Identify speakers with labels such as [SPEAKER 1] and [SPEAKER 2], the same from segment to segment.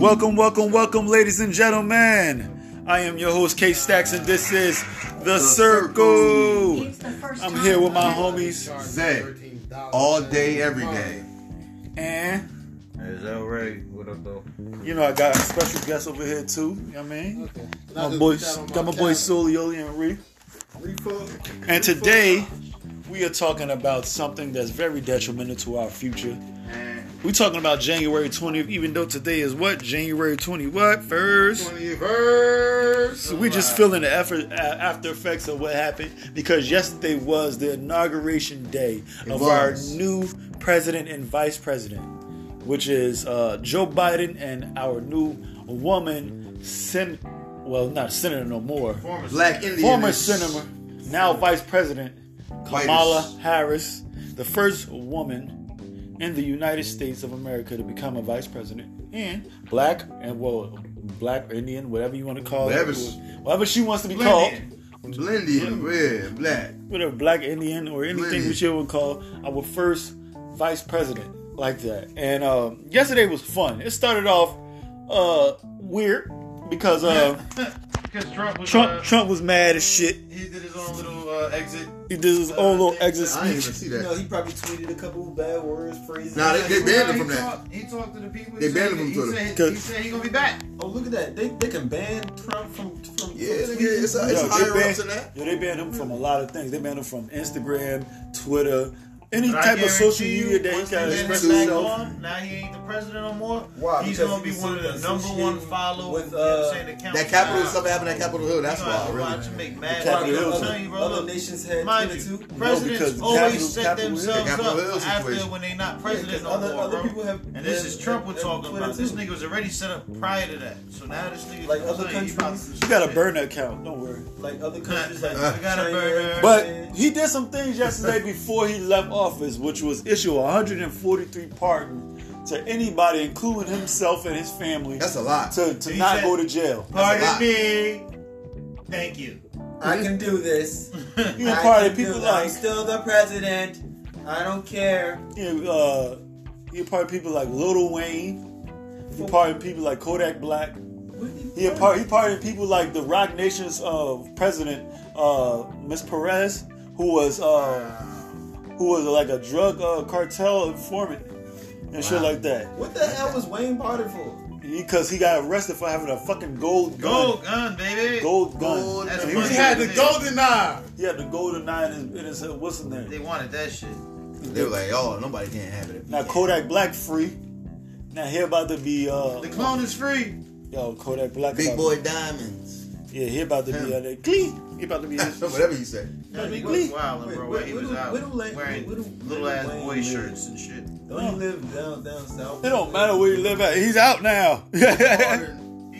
[SPEAKER 1] Welcome, welcome, welcome, ladies and gentlemen. I am your host, K Stacks, and this is The, Circle.
[SPEAKER 2] It's the first
[SPEAKER 1] I'm
[SPEAKER 2] time.
[SPEAKER 1] here with my homies.
[SPEAKER 3] Zay, all day, every day.
[SPEAKER 1] And,
[SPEAKER 4] Is that right? What up, though?
[SPEAKER 1] you know, I got a special guest over here, too. You know what I mean? My boy, got my boy Solioli and Ree. And today, we are talking about something that's very detrimental to our future. We're talking about January 20th, even though today is what? January 20 what? First? So we just feeling the effort, uh, after effects of what happened because yesterday was the inauguration day of our
[SPEAKER 3] was.
[SPEAKER 1] new president and vice president, which is uh, Joe Biden and our new woman, sen- well, not senator no more,
[SPEAKER 3] Black Indian.
[SPEAKER 1] former senator, now vice president, Kamala
[SPEAKER 3] Whitest.
[SPEAKER 1] Harris, the first woman in the United States of America to become a vice president and black and well, black Indian, whatever you want to call
[SPEAKER 3] Whatever
[SPEAKER 1] it,
[SPEAKER 3] she-
[SPEAKER 1] whatever she wants to be called,
[SPEAKER 3] Blendian, red, black.
[SPEAKER 1] whatever black Indian or anything
[SPEAKER 3] Indian.
[SPEAKER 1] we should would call our first vice president like that. And um, yesterday was fun. It started off uh, weird because uh,
[SPEAKER 4] Because Trump was.
[SPEAKER 1] Trump
[SPEAKER 4] uh,
[SPEAKER 1] Trump was mad as shit.
[SPEAKER 4] he did his own little uh, exit.
[SPEAKER 1] He did his own little exit
[SPEAKER 3] I didn't even
[SPEAKER 1] speech.
[SPEAKER 3] see
[SPEAKER 5] You know,
[SPEAKER 3] that.
[SPEAKER 5] he probably tweeted a couple of bad words, phrases.
[SPEAKER 3] Nah, they- they banned him
[SPEAKER 4] He
[SPEAKER 3] from that.
[SPEAKER 4] talked- He talked to the people.
[SPEAKER 3] They
[SPEAKER 4] He
[SPEAKER 3] banned
[SPEAKER 4] said-
[SPEAKER 3] him
[SPEAKER 4] he
[SPEAKER 3] from
[SPEAKER 4] said-
[SPEAKER 1] the-
[SPEAKER 4] He said he gonna be back.
[SPEAKER 5] oh, look at that. They, they can ban Trump from. from
[SPEAKER 3] Yeah, nigga,
[SPEAKER 5] from tweeting.
[SPEAKER 3] it's a, it's
[SPEAKER 1] Yo, they
[SPEAKER 3] a higher
[SPEAKER 1] banned,
[SPEAKER 3] ups than that.
[SPEAKER 1] yo, they banned him from a lot of things. They banned him from Instagram, Twitter, any
[SPEAKER 4] But I
[SPEAKER 1] type of social
[SPEAKER 4] guarantee you,
[SPEAKER 1] media that he
[SPEAKER 4] once
[SPEAKER 1] got
[SPEAKER 4] they
[SPEAKER 1] to
[SPEAKER 4] let him
[SPEAKER 1] express
[SPEAKER 4] back
[SPEAKER 1] himself.
[SPEAKER 4] on, Now he ain't the president no more.
[SPEAKER 5] Why?
[SPEAKER 4] He's
[SPEAKER 5] Because
[SPEAKER 4] gonna be
[SPEAKER 5] he was
[SPEAKER 4] one of the number
[SPEAKER 5] associated
[SPEAKER 4] one follow.
[SPEAKER 5] with,
[SPEAKER 4] you know what
[SPEAKER 5] uh,
[SPEAKER 4] I'm saying,
[SPEAKER 3] That
[SPEAKER 4] the council
[SPEAKER 3] Capitol
[SPEAKER 4] guy.
[SPEAKER 3] stuff happened at Capitol Hill. That's
[SPEAKER 4] You know,
[SPEAKER 3] why,
[SPEAKER 4] watch
[SPEAKER 3] really.
[SPEAKER 4] him make mad.
[SPEAKER 1] Capitol
[SPEAKER 4] Like, I'm
[SPEAKER 1] Hill
[SPEAKER 4] telling you, bro,
[SPEAKER 5] Other
[SPEAKER 4] look,
[SPEAKER 5] nations had
[SPEAKER 4] Mind
[SPEAKER 5] Twitter
[SPEAKER 4] you,
[SPEAKER 5] too.
[SPEAKER 1] because
[SPEAKER 4] presidents
[SPEAKER 1] Capitol-
[SPEAKER 4] always set
[SPEAKER 1] Capitol Hill-
[SPEAKER 4] themselves
[SPEAKER 3] Capitol Hill
[SPEAKER 4] up after
[SPEAKER 3] situation.
[SPEAKER 4] when they not president
[SPEAKER 5] Yeah,
[SPEAKER 4] no
[SPEAKER 5] 'cause other-
[SPEAKER 4] more,
[SPEAKER 5] other
[SPEAKER 4] bro.
[SPEAKER 5] people have-
[SPEAKER 4] and this
[SPEAKER 5] have-
[SPEAKER 4] is Trump we're
[SPEAKER 5] have
[SPEAKER 4] talking
[SPEAKER 5] Twitter
[SPEAKER 4] about. This
[SPEAKER 5] too.
[SPEAKER 4] nigga was already set up prior to that, so now this nigga
[SPEAKER 5] Like
[SPEAKER 4] I'm
[SPEAKER 5] other
[SPEAKER 4] saying, he probably-
[SPEAKER 5] countries.
[SPEAKER 1] You got to burn that account. Don't worry.
[SPEAKER 5] Like other countries,
[SPEAKER 3] Uh,
[SPEAKER 5] like
[SPEAKER 4] I got a
[SPEAKER 5] China,
[SPEAKER 4] burger.
[SPEAKER 1] But he did some things yesterday before he left office, which was issue 143 pardon to anybody, including himself and his family,
[SPEAKER 3] That's a lot.
[SPEAKER 1] to, to
[SPEAKER 4] He
[SPEAKER 1] not
[SPEAKER 4] said-
[SPEAKER 1] go to jail.
[SPEAKER 4] Pardon
[SPEAKER 3] lot.
[SPEAKER 4] me. Thank you.
[SPEAKER 5] I can do this.
[SPEAKER 1] You know,
[SPEAKER 5] I
[SPEAKER 1] part
[SPEAKER 5] can
[SPEAKER 1] of people
[SPEAKER 5] do-
[SPEAKER 1] like
[SPEAKER 5] I'm still the president. I don't care.
[SPEAKER 1] you know, uh, you're part of people like Lil Wayne. You're part of people like Kodak Black. He a part. He part of people like the Rock Nation's uh, president, uh, Miss Perez, who was uh, who was like a drug uh, cartel informant and shit like that.
[SPEAKER 5] What the hell was Wayne Potter for?
[SPEAKER 1] Because he, got arrested for having a fucking gold gun.
[SPEAKER 4] Gold gun, baby.
[SPEAKER 1] Gold gun.
[SPEAKER 3] Gold
[SPEAKER 1] And
[SPEAKER 4] gun.
[SPEAKER 1] he,
[SPEAKER 4] That's
[SPEAKER 1] was,
[SPEAKER 4] funny.
[SPEAKER 1] had the,
[SPEAKER 4] golden
[SPEAKER 3] eye.
[SPEAKER 1] he had the golden eye in his, in his uh, what's his name?
[SPEAKER 4] They wanted that shit.
[SPEAKER 3] They were like, oh, nobody can't have it.
[SPEAKER 1] Now Kodak Black free. Now he about to be uh,
[SPEAKER 4] The clone is free.
[SPEAKER 1] yo Kodak Black.
[SPEAKER 3] Big
[SPEAKER 1] about-
[SPEAKER 3] boy diamonds.
[SPEAKER 1] Yeah, he about to
[SPEAKER 3] Him.
[SPEAKER 1] be out there. Clean. He about to be.
[SPEAKER 3] Whatever you say.
[SPEAKER 4] That
[SPEAKER 5] Wait,
[SPEAKER 4] nigga
[SPEAKER 5] wait,
[SPEAKER 4] was wildin', bro.
[SPEAKER 5] wait,
[SPEAKER 4] Where he
[SPEAKER 5] wait,
[SPEAKER 4] was
[SPEAKER 5] wait,
[SPEAKER 4] out
[SPEAKER 5] wait, wait,
[SPEAKER 4] wearing
[SPEAKER 5] wait, wait,
[SPEAKER 4] little
[SPEAKER 5] wait,
[SPEAKER 4] ass
[SPEAKER 5] wait,
[SPEAKER 4] boy
[SPEAKER 5] wait.
[SPEAKER 4] shirts and shit.
[SPEAKER 5] Don't you live down down south?
[SPEAKER 1] It don't matter where you live at. He's out now.
[SPEAKER 4] He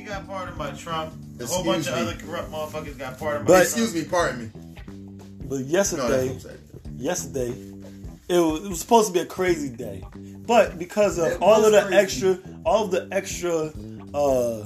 [SPEAKER 4] got pardoned by Trump. A
[SPEAKER 3] Excuse
[SPEAKER 4] whole bunch of
[SPEAKER 3] me.
[SPEAKER 4] other corrupt motherfuckers got pardoned
[SPEAKER 1] But-
[SPEAKER 4] by Trump.
[SPEAKER 3] Excuse me, pardon me.
[SPEAKER 1] But
[SPEAKER 3] No, that's what
[SPEAKER 1] yesterday,
[SPEAKER 3] I'm saying.
[SPEAKER 1] yesterday, it was, it was supposed to be a crazy day, but because of
[SPEAKER 5] It
[SPEAKER 1] all of
[SPEAKER 5] was
[SPEAKER 1] the
[SPEAKER 5] crazy.
[SPEAKER 1] extra, all of the extra, uh,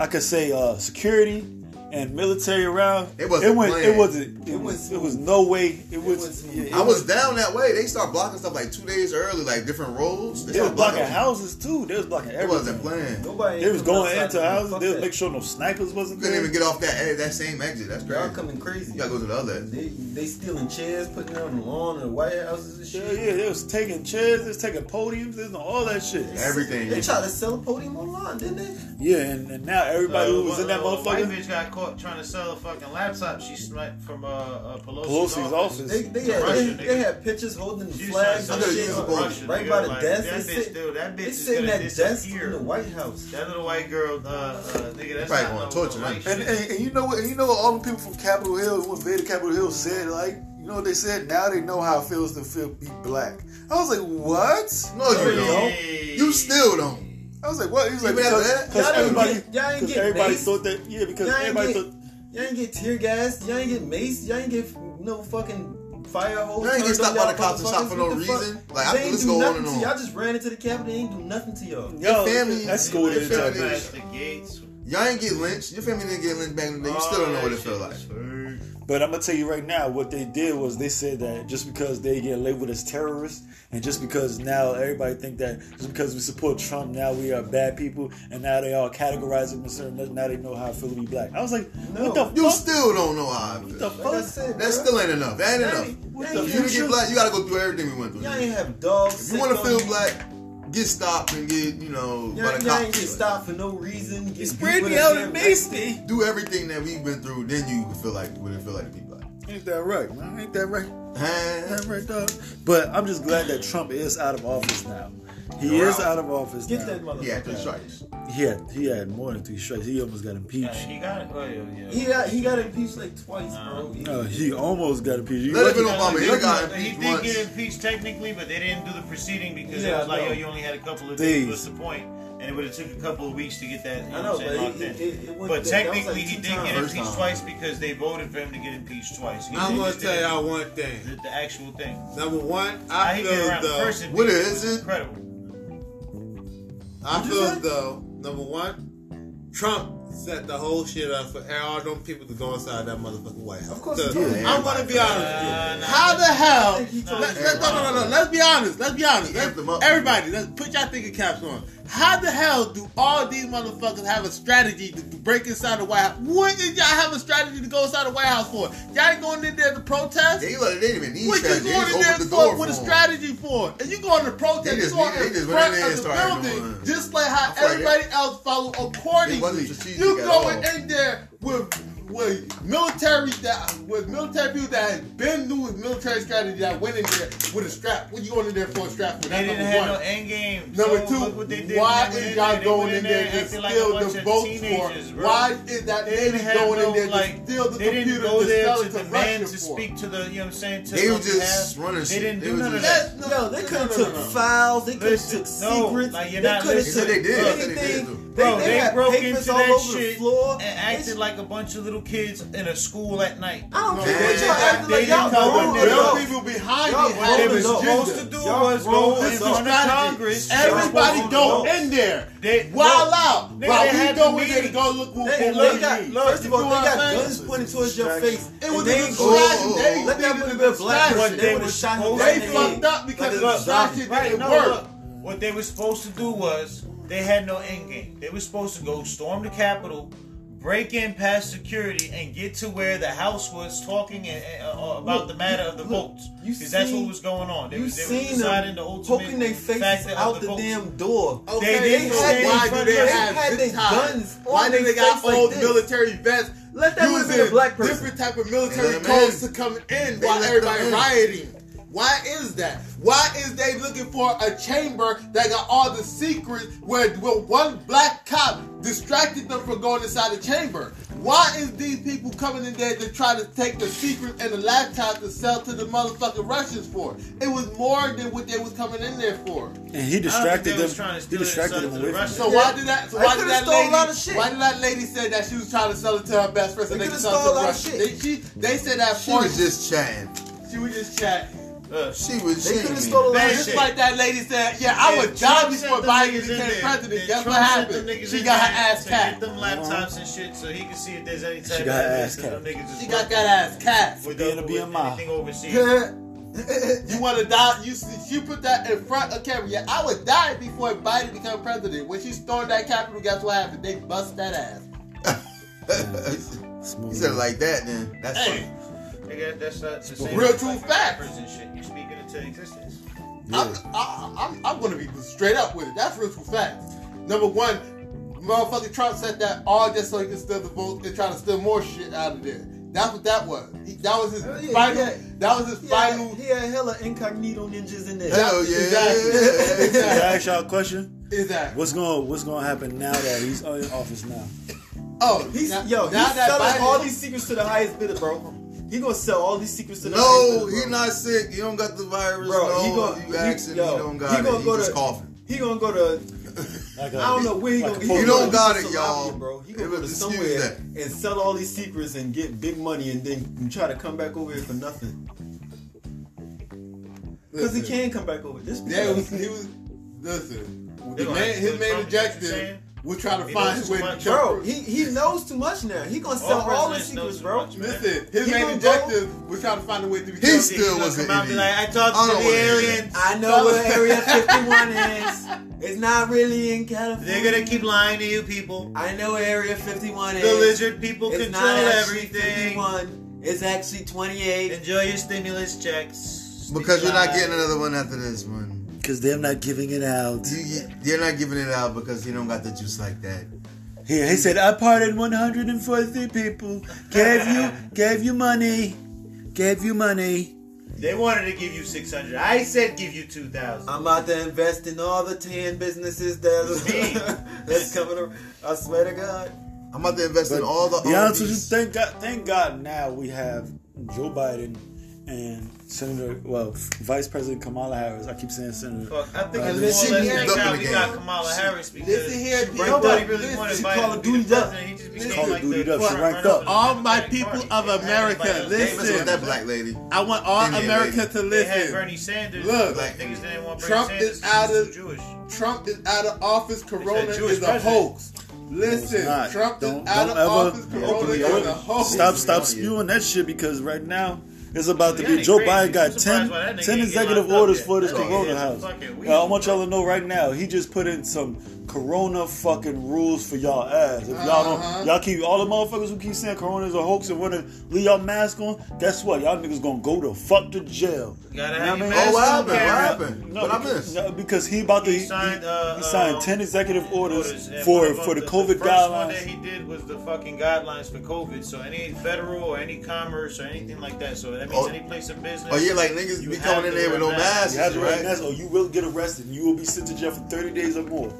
[SPEAKER 1] I could say, uh, security and military around,
[SPEAKER 3] It wasn't
[SPEAKER 1] It went. It
[SPEAKER 3] planned.
[SPEAKER 1] wasn't. It,
[SPEAKER 5] It
[SPEAKER 1] was.
[SPEAKER 5] was
[SPEAKER 1] It was no way. It was.
[SPEAKER 5] was-
[SPEAKER 1] yeah, It
[SPEAKER 3] I was down that way. They start blocking stuff like two days early, like different roads.
[SPEAKER 1] They was
[SPEAKER 3] start
[SPEAKER 1] blocking houses too. They was blocking
[SPEAKER 3] It
[SPEAKER 1] everything.
[SPEAKER 3] wasn't planned.
[SPEAKER 5] Nobody.
[SPEAKER 1] They was
[SPEAKER 5] coming
[SPEAKER 1] going
[SPEAKER 5] outside
[SPEAKER 1] into
[SPEAKER 5] the-
[SPEAKER 1] houses.
[SPEAKER 5] fuck
[SPEAKER 1] They was
[SPEAKER 5] that.
[SPEAKER 1] make sure no snipers wasn't
[SPEAKER 3] Couldn't
[SPEAKER 1] there.
[SPEAKER 3] even get off that eh, that same exit. That's
[SPEAKER 5] Y'all
[SPEAKER 3] crazy.
[SPEAKER 5] coming crazy.
[SPEAKER 3] You gotta go to the other. exit.
[SPEAKER 5] They they stealing chairs, putting it on the lawn and the White Houses and
[SPEAKER 1] Yeah,
[SPEAKER 5] shit.
[SPEAKER 1] yeah, they was taking chairs, they was taking podiums, they was doing all that shit.
[SPEAKER 3] Everything.
[SPEAKER 5] They tried to sell a podium online, didn't they?
[SPEAKER 1] Yeah, and, and now everybody who was in that
[SPEAKER 4] Uh, White
[SPEAKER 1] motherfucker,
[SPEAKER 4] bitch got caught trying to sell a fucking laptop she sniped from uh, uh Pelosi's,
[SPEAKER 1] Pelosi's
[SPEAKER 4] office.
[SPEAKER 1] office.
[SPEAKER 5] They they had,
[SPEAKER 4] Russian,
[SPEAKER 5] they,
[SPEAKER 4] nigga.
[SPEAKER 5] they had pictures holding the
[SPEAKER 4] She
[SPEAKER 5] flags
[SPEAKER 4] said
[SPEAKER 5] and
[SPEAKER 3] I thought
[SPEAKER 5] shit.
[SPEAKER 3] it was
[SPEAKER 4] something Russian,
[SPEAKER 5] right
[SPEAKER 4] nigga,
[SPEAKER 5] by the
[SPEAKER 4] like,
[SPEAKER 5] desk.
[SPEAKER 4] That
[SPEAKER 5] they
[SPEAKER 4] bitch,
[SPEAKER 5] sit,
[SPEAKER 4] dude, that bitch
[SPEAKER 5] they
[SPEAKER 4] is
[SPEAKER 5] sitting
[SPEAKER 4] gonna
[SPEAKER 5] at desk in the
[SPEAKER 4] disappear.
[SPEAKER 5] White House.
[SPEAKER 4] That little white girl, uh, uh nigga, that's
[SPEAKER 3] Probably
[SPEAKER 4] not
[SPEAKER 3] gonna
[SPEAKER 4] no
[SPEAKER 3] torture
[SPEAKER 4] little
[SPEAKER 3] her.
[SPEAKER 4] white
[SPEAKER 1] and,
[SPEAKER 4] shit.
[SPEAKER 1] and, and you know what? And you know what? All the people from Capitol Hill who invaded Capitol Hill said like, you know what they said? Now they know how it feels to feel be black. I was like, what?
[SPEAKER 3] No, you
[SPEAKER 1] There you
[SPEAKER 3] don't.
[SPEAKER 4] Hey.
[SPEAKER 3] You still don't.
[SPEAKER 1] I was like, what? He was like,
[SPEAKER 3] Even after that?
[SPEAKER 1] because
[SPEAKER 5] Y'all didn't
[SPEAKER 1] everybody,
[SPEAKER 5] get- y'all didn't
[SPEAKER 1] because
[SPEAKER 5] get
[SPEAKER 1] everybody
[SPEAKER 5] maced?
[SPEAKER 1] thought that, yeah, because
[SPEAKER 5] Y'all ain't
[SPEAKER 1] everybody
[SPEAKER 5] get-
[SPEAKER 1] thought.
[SPEAKER 5] Y'all ain't get tear gas. Y'all ain't get mace. Y'all ain't get no fucking fire hose.
[SPEAKER 3] Y'all ain't get
[SPEAKER 5] turned on
[SPEAKER 3] stopped by
[SPEAKER 5] y'all
[SPEAKER 3] the cops and shot for
[SPEAKER 5] motherfuckers.
[SPEAKER 3] no
[SPEAKER 5] What the fuck?
[SPEAKER 3] reason? Like, I
[SPEAKER 5] they
[SPEAKER 3] think
[SPEAKER 5] ain't
[SPEAKER 3] let's
[SPEAKER 5] do
[SPEAKER 3] go on
[SPEAKER 5] nothing
[SPEAKER 3] and
[SPEAKER 5] to
[SPEAKER 3] on.
[SPEAKER 5] y'all. Just ran into the Capitol. They ain't do nothing to y'all.
[SPEAKER 1] Yo,
[SPEAKER 3] family-
[SPEAKER 1] that's school
[SPEAKER 3] your
[SPEAKER 1] did
[SPEAKER 3] family-
[SPEAKER 1] it.
[SPEAKER 4] Past the gates.
[SPEAKER 3] Y'all ain't get lynched. Your family didn't get lynched back in the day. You still don't know what it feel like.
[SPEAKER 1] But I'm gonna tell you right now, what they did was they said that just because they get labeled as terrorists, and just because now everybody think that just because we support Trump, now we are bad people, and now they all categorize them in certain. Now they know how I feel to be black. I was like,
[SPEAKER 5] No,
[SPEAKER 1] what the
[SPEAKER 3] You
[SPEAKER 1] fuck?
[SPEAKER 3] still don't know how. I
[SPEAKER 1] the
[SPEAKER 3] feel.
[SPEAKER 1] fuck?
[SPEAKER 5] That's it.
[SPEAKER 3] That still ain't enough. That ain't
[SPEAKER 5] That
[SPEAKER 3] enough.
[SPEAKER 5] ain't-
[SPEAKER 1] What
[SPEAKER 5] that
[SPEAKER 1] the
[SPEAKER 5] ain't-
[SPEAKER 3] If you to get black, you gotta go through everything we went through.
[SPEAKER 5] Y'all ain't have dogs.
[SPEAKER 3] If you want to
[SPEAKER 5] sick
[SPEAKER 3] feel
[SPEAKER 5] dogs.
[SPEAKER 3] black, get stopped and get you know by
[SPEAKER 5] Y'all,
[SPEAKER 3] the
[SPEAKER 5] y'all ain't get
[SPEAKER 3] cops.
[SPEAKER 5] stopped for no reason. Get beat
[SPEAKER 1] Spread
[SPEAKER 5] with
[SPEAKER 1] me
[SPEAKER 5] a
[SPEAKER 1] out
[SPEAKER 5] damn
[SPEAKER 1] and
[SPEAKER 5] bat.
[SPEAKER 1] mace me.
[SPEAKER 3] Do everything that we've been through, then you can feel like what it feel like to be black.
[SPEAKER 1] Ain't that right? Man? Ain't that right?
[SPEAKER 3] Huh?
[SPEAKER 1] Ain't that right, dog? But I'm just glad that Trump is out of office now. He
[SPEAKER 3] You're
[SPEAKER 1] is
[SPEAKER 3] out.
[SPEAKER 1] out of office
[SPEAKER 5] Get
[SPEAKER 1] now.
[SPEAKER 5] that motherfucker.
[SPEAKER 3] Yeah,
[SPEAKER 5] out.
[SPEAKER 3] three strikes.
[SPEAKER 1] He had he had more than three strikes. He almost got
[SPEAKER 4] Yeah,
[SPEAKER 1] impeached.
[SPEAKER 4] he got it. Oh, yeah, yeah.
[SPEAKER 5] He got he got impeached like twice, bro.
[SPEAKER 4] Uh,
[SPEAKER 1] No, he almost got impeached. You
[SPEAKER 3] Let it
[SPEAKER 1] lucky-
[SPEAKER 3] be known, Obama, he
[SPEAKER 4] Look,
[SPEAKER 3] got
[SPEAKER 4] he
[SPEAKER 3] impeached
[SPEAKER 4] did
[SPEAKER 3] once.
[SPEAKER 4] get impeached technically, but they didn't do the proceeding because
[SPEAKER 5] Yeah,
[SPEAKER 4] it was
[SPEAKER 5] I
[SPEAKER 4] like,
[SPEAKER 5] know.
[SPEAKER 4] yo, you only had a couple of
[SPEAKER 1] Days.
[SPEAKER 4] days. What's the point? And it would have took a couple of weeks to get that. You
[SPEAKER 5] I
[SPEAKER 4] know,
[SPEAKER 5] know,
[SPEAKER 4] what I'm saying,
[SPEAKER 5] but it-
[SPEAKER 4] locked
[SPEAKER 5] it-
[SPEAKER 4] in.
[SPEAKER 5] it- it went- that-
[SPEAKER 4] but
[SPEAKER 5] that was
[SPEAKER 4] technically,
[SPEAKER 5] like
[SPEAKER 4] he
[SPEAKER 5] two
[SPEAKER 4] did get
[SPEAKER 5] times.
[SPEAKER 4] impeached
[SPEAKER 3] First time.
[SPEAKER 4] twice because they voted for him to get impeached twice. He
[SPEAKER 2] I'm
[SPEAKER 4] did-
[SPEAKER 2] gonna
[SPEAKER 4] he
[SPEAKER 2] tell
[SPEAKER 4] did
[SPEAKER 2] y'all one thing.
[SPEAKER 4] the, the actual thing.
[SPEAKER 2] Number one,
[SPEAKER 4] How
[SPEAKER 2] I
[SPEAKER 4] he
[SPEAKER 2] feel
[SPEAKER 4] get around the
[SPEAKER 2] though.
[SPEAKER 4] first
[SPEAKER 3] What
[SPEAKER 4] impeachment
[SPEAKER 3] is
[SPEAKER 4] was
[SPEAKER 3] it?
[SPEAKER 4] Incredible.
[SPEAKER 2] I
[SPEAKER 5] you
[SPEAKER 2] feel
[SPEAKER 5] say?
[SPEAKER 2] though. Number one, Trump set the whole shit up for all them people to go inside that motherfucking White House.
[SPEAKER 5] Of course he
[SPEAKER 2] Because
[SPEAKER 3] did.
[SPEAKER 2] I'm gonna be honest with you.
[SPEAKER 4] Uh, nah.
[SPEAKER 2] How the hell?
[SPEAKER 5] think he
[SPEAKER 2] Let,
[SPEAKER 5] told
[SPEAKER 2] let,
[SPEAKER 5] you.
[SPEAKER 2] no, no, no, no. Let's be honest. Let's be honest.
[SPEAKER 3] He
[SPEAKER 2] Let's-
[SPEAKER 3] amped him up.
[SPEAKER 2] everybody, let's put your thinking caps on. How the hell do all these motherfuckers have a strategy to, to break inside the White House? What did y'all have a strategy to go inside the White House for? Y'all going in there to protest?
[SPEAKER 3] They let it in even. These
[SPEAKER 2] What you
[SPEAKER 3] strategies
[SPEAKER 2] going in there
[SPEAKER 3] opened the
[SPEAKER 2] for?
[SPEAKER 3] door
[SPEAKER 2] What a
[SPEAKER 3] for 'em.
[SPEAKER 2] strategy for? And you going to protest?
[SPEAKER 3] They just
[SPEAKER 2] you going
[SPEAKER 3] needed- they
[SPEAKER 2] in
[SPEAKER 3] just
[SPEAKER 2] front
[SPEAKER 3] went in there and
[SPEAKER 2] of the
[SPEAKER 3] started
[SPEAKER 2] building,
[SPEAKER 3] doing-
[SPEAKER 2] just like how
[SPEAKER 3] I feel like
[SPEAKER 2] everybody else followed accordingly.
[SPEAKER 3] It wasn't strategic
[SPEAKER 2] You
[SPEAKER 3] at
[SPEAKER 2] going
[SPEAKER 3] all.
[SPEAKER 2] in there with with military that with military people that had been through with military strategy that went in there with a strap. What you going in there for a strap for?
[SPEAKER 4] They
[SPEAKER 2] That's
[SPEAKER 4] didn't
[SPEAKER 2] number
[SPEAKER 4] have
[SPEAKER 2] one.
[SPEAKER 4] no end game.
[SPEAKER 2] Number
[SPEAKER 4] So
[SPEAKER 2] two,
[SPEAKER 4] look what they did
[SPEAKER 2] why
[SPEAKER 4] when they went
[SPEAKER 2] is
[SPEAKER 4] in
[SPEAKER 2] y'all
[SPEAKER 4] They
[SPEAKER 2] going
[SPEAKER 4] went
[SPEAKER 2] in there to
[SPEAKER 4] acting like a
[SPEAKER 2] steal
[SPEAKER 4] bunch
[SPEAKER 2] the
[SPEAKER 4] of
[SPEAKER 2] votes
[SPEAKER 4] teenagers,
[SPEAKER 2] for?
[SPEAKER 4] bro.
[SPEAKER 2] Why is that
[SPEAKER 4] They didn't
[SPEAKER 2] lady
[SPEAKER 4] have
[SPEAKER 2] going
[SPEAKER 4] no,
[SPEAKER 2] in there
[SPEAKER 4] like,
[SPEAKER 2] to steal the
[SPEAKER 4] they
[SPEAKER 2] computer
[SPEAKER 4] didn't go
[SPEAKER 2] to
[SPEAKER 4] there
[SPEAKER 2] sell
[SPEAKER 4] to
[SPEAKER 2] it to
[SPEAKER 4] demand
[SPEAKER 2] Russia
[SPEAKER 4] to
[SPEAKER 2] for?
[SPEAKER 4] speak to the, you know what I'm saying? To
[SPEAKER 3] They
[SPEAKER 4] the
[SPEAKER 3] was just
[SPEAKER 4] behalf.
[SPEAKER 3] running
[SPEAKER 4] They
[SPEAKER 3] shit.
[SPEAKER 4] didn't
[SPEAKER 3] They
[SPEAKER 4] do
[SPEAKER 3] was
[SPEAKER 4] none of
[SPEAKER 3] just-
[SPEAKER 4] that.
[SPEAKER 2] That's-
[SPEAKER 5] Yo, they
[SPEAKER 2] no,
[SPEAKER 5] could have
[SPEAKER 2] no, no,
[SPEAKER 5] took
[SPEAKER 2] no, no.
[SPEAKER 5] files. They could have
[SPEAKER 4] Listen,
[SPEAKER 5] took
[SPEAKER 4] no,
[SPEAKER 5] secrets.
[SPEAKER 4] like, you're
[SPEAKER 5] they
[SPEAKER 4] not
[SPEAKER 5] could have
[SPEAKER 4] listening.
[SPEAKER 5] took
[SPEAKER 3] They said they did. They said
[SPEAKER 5] anything.
[SPEAKER 3] they did, though.
[SPEAKER 4] Bro,
[SPEAKER 5] they,
[SPEAKER 4] they,
[SPEAKER 5] had
[SPEAKER 4] broke
[SPEAKER 5] papers
[SPEAKER 4] into
[SPEAKER 5] all
[SPEAKER 4] that
[SPEAKER 5] over
[SPEAKER 4] shit
[SPEAKER 5] the floor.
[SPEAKER 4] and acted like a bunch of little kids in a school at night.
[SPEAKER 5] I don't
[SPEAKER 2] No,
[SPEAKER 5] care
[SPEAKER 3] they
[SPEAKER 5] what y'all
[SPEAKER 3] didn't.
[SPEAKER 5] acting like.
[SPEAKER 4] They
[SPEAKER 5] Y'all
[SPEAKER 4] didn't go in
[SPEAKER 5] grown
[SPEAKER 4] there.
[SPEAKER 2] Real
[SPEAKER 5] up.
[SPEAKER 4] Y'all
[SPEAKER 2] people behind
[SPEAKER 5] Y'all
[SPEAKER 2] it
[SPEAKER 5] All
[SPEAKER 4] What
[SPEAKER 2] had
[SPEAKER 4] they was
[SPEAKER 5] the
[SPEAKER 2] an
[SPEAKER 4] supposed
[SPEAKER 2] agenda.
[SPEAKER 4] to do
[SPEAKER 5] Y'all
[SPEAKER 4] was
[SPEAKER 5] grown
[SPEAKER 4] go
[SPEAKER 2] This
[SPEAKER 4] in
[SPEAKER 2] is
[SPEAKER 4] front of
[SPEAKER 2] strategy.
[SPEAKER 4] Congress.
[SPEAKER 2] Everybody
[SPEAKER 4] Y'all
[SPEAKER 2] go
[SPEAKER 4] grown up.
[SPEAKER 2] in there.
[SPEAKER 4] They-
[SPEAKER 2] Wild
[SPEAKER 4] look,
[SPEAKER 2] out.
[SPEAKER 4] nigga,
[SPEAKER 2] While
[SPEAKER 4] they
[SPEAKER 2] we
[SPEAKER 4] had
[SPEAKER 2] go
[SPEAKER 4] the
[SPEAKER 2] in there to
[SPEAKER 4] meeting.
[SPEAKER 2] go look for
[SPEAKER 5] They,
[SPEAKER 2] what
[SPEAKER 5] look,
[SPEAKER 2] we
[SPEAKER 5] they got,
[SPEAKER 2] need.
[SPEAKER 5] first of
[SPEAKER 2] You
[SPEAKER 5] all,
[SPEAKER 2] know
[SPEAKER 5] they
[SPEAKER 2] what
[SPEAKER 5] got
[SPEAKER 2] I'm saying?
[SPEAKER 5] guns pointed towards your face.
[SPEAKER 2] It
[SPEAKER 5] and
[SPEAKER 2] was
[SPEAKER 5] they
[SPEAKER 2] a
[SPEAKER 5] ain't shot
[SPEAKER 3] distraction.
[SPEAKER 5] you.
[SPEAKER 2] distraction.
[SPEAKER 5] Let that would have been black person. They would have shot him.
[SPEAKER 2] They
[SPEAKER 5] right in the
[SPEAKER 2] fucked
[SPEAKER 5] head.
[SPEAKER 2] up because
[SPEAKER 5] Like,
[SPEAKER 2] of the
[SPEAKER 5] look, look,
[SPEAKER 2] distraction that
[SPEAKER 4] Right,
[SPEAKER 2] didn't
[SPEAKER 4] no,
[SPEAKER 2] work.
[SPEAKER 4] look. What they were supposed to do was they had no end game. They were supposed to go storm the Capitol, break in past security, and get to where the House was talking and, and, uh, about
[SPEAKER 5] Look,
[SPEAKER 4] the matter
[SPEAKER 5] you-
[SPEAKER 4] of the
[SPEAKER 5] look,
[SPEAKER 4] votes.
[SPEAKER 5] you
[SPEAKER 4] Because that's
[SPEAKER 5] seen-
[SPEAKER 4] what was going on. They,
[SPEAKER 5] You
[SPEAKER 4] was, they were
[SPEAKER 5] seen
[SPEAKER 4] deciding
[SPEAKER 5] them
[SPEAKER 4] the ultimate
[SPEAKER 5] poking their faces
[SPEAKER 4] factor of
[SPEAKER 5] out the,
[SPEAKER 4] votes.
[SPEAKER 5] damn door.
[SPEAKER 2] Okay,
[SPEAKER 4] They didn't
[SPEAKER 2] so
[SPEAKER 4] stand
[SPEAKER 2] why
[SPEAKER 4] in front
[SPEAKER 2] do
[SPEAKER 4] of
[SPEAKER 2] they
[SPEAKER 4] us.
[SPEAKER 2] have
[SPEAKER 5] They had
[SPEAKER 2] zip
[SPEAKER 5] their
[SPEAKER 2] ties?
[SPEAKER 5] guns
[SPEAKER 2] Why
[SPEAKER 5] on
[SPEAKER 2] do
[SPEAKER 5] their
[SPEAKER 2] they got
[SPEAKER 5] face like
[SPEAKER 2] old
[SPEAKER 5] this?
[SPEAKER 2] military vests?
[SPEAKER 5] Let that would've been
[SPEAKER 2] using
[SPEAKER 5] a black person.
[SPEAKER 2] Different type of military
[SPEAKER 3] Let 'em
[SPEAKER 2] codes
[SPEAKER 3] in.
[SPEAKER 2] to come in
[SPEAKER 3] They
[SPEAKER 2] while
[SPEAKER 3] let
[SPEAKER 2] everybody
[SPEAKER 3] them in.
[SPEAKER 2] rioting. Why is that? Why is they looking for a chamber that got all the secrets where, where one black cop distracted them from going inside the chamber? Why is these people coming in there to try to take the secret and the laptop to sell to the motherfucking Russians for? It was more than what they was coming in there for.
[SPEAKER 1] And he distracted
[SPEAKER 4] think they
[SPEAKER 1] them.
[SPEAKER 4] was trying to
[SPEAKER 1] He
[SPEAKER 4] steal it
[SPEAKER 1] distracted
[SPEAKER 4] inside
[SPEAKER 1] them
[SPEAKER 4] the
[SPEAKER 1] away from.
[SPEAKER 4] Russians.
[SPEAKER 2] So why did that? So
[SPEAKER 5] They
[SPEAKER 2] why did
[SPEAKER 5] coulda
[SPEAKER 2] that
[SPEAKER 5] stole a
[SPEAKER 2] lady?
[SPEAKER 5] lot of shit.
[SPEAKER 2] Why did that lady say that she was trying to sell it to her best friend so
[SPEAKER 5] They
[SPEAKER 2] they
[SPEAKER 5] coulda
[SPEAKER 2] could sell it
[SPEAKER 5] stole
[SPEAKER 2] to
[SPEAKER 5] a
[SPEAKER 2] the
[SPEAKER 5] lot of shit.
[SPEAKER 2] Russians? They, she, they said that
[SPEAKER 3] She
[SPEAKER 2] for
[SPEAKER 3] was just chatting.
[SPEAKER 2] she was just chatting.
[SPEAKER 4] Look,
[SPEAKER 3] She was.
[SPEAKER 5] They
[SPEAKER 3] She
[SPEAKER 5] could've
[SPEAKER 3] ain't
[SPEAKER 5] stole
[SPEAKER 3] mean.
[SPEAKER 5] a lot of
[SPEAKER 4] That
[SPEAKER 2] Just
[SPEAKER 5] shit.
[SPEAKER 4] shit.
[SPEAKER 2] like that lady said, yeah, I
[SPEAKER 4] If
[SPEAKER 2] would die
[SPEAKER 4] Trump
[SPEAKER 2] before
[SPEAKER 4] sent them
[SPEAKER 2] Biden
[SPEAKER 4] niggas in
[SPEAKER 2] became
[SPEAKER 4] there,
[SPEAKER 2] president.
[SPEAKER 4] if
[SPEAKER 2] Guess
[SPEAKER 4] Trump
[SPEAKER 2] what
[SPEAKER 4] sent them
[SPEAKER 2] happened?
[SPEAKER 4] niggas
[SPEAKER 2] She
[SPEAKER 4] in
[SPEAKER 2] got
[SPEAKER 4] there
[SPEAKER 2] her ass
[SPEAKER 4] to Get
[SPEAKER 2] cat.
[SPEAKER 4] them laptops and shit so he can see if there's any type
[SPEAKER 1] Uh-huh. got her
[SPEAKER 4] of evidence
[SPEAKER 1] ass
[SPEAKER 4] that them
[SPEAKER 1] cat.
[SPEAKER 4] niggas is
[SPEAKER 2] She got
[SPEAKER 4] working
[SPEAKER 2] that ass cat.
[SPEAKER 4] with
[SPEAKER 1] being
[SPEAKER 4] the-
[SPEAKER 1] a
[SPEAKER 4] with
[SPEAKER 1] BMI.
[SPEAKER 4] anything overseas.
[SPEAKER 2] you want to die? You see, she put that in front of camera. Yeah, I would die before Biden become president. When she stormed that Capitol, guess what happened? They bust that ass.
[SPEAKER 3] You said it like that, then that's
[SPEAKER 2] Hey.
[SPEAKER 3] funny.
[SPEAKER 4] Nigga, that's not the same
[SPEAKER 2] Real
[SPEAKER 4] as
[SPEAKER 2] true
[SPEAKER 4] like
[SPEAKER 2] facts.
[SPEAKER 4] rappers and shit. You speaking into existence.
[SPEAKER 2] I'm, I, I'm, I'm gonna be straight up with it. That's real fact. Number one, motherfucking Trump said that all just so he could steal the vote and try to steal more shit out of there. That's what that was. He, that was his
[SPEAKER 5] Oh, yeah,
[SPEAKER 2] final.
[SPEAKER 5] yeah.
[SPEAKER 2] That was his
[SPEAKER 5] He had,
[SPEAKER 2] final.
[SPEAKER 5] he had hella incognito ninjas in there.
[SPEAKER 3] Hell yeah!
[SPEAKER 2] exactly.
[SPEAKER 1] Can I ask y'all a question?
[SPEAKER 2] Is that?
[SPEAKER 1] What's going What's going to happen now that he's in office now?
[SPEAKER 2] Oh,
[SPEAKER 5] He's,
[SPEAKER 2] now-
[SPEAKER 5] yo,
[SPEAKER 2] now
[SPEAKER 5] he's
[SPEAKER 2] that
[SPEAKER 5] selling
[SPEAKER 2] Biden-
[SPEAKER 5] all these secrets to the highest bidder, bro. He gonna sell all these secrets to the
[SPEAKER 3] No,
[SPEAKER 5] highest bidder,
[SPEAKER 3] he
[SPEAKER 5] bro.
[SPEAKER 3] not sick. He don't got the virus.
[SPEAKER 5] Bro,
[SPEAKER 3] no,
[SPEAKER 5] he gonna-
[SPEAKER 3] you
[SPEAKER 5] he-
[SPEAKER 3] asking,
[SPEAKER 5] yo,
[SPEAKER 3] he don't got
[SPEAKER 5] he
[SPEAKER 3] it.
[SPEAKER 5] gonna
[SPEAKER 3] he
[SPEAKER 5] go
[SPEAKER 3] just
[SPEAKER 5] to-
[SPEAKER 3] coughing.
[SPEAKER 5] He gonna go to
[SPEAKER 1] Like uh,
[SPEAKER 5] I don't know where he
[SPEAKER 1] like
[SPEAKER 5] gonna.
[SPEAKER 1] a
[SPEAKER 5] he
[SPEAKER 1] Polaroid.
[SPEAKER 5] gonna
[SPEAKER 3] You don't
[SPEAKER 5] go
[SPEAKER 3] got
[SPEAKER 5] to
[SPEAKER 3] it,
[SPEAKER 5] Somalia,
[SPEAKER 3] y'all.
[SPEAKER 5] bro. He gonna
[SPEAKER 3] It
[SPEAKER 5] go to
[SPEAKER 3] was-
[SPEAKER 5] somewhere
[SPEAKER 3] excuse that.
[SPEAKER 5] and sell all these secrets and get big money and then try to come back over here for nothing. Because he can come back over. This
[SPEAKER 2] That was
[SPEAKER 5] because-
[SPEAKER 2] he was. Listen,
[SPEAKER 4] They
[SPEAKER 2] the
[SPEAKER 4] gonna
[SPEAKER 2] man,
[SPEAKER 4] have to
[SPEAKER 2] his
[SPEAKER 4] put
[SPEAKER 2] main
[SPEAKER 4] Trump in what you're
[SPEAKER 2] objective
[SPEAKER 4] saying?
[SPEAKER 2] will try to
[SPEAKER 4] He
[SPEAKER 2] find
[SPEAKER 4] knows
[SPEAKER 2] his
[SPEAKER 4] too
[SPEAKER 2] way to
[SPEAKER 4] much.
[SPEAKER 2] come
[SPEAKER 4] Bro,
[SPEAKER 5] Bro, he, he knows too much now. He gonna sell
[SPEAKER 4] All
[SPEAKER 5] all, his
[SPEAKER 4] presidents knows
[SPEAKER 5] secrets,
[SPEAKER 4] too
[SPEAKER 5] bro.
[SPEAKER 4] much, man.
[SPEAKER 2] Listen, his
[SPEAKER 5] He
[SPEAKER 2] main
[SPEAKER 5] gonna
[SPEAKER 2] objective was trying to find a way to be
[SPEAKER 3] He's-
[SPEAKER 2] healthy.
[SPEAKER 4] He's
[SPEAKER 3] Still
[SPEAKER 4] gonna
[SPEAKER 3] was an
[SPEAKER 4] come out and be
[SPEAKER 3] idiot.
[SPEAKER 4] like, I
[SPEAKER 3] I
[SPEAKER 4] talked
[SPEAKER 3] don't
[SPEAKER 4] to the
[SPEAKER 3] wanna hear
[SPEAKER 4] aliens.
[SPEAKER 5] I know where Area 51 is. It's not really in California.
[SPEAKER 4] They're gonna keep lying to you people.
[SPEAKER 5] I know where Area 51 is.
[SPEAKER 4] The lizard people
[SPEAKER 5] It's
[SPEAKER 4] control
[SPEAKER 5] not actually
[SPEAKER 4] everything.
[SPEAKER 5] 51. It's actually 28.
[SPEAKER 4] Enjoy your stimulus checks.
[SPEAKER 3] Because you're not
[SPEAKER 4] Be
[SPEAKER 3] getting another one after this one.
[SPEAKER 1] Because they're not giving it out.
[SPEAKER 3] You, you, you're not giving it out because you don't got the juice like that.
[SPEAKER 1] Here, he said, I parted 140 people. Gave you, gave you money. Gave you money.
[SPEAKER 4] They wanted to give you 600. I said give you 2,000.
[SPEAKER 5] I'm about to invest in all the tan businesses
[SPEAKER 4] Me.
[SPEAKER 5] that that's coming. ar- I swear to God.
[SPEAKER 3] I'm about to invest in all the.
[SPEAKER 1] Be
[SPEAKER 5] Oh,
[SPEAKER 1] honest with you,
[SPEAKER 3] RVs.
[SPEAKER 1] thank God, thank God now we have Joe Biden and Senator, well, Vice President Kamala Harris. I keep saying Senator.
[SPEAKER 4] Fuck, I think
[SPEAKER 1] Uh,
[SPEAKER 4] it's
[SPEAKER 5] listen
[SPEAKER 4] more or
[SPEAKER 3] here,
[SPEAKER 4] less thank God we
[SPEAKER 3] listen
[SPEAKER 4] got
[SPEAKER 3] here.
[SPEAKER 4] Kamala Harris because
[SPEAKER 2] Listen here, dude.
[SPEAKER 4] nobody
[SPEAKER 2] Listen,
[SPEAKER 4] really wanted
[SPEAKER 2] she
[SPEAKER 4] Biden
[SPEAKER 5] Call of
[SPEAKER 4] to be
[SPEAKER 5] Duty
[SPEAKER 4] the
[SPEAKER 5] up.
[SPEAKER 4] president. He just
[SPEAKER 2] Listen,
[SPEAKER 4] became
[SPEAKER 2] Call of
[SPEAKER 4] like
[SPEAKER 1] Duty
[SPEAKER 4] the
[SPEAKER 1] up. She
[SPEAKER 4] front
[SPEAKER 1] ranked
[SPEAKER 4] runner
[SPEAKER 1] up.
[SPEAKER 4] for the
[SPEAKER 2] All my
[SPEAKER 4] Democratic
[SPEAKER 2] people
[SPEAKER 4] Party.
[SPEAKER 2] of
[SPEAKER 4] They had
[SPEAKER 2] America,
[SPEAKER 4] everybody-
[SPEAKER 2] listen.
[SPEAKER 3] Ain't messing with that black lady.
[SPEAKER 2] I want all
[SPEAKER 3] Indian
[SPEAKER 2] America
[SPEAKER 3] lady.
[SPEAKER 2] to
[SPEAKER 4] They had
[SPEAKER 2] listen.
[SPEAKER 4] Bernie Sanders.
[SPEAKER 2] Look,
[SPEAKER 4] Like, niggas didn't want Bernie
[SPEAKER 2] Trump
[SPEAKER 4] Sanders
[SPEAKER 2] is
[SPEAKER 4] because he was
[SPEAKER 2] out of-
[SPEAKER 4] Jewish.
[SPEAKER 2] Trump is out of office. Corona
[SPEAKER 4] Jewish
[SPEAKER 2] is a
[SPEAKER 4] president.
[SPEAKER 2] hoax.
[SPEAKER 1] It's
[SPEAKER 2] Listen,
[SPEAKER 1] not.
[SPEAKER 2] Trump
[SPEAKER 1] Don't-
[SPEAKER 2] is out
[SPEAKER 1] don't
[SPEAKER 2] of
[SPEAKER 1] ever
[SPEAKER 2] office. Corona
[SPEAKER 1] open
[SPEAKER 2] is
[SPEAKER 1] your-
[SPEAKER 2] a hoax.
[SPEAKER 1] Stop, stop
[SPEAKER 3] Yeah.
[SPEAKER 1] spewing that shit because right now it's about to
[SPEAKER 4] Yeah,
[SPEAKER 1] be.
[SPEAKER 4] they
[SPEAKER 1] Joe
[SPEAKER 4] crazy.
[SPEAKER 1] Biden
[SPEAKER 4] I'm
[SPEAKER 1] got
[SPEAKER 4] surprised
[SPEAKER 1] 10,
[SPEAKER 4] why that nigga
[SPEAKER 1] 10
[SPEAKER 4] ain't get
[SPEAKER 1] executive
[SPEAKER 4] locked up
[SPEAKER 1] orders
[SPEAKER 4] yet.
[SPEAKER 1] for this
[SPEAKER 4] That nigga
[SPEAKER 1] Corona
[SPEAKER 4] is
[SPEAKER 1] house.
[SPEAKER 4] fucking weak,
[SPEAKER 1] Now, I want
[SPEAKER 4] bro.
[SPEAKER 1] y'all to know right now. He just put in some Corona fucking rules for y'all ass. If y'all
[SPEAKER 2] Uh-huh.
[SPEAKER 1] don't, y'all keep all the motherfuckers who keep saying Corona is a hoax and want to leave y'all mask on. Guess what? Y'all niggas gonna go to fuck to jail.
[SPEAKER 4] You gotta
[SPEAKER 1] You
[SPEAKER 4] have
[SPEAKER 1] know
[SPEAKER 4] your
[SPEAKER 1] what
[SPEAKER 4] mask
[SPEAKER 3] Oh, what
[SPEAKER 4] on,
[SPEAKER 3] happened? What
[SPEAKER 4] camera.
[SPEAKER 3] happened? What I
[SPEAKER 1] because-
[SPEAKER 3] missed?
[SPEAKER 1] no, because he about to he,
[SPEAKER 4] He signed, uh,
[SPEAKER 1] he signed
[SPEAKER 4] uh,
[SPEAKER 1] ten executive orders,
[SPEAKER 4] and one
[SPEAKER 1] for
[SPEAKER 4] of them-
[SPEAKER 1] for the, COVID
[SPEAKER 4] first One that
[SPEAKER 1] guidelines.
[SPEAKER 4] he did was the fucking guidelines for COVID. So any federal or any commerce or anything like that. So that means
[SPEAKER 3] Oh.
[SPEAKER 4] any place of business.
[SPEAKER 3] Oh, yeah, like niggas
[SPEAKER 4] You
[SPEAKER 3] be
[SPEAKER 4] have
[SPEAKER 3] coming in
[SPEAKER 4] to
[SPEAKER 3] there with
[SPEAKER 4] wear
[SPEAKER 3] no
[SPEAKER 4] a mask.
[SPEAKER 3] masks,
[SPEAKER 1] You have to wear a
[SPEAKER 3] right?
[SPEAKER 1] mask, or you will get arrested. and You will be sent to jail for 30 days or more.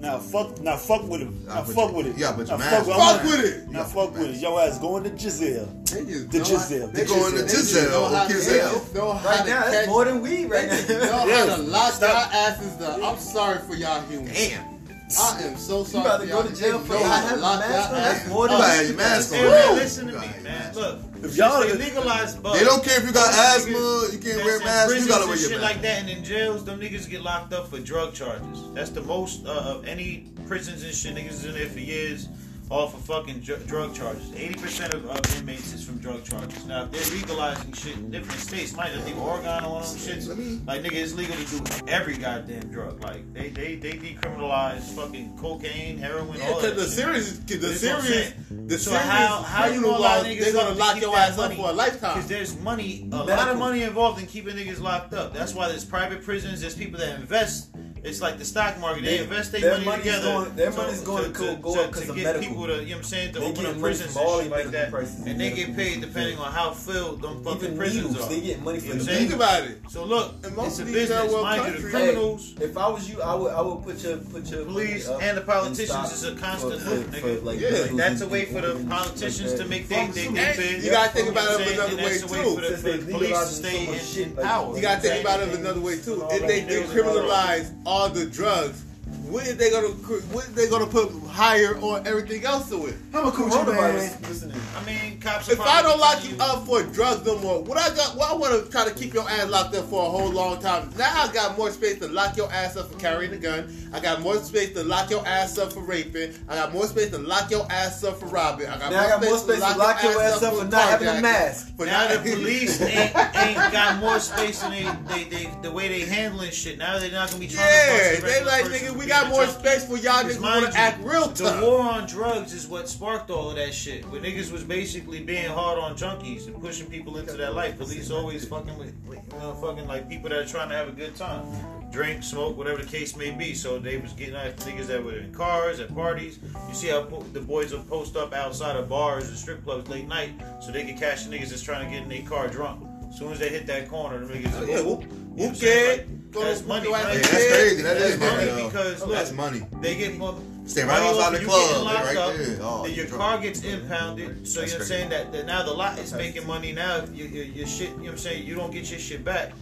[SPEAKER 1] Now fuck, now fuck with him.
[SPEAKER 3] Nah,
[SPEAKER 1] Now
[SPEAKER 3] put
[SPEAKER 1] fuck
[SPEAKER 3] your-
[SPEAKER 1] with it.
[SPEAKER 3] yeah, put your
[SPEAKER 1] Now
[SPEAKER 3] mask
[SPEAKER 1] I
[SPEAKER 3] on.
[SPEAKER 1] want-
[SPEAKER 2] Fuck with it.
[SPEAKER 1] Now
[SPEAKER 3] Yeah,
[SPEAKER 1] fuck with it. Your ass going to Giselle.
[SPEAKER 2] They just
[SPEAKER 1] The
[SPEAKER 2] know
[SPEAKER 1] Giselle.
[SPEAKER 2] how-
[SPEAKER 1] They
[SPEAKER 2] They
[SPEAKER 3] going to
[SPEAKER 2] just- they just
[SPEAKER 3] Giselle.
[SPEAKER 2] know how- they
[SPEAKER 3] Giselle.
[SPEAKER 2] just know how
[SPEAKER 5] Right
[SPEAKER 2] to
[SPEAKER 5] now,
[SPEAKER 2] catch-
[SPEAKER 5] that's more than weed right
[SPEAKER 2] They just
[SPEAKER 5] now.
[SPEAKER 2] know
[SPEAKER 1] Yeah.
[SPEAKER 2] how to lock y'all
[SPEAKER 1] Stop.
[SPEAKER 2] asses up. I'm sorry for y'all humans.
[SPEAKER 3] Damn.
[SPEAKER 2] I am so sorry.
[SPEAKER 5] about to
[SPEAKER 2] for
[SPEAKER 5] go
[SPEAKER 2] y'all.
[SPEAKER 5] to jail
[SPEAKER 2] They
[SPEAKER 5] for
[SPEAKER 2] know
[SPEAKER 5] not
[SPEAKER 2] how to
[SPEAKER 5] having a
[SPEAKER 2] lock
[SPEAKER 5] mask
[SPEAKER 2] y'all
[SPEAKER 5] on.
[SPEAKER 2] asses
[SPEAKER 5] That's more
[SPEAKER 3] You
[SPEAKER 5] than
[SPEAKER 3] gotta have your mask on.
[SPEAKER 4] Hey, man,
[SPEAKER 3] Woo!
[SPEAKER 4] listen to
[SPEAKER 3] You
[SPEAKER 4] me,
[SPEAKER 3] gotta have your
[SPEAKER 4] man.
[SPEAKER 3] mask
[SPEAKER 4] Look,
[SPEAKER 1] If y'all-
[SPEAKER 4] since they legalized bugs.
[SPEAKER 3] They don't care if you got
[SPEAKER 4] Niggas
[SPEAKER 3] asthma, you can't
[SPEAKER 4] that's
[SPEAKER 3] wear
[SPEAKER 4] in
[SPEAKER 3] masks, you
[SPEAKER 4] prisons
[SPEAKER 3] gotta
[SPEAKER 4] and
[SPEAKER 3] wear your
[SPEAKER 4] shit
[SPEAKER 3] mask.
[SPEAKER 4] like that, and in jails, them niggas get locked up for drug charges. That's the most uh, of any prisons and shit. Niggas is in there for years, all for fucking dr- drug charges. Eighty percent of, of inmates is from drug charges. Now, if they're legalizing shit in different states, might just leave Oregon on them shits. Like nigga, it's legal to do every goddamn drug. Like they they they decriminalize fucking cocaine, heroin,
[SPEAKER 2] Yeah,
[SPEAKER 4] all that.
[SPEAKER 2] because the
[SPEAKER 4] shit.
[SPEAKER 2] series, the
[SPEAKER 4] That's what I'm
[SPEAKER 2] series,
[SPEAKER 4] saying.
[SPEAKER 2] the
[SPEAKER 4] So
[SPEAKER 2] series,
[SPEAKER 4] how how you gonna lock
[SPEAKER 2] criminal laws,
[SPEAKER 4] niggas
[SPEAKER 2] they're
[SPEAKER 4] up
[SPEAKER 2] gonna
[SPEAKER 4] to
[SPEAKER 2] lock
[SPEAKER 4] keep
[SPEAKER 2] your
[SPEAKER 4] that
[SPEAKER 2] ass
[SPEAKER 4] money?
[SPEAKER 2] up for a lifetime.
[SPEAKER 4] Because there's money, a lot
[SPEAKER 5] Medical.
[SPEAKER 4] of money involved in keeping niggas locked up. That's why there's private prisons. There's people that invest. It's like the stock market. They,
[SPEAKER 5] They-
[SPEAKER 4] invest
[SPEAKER 5] their
[SPEAKER 4] their money
[SPEAKER 5] money's
[SPEAKER 4] together.
[SPEAKER 5] going- their money's going to go- go up 'cause
[SPEAKER 4] to
[SPEAKER 5] of
[SPEAKER 4] get
[SPEAKER 5] medical.
[SPEAKER 4] people to you know what I'm saying to
[SPEAKER 5] They
[SPEAKER 4] open
[SPEAKER 5] getting
[SPEAKER 4] up
[SPEAKER 5] money
[SPEAKER 4] prisons
[SPEAKER 5] from
[SPEAKER 4] and
[SPEAKER 5] all
[SPEAKER 4] shit
[SPEAKER 5] these
[SPEAKER 4] like
[SPEAKER 5] medical
[SPEAKER 4] that.
[SPEAKER 5] prices and
[SPEAKER 4] And they get
[SPEAKER 5] medical
[SPEAKER 4] paid
[SPEAKER 5] fees.
[SPEAKER 4] depending on how filled them fucking
[SPEAKER 5] Even
[SPEAKER 4] prisons
[SPEAKER 5] needles,
[SPEAKER 4] are.
[SPEAKER 5] they get money
[SPEAKER 4] You
[SPEAKER 5] for
[SPEAKER 4] know
[SPEAKER 5] the
[SPEAKER 4] what I'm
[SPEAKER 2] Think
[SPEAKER 4] saying?
[SPEAKER 2] about it.
[SPEAKER 4] So look,
[SPEAKER 2] In most
[SPEAKER 4] it's a
[SPEAKER 2] of these third
[SPEAKER 4] business.
[SPEAKER 2] world
[SPEAKER 4] Mind you, the
[SPEAKER 2] countries-
[SPEAKER 4] criminals.
[SPEAKER 5] Hey, if I was you, I would I would put your put your
[SPEAKER 4] police
[SPEAKER 5] money up
[SPEAKER 4] and the
[SPEAKER 5] in
[SPEAKER 4] politicians
[SPEAKER 5] stock
[SPEAKER 4] is a constant
[SPEAKER 5] for- for-
[SPEAKER 4] loop, nigga.
[SPEAKER 5] for, like,
[SPEAKER 2] Yeah.
[SPEAKER 5] people
[SPEAKER 4] That's a
[SPEAKER 5] who
[SPEAKER 4] way
[SPEAKER 5] do
[SPEAKER 4] for the
[SPEAKER 5] things like
[SPEAKER 4] politicians
[SPEAKER 5] that.
[SPEAKER 4] to make they they
[SPEAKER 2] Hey,
[SPEAKER 4] they big.
[SPEAKER 2] you gotta think
[SPEAKER 4] You know what I'm
[SPEAKER 2] about it
[SPEAKER 4] saying?
[SPEAKER 2] another
[SPEAKER 4] And
[SPEAKER 2] way
[SPEAKER 4] that's the way for
[SPEAKER 2] too.
[SPEAKER 4] the,
[SPEAKER 5] Since
[SPEAKER 4] for
[SPEAKER 5] they
[SPEAKER 4] the police to
[SPEAKER 5] legalizing
[SPEAKER 4] stay
[SPEAKER 5] so much
[SPEAKER 4] in
[SPEAKER 5] shit, like,
[SPEAKER 4] power.
[SPEAKER 2] You gotta think
[SPEAKER 4] Same
[SPEAKER 2] about it
[SPEAKER 4] thing.
[SPEAKER 2] another way too.
[SPEAKER 4] All
[SPEAKER 2] If they
[SPEAKER 4] right, niggas and all that.
[SPEAKER 2] decriminalize all the drugs, what is they gonna what is they gonna put higher on everything else to it?
[SPEAKER 5] I'm a
[SPEAKER 1] man.
[SPEAKER 5] coronavirus. Listen,
[SPEAKER 4] I mean, cops. are
[SPEAKER 2] If I don't
[SPEAKER 4] probably
[SPEAKER 2] lock
[SPEAKER 4] telling
[SPEAKER 2] you up for drugs no more, what I got? What I want to try to keep your ass locked up for a whole long time. Now I got more space to lock your ass up for carrying a gun. I got more space to lock your ass up for raping. I got more space to lock your ass up for robbing. I got,
[SPEAKER 5] Now I got more space to lock your ass up for not having a
[SPEAKER 2] carjacking.
[SPEAKER 5] mask.
[SPEAKER 2] For
[SPEAKER 4] now
[SPEAKER 2] not
[SPEAKER 4] the police ain't, ain't got more space than they, they, they the way they handling shit. Now they're not gonna be trying
[SPEAKER 2] Yeah,
[SPEAKER 4] to bust a
[SPEAKER 2] they
[SPEAKER 4] regular
[SPEAKER 2] like
[SPEAKER 4] person
[SPEAKER 2] nigga,
[SPEAKER 4] for
[SPEAKER 2] we
[SPEAKER 4] being
[SPEAKER 2] got
[SPEAKER 4] a
[SPEAKER 2] more
[SPEAKER 4] junkie.
[SPEAKER 2] space for y'all
[SPEAKER 4] Because
[SPEAKER 2] niggas
[SPEAKER 4] mind
[SPEAKER 2] want to
[SPEAKER 4] you,
[SPEAKER 2] act real
[SPEAKER 4] The
[SPEAKER 2] tough.
[SPEAKER 4] war on drugs is what sparked all of that shit. Where niggas was basically being hard on junkies and pushing people into that life. Police always fucking with, with, you know, fucking like people that are trying to have a good time. Drink, smoke, whatever the case may be. So they was getting after niggas that were in cars, at parties. You see how po- the boys will post up outside of bars and strip clubs late night so they can catch the niggas that's trying to get in their car drunk. As soon as they hit that corner, the niggas.
[SPEAKER 2] Yeah, whoop,
[SPEAKER 4] You know what I'm
[SPEAKER 2] whoop,
[SPEAKER 4] saying?
[SPEAKER 2] yeah.
[SPEAKER 4] Like,
[SPEAKER 2] Go
[SPEAKER 4] That's
[SPEAKER 2] whoop
[SPEAKER 4] money.
[SPEAKER 2] your ass
[SPEAKER 4] right?
[SPEAKER 3] Hey, that's crazy.
[SPEAKER 2] in Yeah.
[SPEAKER 3] That
[SPEAKER 4] That's
[SPEAKER 3] is money,
[SPEAKER 4] money
[SPEAKER 3] though.
[SPEAKER 4] because look,
[SPEAKER 3] That's money.
[SPEAKER 4] they get more.
[SPEAKER 3] Stay right
[SPEAKER 4] money
[SPEAKER 3] outside
[SPEAKER 4] off
[SPEAKER 3] the
[SPEAKER 4] you
[SPEAKER 3] club,
[SPEAKER 4] getting
[SPEAKER 3] man,
[SPEAKER 4] locked
[SPEAKER 3] right
[SPEAKER 4] up,
[SPEAKER 3] there. Oh,
[SPEAKER 4] then your
[SPEAKER 3] drunk.
[SPEAKER 4] car gets impounded.
[SPEAKER 3] That's
[SPEAKER 4] So you know what I'm
[SPEAKER 3] crazy.
[SPEAKER 4] saying that, that now the lot is making money. Now your, your, your shit, you know what I'm saying, you don't get your shit back,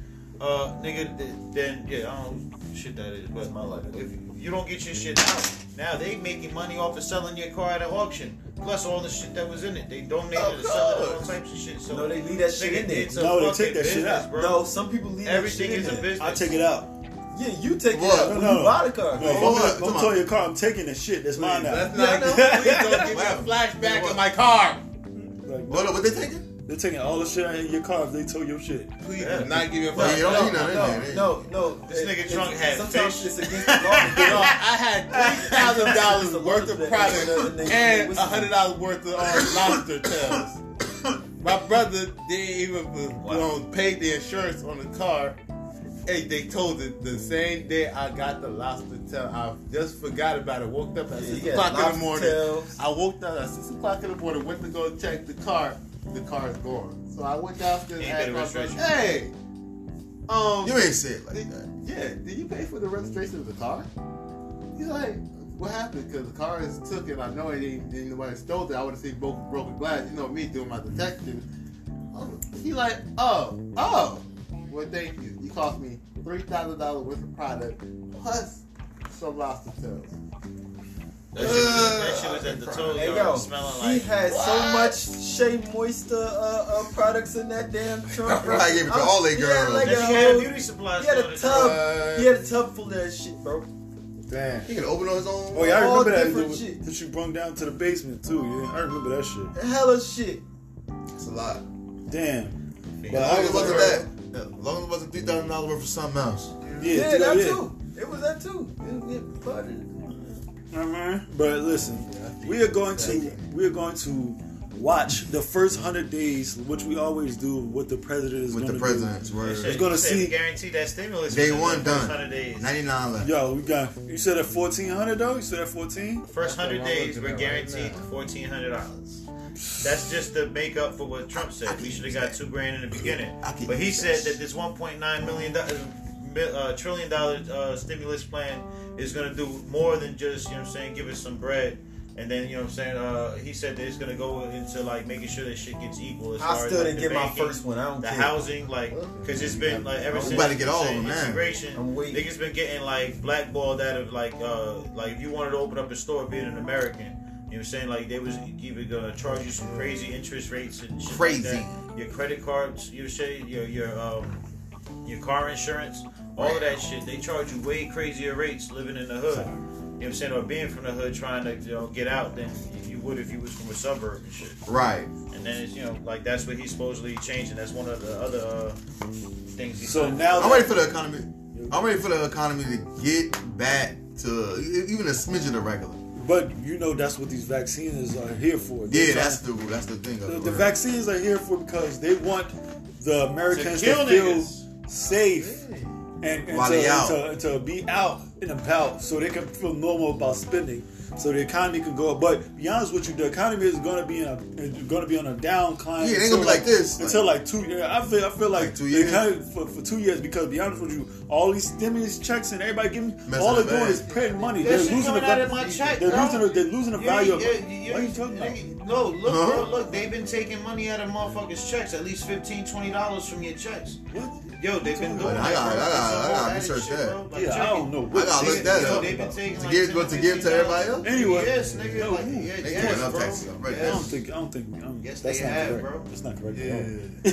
[SPEAKER 4] uh, nigga. th- Then yeah, I don't know who shit that is, but my life. If you don't get your shit out, now they making money off of selling your car at an auction. Plus all the shit that was in it, they donated
[SPEAKER 3] Of
[SPEAKER 4] to sell it, all
[SPEAKER 3] course.
[SPEAKER 4] types of shit. So
[SPEAKER 5] No, they leave that shit
[SPEAKER 4] nigga,
[SPEAKER 5] in there.
[SPEAKER 4] it's a
[SPEAKER 1] No, they
[SPEAKER 4] fucking
[SPEAKER 1] take that shit
[SPEAKER 4] business,
[SPEAKER 1] out.
[SPEAKER 4] bro.
[SPEAKER 5] No, some people leave
[SPEAKER 4] Everything
[SPEAKER 5] that shit
[SPEAKER 4] is
[SPEAKER 5] in
[SPEAKER 4] a
[SPEAKER 5] there.
[SPEAKER 4] business.
[SPEAKER 1] I take it out.
[SPEAKER 5] Yeah, you take it
[SPEAKER 3] What?
[SPEAKER 5] out when
[SPEAKER 1] No, no.
[SPEAKER 5] you buy the car.
[SPEAKER 1] Yo, if
[SPEAKER 3] hold
[SPEAKER 1] I'm,
[SPEAKER 3] on,
[SPEAKER 1] gonna- if
[SPEAKER 3] come
[SPEAKER 1] I'm
[SPEAKER 3] on.
[SPEAKER 1] towing your car. I'm taking this shit. That's mine now.
[SPEAKER 3] That's
[SPEAKER 2] No,
[SPEAKER 3] not.
[SPEAKER 2] no, please don't get your flashback of my car.
[SPEAKER 1] Like,
[SPEAKER 3] Hold up, what they taking?
[SPEAKER 1] they're taking all the shit out of your car if they tow your shit.
[SPEAKER 2] Please
[SPEAKER 4] Yeah.
[SPEAKER 2] do not give your
[SPEAKER 3] Well, you don't
[SPEAKER 2] flashback.
[SPEAKER 5] No,
[SPEAKER 3] need none in
[SPEAKER 5] no,
[SPEAKER 3] there. they-
[SPEAKER 5] no, no.
[SPEAKER 4] This
[SPEAKER 5] It-
[SPEAKER 4] nigga
[SPEAKER 5] it's-
[SPEAKER 4] drunk had
[SPEAKER 5] Sometimes
[SPEAKER 4] fish.
[SPEAKER 5] it's against the law. to get
[SPEAKER 2] Yo, I
[SPEAKER 5] off.
[SPEAKER 2] had three thousand dollars worth of product and a hundred dollars worth of uh, lobster tails. My brother didn't even
[SPEAKER 4] Wow.
[SPEAKER 2] um, pay the insurance on the car. Hey, they told it the same day I got the lobster tail. I just forgot about it. Woke up at
[SPEAKER 5] Yeah, you
[SPEAKER 2] six
[SPEAKER 5] got
[SPEAKER 2] o'clock in
[SPEAKER 5] lobster
[SPEAKER 2] the morning.
[SPEAKER 5] tails.
[SPEAKER 2] I woke up at six o'clock in the morning. Went to go check the car. The car is gone. So I went downstairs.
[SPEAKER 4] Yeah, you
[SPEAKER 2] and
[SPEAKER 4] better
[SPEAKER 2] asked my
[SPEAKER 4] register
[SPEAKER 2] brother, Hey, um,
[SPEAKER 3] You ain't said like
[SPEAKER 2] did-
[SPEAKER 3] that.
[SPEAKER 2] yeah, did you pay for the registration of the car? He's like, what happened? Because the car is took and I know it ain't, ain't nobody stole it. I would have seen broken, broken glass. You know me doing my detective. Oh, He like, oh, oh. Well, thank you. You cost me three thousand dollars worth of product plus some lobster tails.
[SPEAKER 4] That shit, was- that shit was at the toll
[SPEAKER 5] Hey
[SPEAKER 4] yard,
[SPEAKER 5] yo,
[SPEAKER 4] smelling
[SPEAKER 5] he
[SPEAKER 4] like.
[SPEAKER 5] had so much Shea Moisture uh, uh, products in that damn trunk. bro.
[SPEAKER 3] Probably gave it to all they
[SPEAKER 5] He had,
[SPEAKER 3] girls.
[SPEAKER 5] like,
[SPEAKER 4] That
[SPEAKER 5] a
[SPEAKER 4] nigga had
[SPEAKER 5] whole-
[SPEAKER 4] beauty supplies.
[SPEAKER 5] He had
[SPEAKER 4] store
[SPEAKER 5] a
[SPEAKER 4] that-
[SPEAKER 1] Uh,
[SPEAKER 5] tub. He had a tub full of that shit, bro.
[SPEAKER 1] Damn.
[SPEAKER 3] He can open on his own.
[SPEAKER 1] Oh yeah, I
[SPEAKER 5] All
[SPEAKER 1] remember that.
[SPEAKER 5] different
[SPEAKER 1] dude,
[SPEAKER 5] shit.
[SPEAKER 1] That you brung down to the basement too. Yeah, I remember that shit.
[SPEAKER 5] Hella shit.
[SPEAKER 3] That's a lot.
[SPEAKER 1] Damn. But
[SPEAKER 3] As
[SPEAKER 1] I
[SPEAKER 3] long as
[SPEAKER 1] was
[SPEAKER 3] it wasn't that. As long as it wasn't three thousand dollars worth of something else.
[SPEAKER 1] Yeah,
[SPEAKER 5] Yeah, that too. It was that too. It, it flooded.
[SPEAKER 1] All right. Uh-huh. But listen, we are going to we are going to watch the first hundred days, which we always do. What the president is
[SPEAKER 3] With
[SPEAKER 1] gonna
[SPEAKER 3] the president's
[SPEAKER 4] That shit,
[SPEAKER 3] word.
[SPEAKER 1] It's gonna
[SPEAKER 4] you said
[SPEAKER 1] see-
[SPEAKER 4] Guarantee that stimulus.
[SPEAKER 3] Day
[SPEAKER 4] within
[SPEAKER 3] one
[SPEAKER 4] the
[SPEAKER 3] done.
[SPEAKER 4] first 100 days.
[SPEAKER 3] Ninety nine left.
[SPEAKER 1] do. Yo, we got. You said at fourteen hundred though. You said at fourteen.
[SPEAKER 4] First
[SPEAKER 2] That's what
[SPEAKER 4] hundred
[SPEAKER 2] I'm
[SPEAKER 4] days,
[SPEAKER 2] looking
[SPEAKER 4] we're
[SPEAKER 2] at right
[SPEAKER 4] guaranteed
[SPEAKER 2] now.
[SPEAKER 4] fourteen hundred dollars. That's just to make up for what Trump said. We should have got two grand in the beginning,
[SPEAKER 3] I can
[SPEAKER 4] but he
[SPEAKER 3] use
[SPEAKER 4] said
[SPEAKER 3] this.
[SPEAKER 4] that this one point nine million dollars, uh, trillion dollar uh, stimulus plan is going to do more than just you know what I'm saying, give us some bread. And then you know what I'm saying. Uh, he said that it's gonna go into like making sure that shit gets equal. As
[SPEAKER 5] I
[SPEAKER 4] far
[SPEAKER 5] still
[SPEAKER 4] as, like,
[SPEAKER 5] didn't
[SPEAKER 4] the
[SPEAKER 5] get my
[SPEAKER 4] banking,
[SPEAKER 5] first one. I don't
[SPEAKER 4] the
[SPEAKER 5] care.
[SPEAKER 4] housing, like, because it's been like ever
[SPEAKER 5] I'm
[SPEAKER 4] since
[SPEAKER 3] about to get all of
[SPEAKER 4] since
[SPEAKER 3] them now.
[SPEAKER 4] integration,
[SPEAKER 5] I'm waiting.
[SPEAKER 4] niggas been getting like blackballed out of like uh like if you wanted to open up a store being an American, you know what I'm saying? Like they was even gonna charge you some crazy interest rates and shit like
[SPEAKER 3] Crazy.
[SPEAKER 4] that. Your credit cards, your shit, your your um your car insurance, all of that shit, they charge you way crazier rates living in the hood. You know what I'm saying? Or being from the hood trying to you know, get out than you would if you was from a suburb and shit.
[SPEAKER 3] Right.
[SPEAKER 4] And then it's, you know, like that's what he's supposedly changing. That's one of the other uh, things he
[SPEAKER 1] So
[SPEAKER 4] said.
[SPEAKER 1] now
[SPEAKER 3] I'm ready for the economy. I'm ready for the economy to get back to e- even a smidgen of regular.
[SPEAKER 1] But you know that's what these vaccines are here for. They're
[SPEAKER 3] Yeah,
[SPEAKER 1] trying-
[SPEAKER 3] that's the that's the thing. Of
[SPEAKER 1] the,
[SPEAKER 3] it,
[SPEAKER 1] the
[SPEAKER 3] right?
[SPEAKER 1] vaccines are here for because they want the Americans to,
[SPEAKER 4] kill
[SPEAKER 1] feel
[SPEAKER 4] niggas.
[SPEAKER 1] safe and, and, to,
[SPEAKER 3] While they out.
[SPEAKER 1] and to, to be out and about so they can feel normal about spending. So the economy can go up, but be honest with you, the economy is going to be in a is going to be on a downcline.
[SPEAKER 3] Yeah, it ain't
[SPEAKER 1] until
[SPEAKER 3] gonna be like this.
[SPEAKER 1] until like two. years. I feel I feel like,
[SPEAKER 3] Like two
[SPEAKER 1] the
[SPEAKER 3] years?
[SPEAKER 1] economy- for, for two years because be honest with you, all these stimulus checks and everybody giving
[SPEAKER 3] Messing
[SPEAKER 1] all they're
[SPEAKER 3] the
[SPEAKER 1] doing
[SPEAKER 3] bag.
[SPEAKER 1] is printing money.
[SPEAKER 4] That
[SPEAKER 1] they're
[SPEAKER 4] shit
[SPEAKER 1] losing the
[SPEAKER 4] coming out
[SPEAKER 1] va-
[SPEAKER 4] of my check,
[SPEAKER 1] They're
[SPEAKER 4] bro.
[SPEAKER 1] losing the, they're losing the
[SPEAKER 4] You-
[SPEAKER 1] value. of
[SPEAKER 4] you-
[SPEAKER 1] it.
[SPEAKER 4] you-
[SPEAKER 1] What are you talking about?
[SPEAKER 4] nigga, No, look,
[SPEAKER 3] Huh?
[SPEAKER 4] bro, look, they've been taking money out of motherfuckers' checks, at least 15 dollars from your checks.
[SPEAKER 1] What?
[SPEAKER 4] Yo, they've been doing
[SPEAKER 3] I
[SPEAKER 4] that,
[SPEAKER 3] gotta-
[SPEAKER 4] bro.
[SPEAKER 3] I gotta-
[SPEAKER 4] It's a
[SPEAKER 3] I gotta
[SPEAKER 4] whole added
[SPEAKER 3] research
[SPEAKER 4] shit,
[SPEAKER 3] that.
[SPEAKER 4] bro. Like,
[SPEAKER 1] yeah, I
[SPEAKER 4] check
[SPEAKER 1] don't
[SPEAKER 4] it.
[SPEAKER 1] know.
[SPEAKER 3] I gotta look
[SPEAKER 4] Nigga,
[SPEAKER 3] that
[SPEAKER 4] yo,
[SPEAKER 3] up.
[SPEAKER 4] they've been taking
[SPEAKER 3] To
[SPEAKER 4] like
[SPEAKER 3] give-
[SPEAKER 4] 10
[SPEAKER 3] what, to give to everybody else?
[SPEAKER 1] Anyway.
[SPEAKER 4] yes, nigga,
[SPEAKER 1] Yo,
[SPEAKER 4] like,
[SPEAKER 1] ooh,
[SPEAKER 4] yeah,
[SPEAKER 3] they
[SPEAKER 4] yes,
[SPEAKER 3] going up
[SPEAKER 4] bro.
[SPEAKER 3] taxes up right
[SPEAKER 1] I
[SPEAKER 3] now.
[SPEAKER 1] don't think. I don't think. I don't,
[SPEAKER 4] Yes,
[SPEAKER 1] that's
[SPEAKER 4] they
[SPEAKER 1] not
[SPEAKER 4] have,
[SPEAKER 1] correct.
[SPEAKER 4] bro.
[SPEAKER 1] That's not correct.
[SPEAKER 3] Yeah.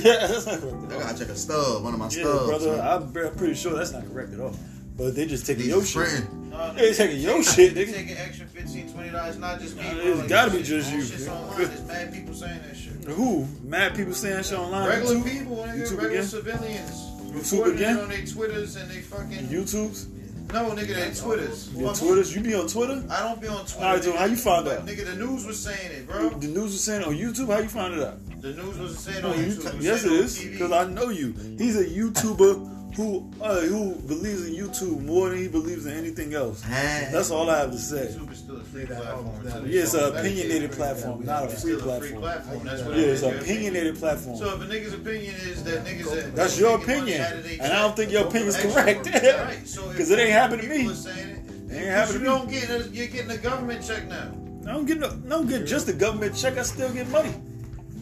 [SPEAKER 1] Yeah, that's not correct.
[SPEAKER 3] I
[SPEAKER 1] At all.
[SPEAKER 3] gotta check a stub, one of my
[SPEAKER 1] Yeah,
[SPEAKER 3] stubs.
[SPEAKER 1] brother, I'm pre- pretty sure that's not correct at all. But they just taking
[SPEAKER 3] These
[SPEAKER 1] your shit.
[SPEAKER 3] friend.
[SPEAKER 4] Nah,
[SPEAKER 1] They
[SPEAKER 4] nigga,
[SPEAKER 1] taking your shit,
[SPEAKER 4] They
[SPEAKER 1] nigga.
[SPEAKER 4] taking extra 15 dollars, not just me.
[SPEAKER 1] Nah,
[SPEAKER 4] bro.
[SPEAKER 1] it's
[SPEAKER 4] Like,
[SPEAKER 1] gotta
[SPEAKER 4] this
[SPEAKER 1] be
[SPEAKER 4] shit-
[SPEAKER 1] just
[SPEAKER 4] all
[SPEAKER 1] you,
[SPEAKER 4] Shit's
[SPEAKER 1] nigga.
[SPEAKER 4] online. There's mad people saying that shit.
[SPEAKER 1] Who? Mad people saying shit online.
[SPEAKER 4] Regular
[SPEAKER 1] YouTube?
[SPEAKER 4] people, nigga,
[SPEAKER 1] YouTube
[SPEAKER 4] regular
[SPEAKER 1] again?
[SPEAKER 4] civilians.
[SPEAKER 1] YouTube
[SPEAKER 4] reporting
[SPEAKER 1] again?
[SPEAKER 4] it on their Twitters and they fucking.
[SPEAKER 1] YouTube's?
[SPEAKER 4] no, nigga, they Twitters.
[SPEAKER 1] Your
[SPEAKER 4] Fuck.
[SPEAKER 1] Twitter's? You be on Twitter?
[SPEAKER 4] I don't be on Twitter.
[SPEAKER 1] Alright, dude,
[SPEAKER 4] nigga.
[SPEAKER 1] how you found
[SPEAKER 4] But,
[SPEAKER 1] out?
[SPEAKER 4] Nigga, the news was saying it, bro.
[SPEAKER 1] The news was saying on YouTube. How you found it out?
[SPEAKER 4] The news was saying on
[SPEAKER 1] On
[SPEAKER 4] YouTube.
[SPEAKER 1] YouTube.
[SPEAKER 4] was
[SPEAKER 1] Yes, it
[SPEAKER 4] saying on
[SPEAKER 1] is.
[SPEAKER 4] TV.
[SPEAKER 1] Because I know you. He's a YouTuber who uh, who believes in YouTube more than he believes in anything else. That's all I have to say.
[SPEAKER 4] YouTube is still a free
[SPEAKER 2] Yeah, that-
[SPEAKER 4] platform.
[SPEAKER 2] that-
[SPEAKER 4] too.
[SPEAKER 1] Yeah, it's an
[SPEAKER 2] Medicaid
[SPEAKER 1] opinionated
[SPEAKER 2] free
[SPEAKER 1] platform,
[SPEAKER 2] platform.
[SPEAKER 1] not a
[SPEAKER 4] It's
[SPEAKER 1] free
[SPEAKER 4] still a free
[SPEAKER 1] platform.
[SPEAKER 4] platform. That's what
[SPEAKER 1] Yeah,
[SPEAKER 4] it
[SPEAKER 1] it's
[SPEAKER 4] is.
[SPEAKER 1] an
[SPEAKER 4] Your
[SPEAKER 1] opinionated platform.
[SPEAKER 4] So if a nigga's opinion is that niggas that
[SPEAKER 1] That's
[SPEAKER 4] niggas
[SPEAKER 1] your
[SPEAKER 4] taking money
[SPEAKER 1] opinion,
[SPEAKER 4] out of they
[SPEAKER 1] and I don't think your opinion's
[SPEAKER 4] Extra
[SPEAKER 1] correct.
[SPEAKER 4] work, right? So if
[SPEAKER 1] 'Cause it ain't happened to
[SPEAKER 4] people
[SPEAKER 1] me.
[SPEAKER 4] are saying
[SPEAKER 1] It
[SPEAKER 4] It
[SPEAKER 1] ain't
[SPEAKER 4] But
[SPEAKER 1] happened to
[SPEAKER 4] you
[SPEAKER 1] me.
[SPEAKER 4] don't get a, you're getting a government check now.
[SPEAKER 1] I don't get no, I don't get just the government check. I still get money.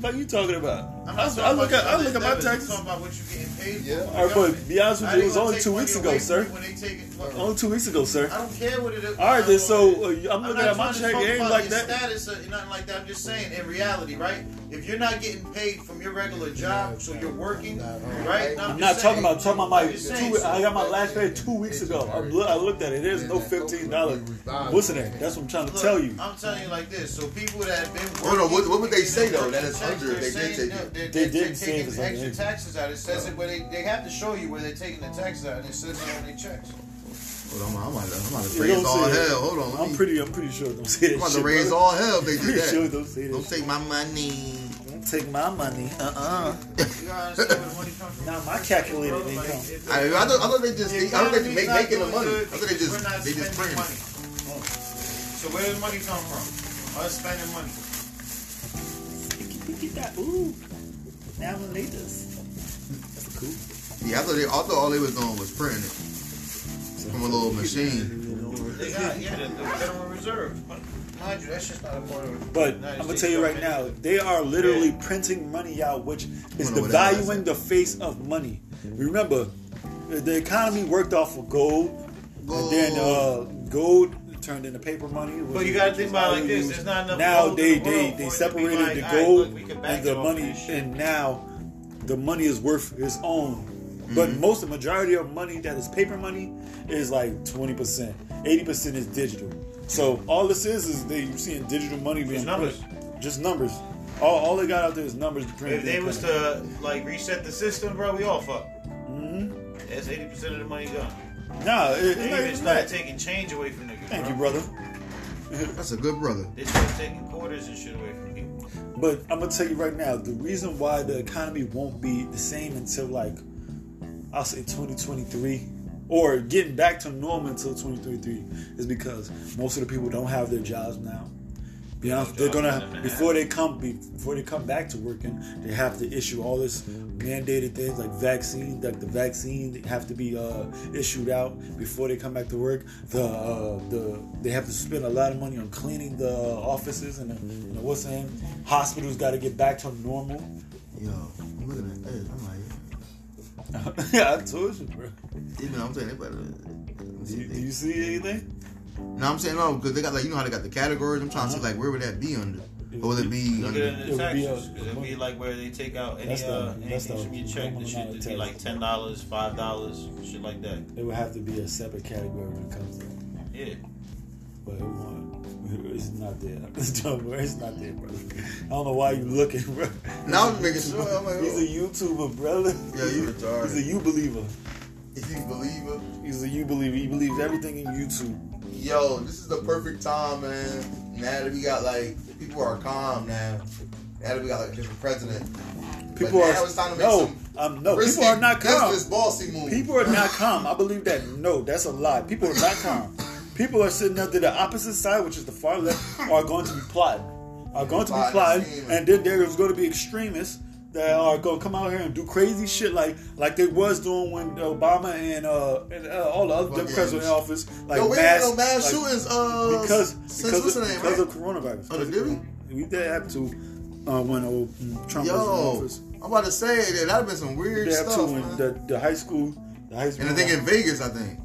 [SPEAKER 1] What you talking about?
[SPEAKER 4] I'm
[SPEAKER 1] I-
[SPEAKER 4] not talking
[SPEAKER 1] I look
[SPEAKER 4] about
[SPEAKER 1] at- I
[SPEAKER 4] your
[SPEAKER 1] look at my
[SPEAKER 4] others. I'm
[SPEAKER 1] taxes.
[SPEAKER 4] Talking about what you getting paid.
[SPEAKER 2] Yeah.
[SPEAKER 4] for
[SPEAKER 1] All
[SPEAKER 4] from
[SPEAKER 1] right, but
[SPEAKER 4] government.
[SPEAKER 1] be honest
[SPEAKER 4] How
[SPEAKER 1] with you,
[SPEAKER 4] they
[SPEAKER 1] it was
[SPEAKER 4] gonna
[SPEAKER 1] only
[SPEAKER 4] take
[SPEAKER 1] two
[SPEAKER 4] money
[SPEAKER 1] weeks
[SPEAKER 4] away
[SPEAKER 1] ago,
[SPEAKER 4] from
[SPEAKER 1] sir.
[SPEAKER 4] you When they take it,
[SPEAKER 1] Only two weeks ago, sir.
[SPEAKER 4] I don't care what it is.
[SPEAKER 1] All right, then. So uh, I'm
[SPEAKER 4] I'm
[SPEAKER 1] looking
[SPEAKER 4] not
[SPEAKER 1] at my
[SPEAKER 4] trying to
[SPEAKER 1] check.
[SPEAKER 4] talk
[SPEAKER 1] It ain't
[SPEAKER 4] about
[SPEAKER 1] like
[SPEAKER 4] your
[SPEAKER 1] that.
[SPEAKER 4] Status or nothing like that. I'm just saying, in reality, right? If you're not getting paid from your regular job, so you're working, right?
[SPEAKER 1] I'm not talking about. I'm talking about my.
[SPEAKER 4] I'm just saying,
[SPEAKER 1] Two,
[SPEAKER 4] so-
[SPEAKER 1] I got my last pay two weeks ago. I'm, lo- I looked at it. There's no fifteen dollars. What's in there? That's what I'm trying to
[SPEAKER 4] Look,
[SPEAKER 1] tell you.
[SPEAKER 4] I'm telling you like this. So people that have been working,
[SPEAKER 3] Hold on, what- what would they say, though,
[SPEAKER 4] working
[SPEAKER 3] that it's
[SPEAKER 4] checks,
[SPEAKER 3] under if
[SPEAKER 4] they're
[SPEAKER 3] they did
[SPEAKER 4] saying
[SPEAKER 3] take it?
[SPEAKER 4] they're-
[SPEAKER 1] They
[SPEAKER 4] they're
[SPEAKER 1] didn't say
[SPEAKER 4] taking
[SPEAKER 1] if it's
[SPEAKER 4] the
[SPEAKER 1] under
[SPEAKER 4] extra
[SPEAKER 1] anything.
[SPEAKER 4] taxes out. It says it, but they, they have to show you where they're taking the taxes out, and it says it on their checks.
[SPEAKER 3] Hold on, I'm about to, I'm about to
[SPEAKER 1] You
[SPEAKER 3] raise
[SPEAKER 1] don't
[SPEAKER 3] all
[SPEAKER 1] say that.
[SPEAKER 3] hell. Hold on, let
[SPEAKER 1] I'm
[SPEAKER 3] me-
[SPEAKER 1] pretty. I'm pretty sure. Don't say that
[SPEAKER 3] I'm about to
[SPEAKER 1] shit,
[SPEAKER 3] raise
[SPEAKER 1] brother.
[SPEAKER 3] all hell if they do
[SPEAKER 1] Pretty sure.
[SPEAKER 3] that.
[SPEAKER 1] Don't say that.
[SPEAKER 3] Don't
[SPEAKER 1] shit.
[SPEAKER 3] take my money.
[SPEAKER 1] Don't take my money. Uh-uh.
[SPEAKER 4] You gotta understand where the money comes from.
[SPEAKER 1] Not my calculated
[SPEAKER 4] Bro, like,
[SPEAKER 1] income.
[SPEAKER 4] if the-
[SPEAKER 3] I, I, thought, I thought they just, they, I
[SPEAKER 4] the
[SPEAKER 3] thought they
[SPEAKER 4] economy's
[SPEAKER 3] make,
[SPEAKER 4] not
[SPEAKER 3] making the
[SPEAKER 4] doing
[SPEAKER 3] money. I
[SPEAKER 4] good
[SPEAKER 3] thought they
[SPEAKER 4] because we're
[SPEAKER 3] just,
[SPEAKER 4] not
[SPEAKER 3] they just
[SPEAKER 4] spending
[SPEAKER 3] print.
[SPEAKER 4] money. So where does money come from? Us spending money.
[SPEAKER 1] Look at that. Ooh. Now I'm gonna need this. That's cool.
[SPEAKER 3] Yeah, I thought they, I thought all they was doing was printing it from a little machine.
[SPEAKER 4] They got yeah, the, the Federal Reserve. Mind you, that's just not a part of.
[SPEAKER 1] But
[SPEAKER 4] the United
[SPEAKER 1] I'm gonna
[SPEAKER 4] States
[SPEAKER 1] tell you right now,
[SPEAKER 4] government.
[SPEAKER 1] they are literally printing money out, which is
[SPEAKER 3] know what that is.
[SPEAKER 1] devaluing the face of money. Remember, the economy worked off of gold, and then uh, gold turned into paper money. which
[SPEAKER 4] But you
[SPEAKER 1] is-
[SPEAKER 4] gotta
[SPEAKER 1] which
[SPEAKER 4] think
[SPEAKER 1] is
[SPEAKER 4] about it
[SPEAKER 1] how
[SPEAKER 4] like
[SPEAKER 1] we
[SPEAKER 4] this.
[SPEAKER 1] use-
[SPEAKER 4] There's not enough
[SPEAKER 1] Now
[SPEAKER 4] gold in
[SPEAKER 1] they
[SPEAKER 4] the world
[SPEAKER 1] they
[SPEAKER 4] for it to
[SPEAKER 1] they
[SPEAKER 4] be
[SPEAKER 1] separated
[SPEAKER 4] like,
[SPEAKER 1] the
[SPEAKER 4] all right,
[SPEAKER 1] gold
[SPEAKER 4] look, we can back
[SPEAKER 1] and the
[SPEAKER 4] off
[SPEAKER 1] money,
[SPEAKER 4] this shit.
[SPEAKER 1] and now the money is worth its own. But
[SPEAKER 4] Mm-hmm.
[SPEAKER 1] most the majority of money that is paper money is like twenty percent, eighty percent is digital. So all this is is they you seeing digital money being
[SPEAKER 4] numbers.
[SPEAKER 1] printed. just numbers. All, all they got out there is numbers.
[SPEAKER 4] If they was to like reset the system, bro, we all fucked. That's eighty percent of the money gone.
[SPEAKER 1] nah, it,
[SPEAKER 4] They
[SPEAKER 1] Mm-hmm. it's not even
[SPEAKER 4] even
[SPEAKER 1] that.
[SPEAKER 4] started taking change away from niggas.
[SPEAKER 1] Thank
[SPEAKER 4] bro.
[SPEAKER 1] you, brother.
[SPEAKER 3] That's a good brother.
[SPEAKER 4] They started taking quarters and shit away from people.
[SPEAKER 1] But I'm gonna tell you right now, the reason why the economy won't be the same until like I'll say 2023 or getting back to normal until 2023 is because most of the people don't have their jobs now. Be honest, they're gonna before they come before they come back to working, they have to issue all this mandated things like vaccine, like the vaccine have to be uh, issued out before they come back to work. The uh, the they have to spend a lot of money on cleaning the offices and the, you know, what's the name hospitals got to get back to normal.
[SPEAKER 3] Yo, I'm looking at this. I'm like,
[SPEAKER 1] yeah, I told you, bro.
[SPEAKER 3] you know, I'm saying they better.
[SPEAKER 1] Do you, do you see anything?
[SPEAKER 3] No, I'm saying no because they got like you know how they got the categories. I'm trying
[SPEAKER 1] Uh-huh.
[SPEAKER 3] to see like where would that be under? Or would it be
[SPEAKER 4] Look
[SPEAKER 3] under?
[SPEAKER 4] at
[SPEAKER 1] It
[SPEAKER 4] the
[SPEAKER 1] would be
[SPEAKER 4] taxes.
[SPEAKER 1] a-
[SPEAKER 4] It would be like where they take out any
[SPEAKER 1] That's the-
[SPEAKER 4] uh,
[SPEAKER 1] that's
[SPEAKER 4] anything
[SPEAKER 1] the
[SPEAKER 4] from your check. The
[SPEAKER 1] minimum
[SPEAKER 4] shit
[SPEAKER 1] amount of
[SPEAKER 4] would be like
[SPEAKER 1] taxes.
[SPEAKER 4] ten dollars, five dollars, shit like that.
[SPEAKER 1] It would have to be a separate category when it comes to that.
[SPEAKER 4] Yeah.
[SPEAKER 1] But it won't. It's not there. Don't worry, it's not there, bro. I don't know why you looking, bro.
[SPEAKER 3] Now I'm making sure. I'm like,
[SPEAKER 1] He's
[SPEAKER 3] oh.
[SPEAKER 1] a YouTuber, brother.
[SPEAKER 3] Yeah, you retarded.
[SPEAKER 1] He's a you believer.
[SPEAKER 3] If you believe it.
[SPEAKER 1] He's a you believer. He believes everything in YouTube.
[SPEAKER 3] Yo, this is the perfect time, man. Now that we got like people are calm now. Now that we got like a different president.
[SPEAKER 1] People
[SPEAKER 3] now
[SPEAKER 1] are
[SPEAKER 3] it's time to make
[SPEAKER 1] no,
[SPEAKER 3] some
[SPEAKER 1] um, no.
[SPEAKER 3] Risky
[SPEAKER 1] People are not calm.
[SPEAKER 3] business bossy move.
[SPEAKER 1] People are not calm. I believe that. No, that's a lie. People are not calm. People are sitting up to the opposite side, which is the far left, are going to be plotting. Are going to be plotting, and then there's going to be extremists that are going to come out here and do crazy shit like like they was doing when Obama and uh, and, uh all the other
[SPEAKER 3] Fucking-
[SPEAKER 1] Democrats were in office, like
[SPEAKER 3] Yo, we
[SPEAKER 1] mass,
[SPEAKER 3] ain't no
[SPEAKER 1] like,
[SPEAKER 3] mass shootings. Uh,
[SPEAKER 1] because
[SPEAKER 3] since
[SPEAKER 1] because,
[SPEAKER 3] what's
[SPEAKER 1] of,
[SPEAKER 3] the name?
[SPEAKER 1] because
[SPEAKER 3] right?
[SPEAKER 1] of coronavirus.
[SPEAKER 3] Oh, did we?
[SPEAKER 1] We did have to uh, when old Trump
[SPEAKER 3] Yo,
[SPEAKER 1] was in office.
[SPEAKER 3] I'm about to say that that'd been some
[SPEAKER 1] We
[SPEAKER 3] weird
[SPEAKER 1] did have to
[SPEAKER 3] stuff.
[SPEAKER 1] when
[SPEAKER 3] man.
[SPEAKER 1] the, the high school. The high school
[SPEAKER 3] and I think in Vegas, I think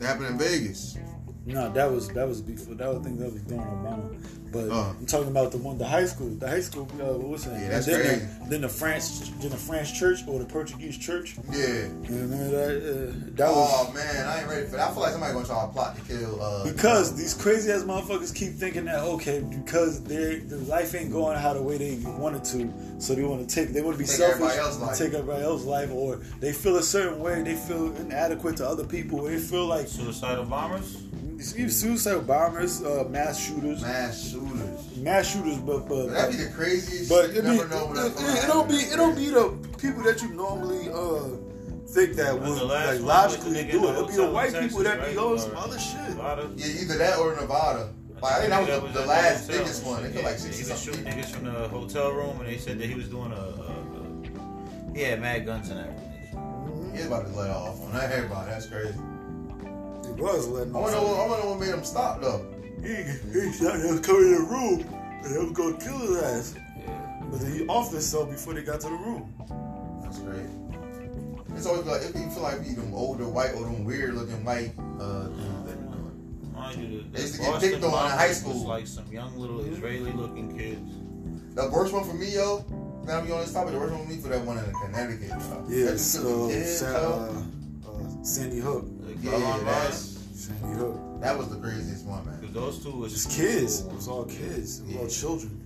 [SPEAKER 3] that happened in Vegas.
[SPEAKER 1] No, that was that was before. That was I think that was during Obama. But
[SPEAKER 3] Uh.
[SPEAKER 1] I'm talking about the one, the high school, the high school. Uh, what's that?
[SPEAKER 3] Yeah, that's
[SPEAKER 1] then
[SPEAKER 3] crazy.
[SPEAKER 1] The, then the France, then the French church or the Portuguese church.
[SPEAKER 3] Yeah.
[SPEAKER 1] You remember that? Uh, that was
[SPEAKER 3] Oh man, I ain't ready for that. I feel like somebody gonna try to plot to kill. Uh,
[SPEAKER 1] because these crazy ass motherfuckers keep thinking that okay, because their their life ain't going how the way they wanted to, so they want to take they want to be
[SPEAKER 3] Take
[SPEAKER 1] selfish,
[SPEAKER 3] everybody else's life.
[SPEAKER 1] take everybody else's life, or they feel a certain way, they feel inadequate to other people, they feel like
[SPEAKER 4] Suicidal bombers.
[SPEAKER 1] suicide bombers, uh, mass shooters,
[SPEAKER 3] mass shooters.
[SPEAKER 1] mass shooters, but but.
[SPEAKER 3] That'd be the craziest.
[SPEAKER 1] But
[SPEAKER 3] shit. You
[SPEAKER 1] it, be, it,
[SPEAKER 3] never know when that's gonna
[SPEAKER 1] it- it don't be
[SPEAKER 3] happen.
[SPEAKER 1] it don't be the people that you normally uh think that
[SPEAKER 4] That's the
[SPEAKER 1] would
[SPEAKER 4] last
[SPEAKER 1] like
[SPEAKER 4] one with
[SPEAKER 1] logically
[SPEAKER 4] the nigga
[SPEAKER 1] do
[SPEAKER 4] in
[SPEAKER 1] it.
[SPEAKER 4] the
[SPEAKER 1] It'll be the
[SPEAKER 4] hotel in
[SPEAKER 1] white
[SPEAKER 4] Texas,
[SPEAKER 1] people that be
[SPEAKER 4] right?
[SPEAKER 1] on some
[SPEAKER 4] Or-
[SPEAKER 1] other shit.
[SPEAKER 4] Nevada.
[SPEAKER 3] Yeah, either that or Nevada. Like, I think that was the, the last biggest one. They killed like
[SPEAKER 4] They
[SPEAKER 3] sixty
[SPEAKER 4] was shooting
[SPEAKER 3] something. people.
[SPEAKER 4] niggas from the hotel room, and they said that he was doing a. a, a he had mad guns and everything.
[SPEAKER 3] He was about to let off on that. Everybody, that's crazy.
[SPEAKER 1] It was letting
[SPEAKER 3] I wonder, what, I wonder what made him stop though.
[SPEAKER 1] He he shot him coming in the room and they was gonna kill his ass.
[SPEAKER 4] Yeah.
[SPEAKER 1] But then he off himself before they got to the room.
[SPEAKER 3] That's great. It's always like it be feel like be them older white or them weird looking white uh dudes that be doing.
[SPEAKER 4] Mind you, the,
[SPEAKER 3] They used
[SPEAKER 4] the
[SPEAKER 3] to get
[SPEAKER 4] Boston
[SPEAKER 3] picked on in
[SPEAKER 4] mob
[SPEAKER 3] high
[SPEAKER 4] was
[SPEAKER 3] school.
[SPEAKER 4] like some young little Israeli-looking kids.
[SPEAKER 3] it. The worst one for me, yo. Now we on this topic. The worst one for me for that one in Connecticut. Yo.
[SPEAKER 1] Yeah,
[SPEAKER 3] That just took
[SPEAKER 1] so
[SPEAKER 3] a kid,
[SPEAKER 1] Sa-
[SPEAKER 3] yo.
[SPEAKER 1] uh, uh, Sandy Hook.
[SPEAKER 4] Like,
[SPEAKER 3] yeah,
[SPEAKER 4] online.
[SPEAKER 3] that's,
[SPEAKER 1] Sandy Hook.
[SPEAKER 3] that was the craziest one, man.
[SPEAKER 4] 'Cause those two was
[SPEAKER 1] It's kids. It was all kids. It was all children.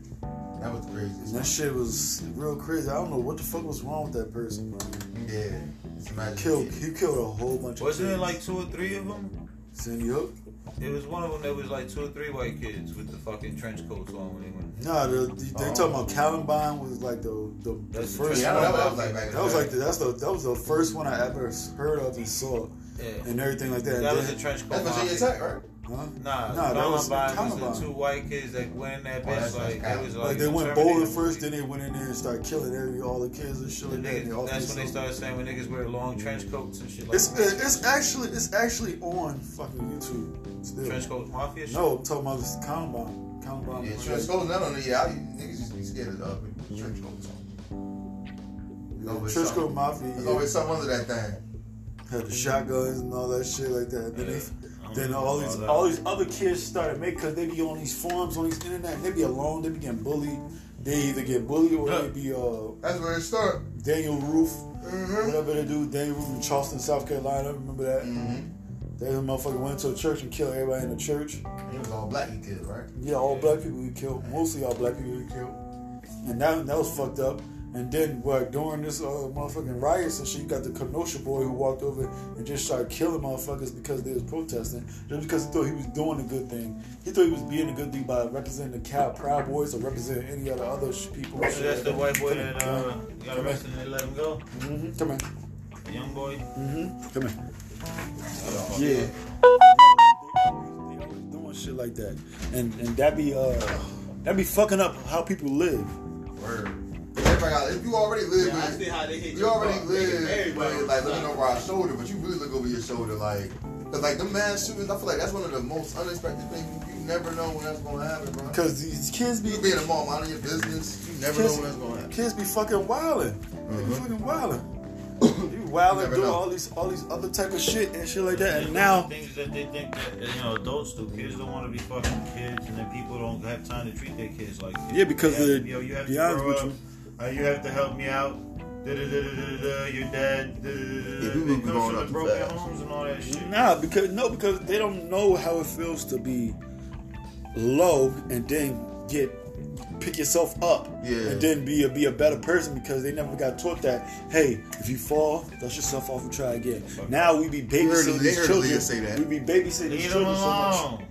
[SPEAKER 3] That was the
[SPEAKER 1] And
[SPEAKER 3] craziest.
[SPEAKER 1] that shit was real crazy. I don't know what the fuck was wrong with that person, bro.
[SPEAKER 3] One. Yeah, just imagine.
[SPEAKER 1] Killed.
[SPEAKER 3] kids.
[SPEAKER 1] He killed a whole bunch of
[SPEAKER 4] Wasn't it
[SPEAKER 1] kids.
[SPEAKER 4] like two or three of them?
[SPEAKER 1] Sandy Hook?
[SPEAKER 4] It was one of them that was like two or three white kids with the fucking trench coats on when they went.
[SPEAKER 1] Nah, the, the, they talking about Columbine was like the the, the
[SPEAKER 4] Oh. That's the
[SPEAKER 1] first
[SPEAKER 3] Yeah, I know
[SPEAKER 1] one.
[SPEAKER 3] that was like back in
[SPEAKER 1] That was
[SPEAKER 3] the
[SPEAKER 1] like
[SPEAKER 3] day.
[SPEAKER 1] the, that's the that was the first one I ever heard of and saw
[SPEAKER 4] Yeah.
[SPEAKER 1] and everything like that.
[SPEAKER 4] That
[SPEAKER 1] And
[SPEAKER 4] was the
[SPEAKER 1] then-
[SPEAKER 4] trench coat.
[SPEAKER 3] That's Virginia
[SPEAKER 4] mafia.
[SPEAKER 3] Tech, right?
[SPEAKER 1] huh?
[SPEAKER 4] Nah,
[SPEAKER 1] Nah, that was
[SPEAKER 4] Columbine was,
[SPEAKER 1] Columbine.
[SPEAKER 4] the two white kids that went in that
[SPEAKER 3] Oh,
[SPEAKER 4] bitch.
[SPEAKER 3] that's-
[SPEAKER 4] like,
[SPEAKER 3] that's
[SPEAKER 4] it was like,
[SPEAKER 1] Like they
[SPEAKER 4] the
[SPEAKER 1] went
[SPEAKER 4] Terminator
[SPEAKER 1] bowling first,
[SPEAKER 4] movie.
[SPEAKER 1] then they went in there and started killing every all the kids and shit like that. and they
[SPEAKER 4] Niggas-
[SPEAKER 1] all
[SPEAKER 4] that's
[SPEAKER 1] these
[SPEAKER 4] when they
[SPEAKER 1] little-
[SPEAKER 4] started saying when niggas wear long trench coats and shit like
[SPEAKER 1] It's it's actually it's actually on fucking YouTube still.
[SPEAKER 4] trench coat mafia shit.
[SPEAKER 1] No, I'm talking about this Columbine. Columbine.
[SPEAKER 3] Yeah,
[SPEAKER 1] was
[SPEAKER 3] trench
[SPEAKER 1] like-
[SPEAKER 3] coats. None on the yeah. I- Niggas just be scared of uh, other people's trench coats.
[SPEAKER 1] yeah,
[SPEAKER 3] always
[SPEAKER 1] Trench
[SPEAKER 3] something.
[SPEAKER 1] coat mafia.
[SPEAKER 3] There's
[SPEAKER 1] yeah.
[SPEAKER 3] always something under that thing.
[SPEAKER 1] had the shotguns and all that shit like that. Then,
[SPEAKER 4] Yeah.
[SPEAKER 1] they, then all these all these other kids started making because they be on these forums on these internet. and They be alone. They be getting bullied. They either get bullied or they be uh,
[SPEAKER 3] That's where it start.
[SPEAKER 1] Daniel Roof, whatever they do. Daniel Roof in Charleston, South Carolina. Remember that? They motherfucker went to a church and killed everybody in the church.
[SPEAKER 3] It was all black kids, right?
[SPEAKER 1] Yeah, all black people we killed. Mostly all black people we killed. And that that was fucked up. And then what during this uh, motherfucking riots and shit, you got the Kenosha boy who walked over and just started killing motherfuckers because they was protesting, just because he thought he was doing a good thing. He thought he was being a good thing by representing the Cal Proud Boys or representing any other other sh- people.
[SPEAKER 4] So that's the white boy that uh, got arrested and they let him go.
[SPEAKER 1] hmm Come here.
[SPEAKER 4] The young boy.
[SPEAKER 1] hmm Come here.
[SPEAKER 3] So,
[SPEAKER 1] Yeah. They always doing shit like that, and and that be uh that be fucking up how people live.
[SPEAKER 3] Word. Everybody got, if you already live
[SPEAKER 2] I
[SPEAKER 3] with
[SPEAKER 2] see how they hit
[SPEAKER 3] You already
[SPEAKER 2] fuck.
[SPEAKER 3] live
[SPEAKER 2] Everybody
[SPEAKER 3] with, like looking over our shoulder, but you really look over your shoulder, like, cause like the mass shootings. I feel like that's one of the most unexpected things. You, you never know when that's gonna happen, bro.
[SPEAKER 1] Cause these kids be
[SPEAKER 3] You be in a mall minding your business, you never know
[SPEAKER 1] Kids,
[SPEAKER 3] when that's gonna happen. Mm-hmm.
[SPEAKER 1] kids be fucking wildin'. They be fucking wildin'. They be wildin',
[SPEAKER 3] never
[SPEAKER 1] doing
[SPEAKER 3] know.
[SPEAKER 1] all these all these other type of shit and shit like that.
[SPEAKER 4] They
[SPEAKER 1] And
[SPEAKER 4] do
[SPEAKER 1] now,
[SPEAKER 4] things that they think that you know adults do. Kids don't want to be fucking kids, and then people don't have time to treat their kids like kids.
[SPEAKER 1] Yeah, because
[SPEAKER 4] You have
[SPEAKER 1] they're
[SPEAKER 4] to be- yo, you have to
[SPEAKER 1] be honest
[SPEAKER 4] grow
[SPEAKER 1] with
[SPEAKER 4] up.
[SPEAKER 1] you.
[SPEAKER 4] Uh, you have to help me out. Da da da da da. Your dad. Da da da da.
[SPEAKER 3] Yeah, people
[SPEAKER 4] They
[SPEAKER 3] be
[SPEAKER 4] come
[SPEAKER 3] growing
[SPEAKER 4] from
[SPEAKER 3] up
[SPEAKER 4] the broken
[SPEAKER 3] fast.
[SPEAKER 4] homes and all that shit.
[SPEAKER 1] nah, because no, because they don't know how it feels to be low and then get pick yourself up
[SPEAKER 3] Yeah.
[SPEAKER 1] and then be a be a better person because they never got taught that hey if you fall dust yourself off and try again now we be
[SPEAKER 3] heard-
[SPEAKER 1] babysitting
[SPEAKER 3] they
[SPEAKER 1] these
[SPEAKER 3] heard
[SPEAKER 1] children
[SPEAKER 3] Leah say that.
[SPEAKER 1] we be babysitting these
[SPEAKER 4] Leave them
[SPEAKER 1] children so much
[SPEAKER 4] alone.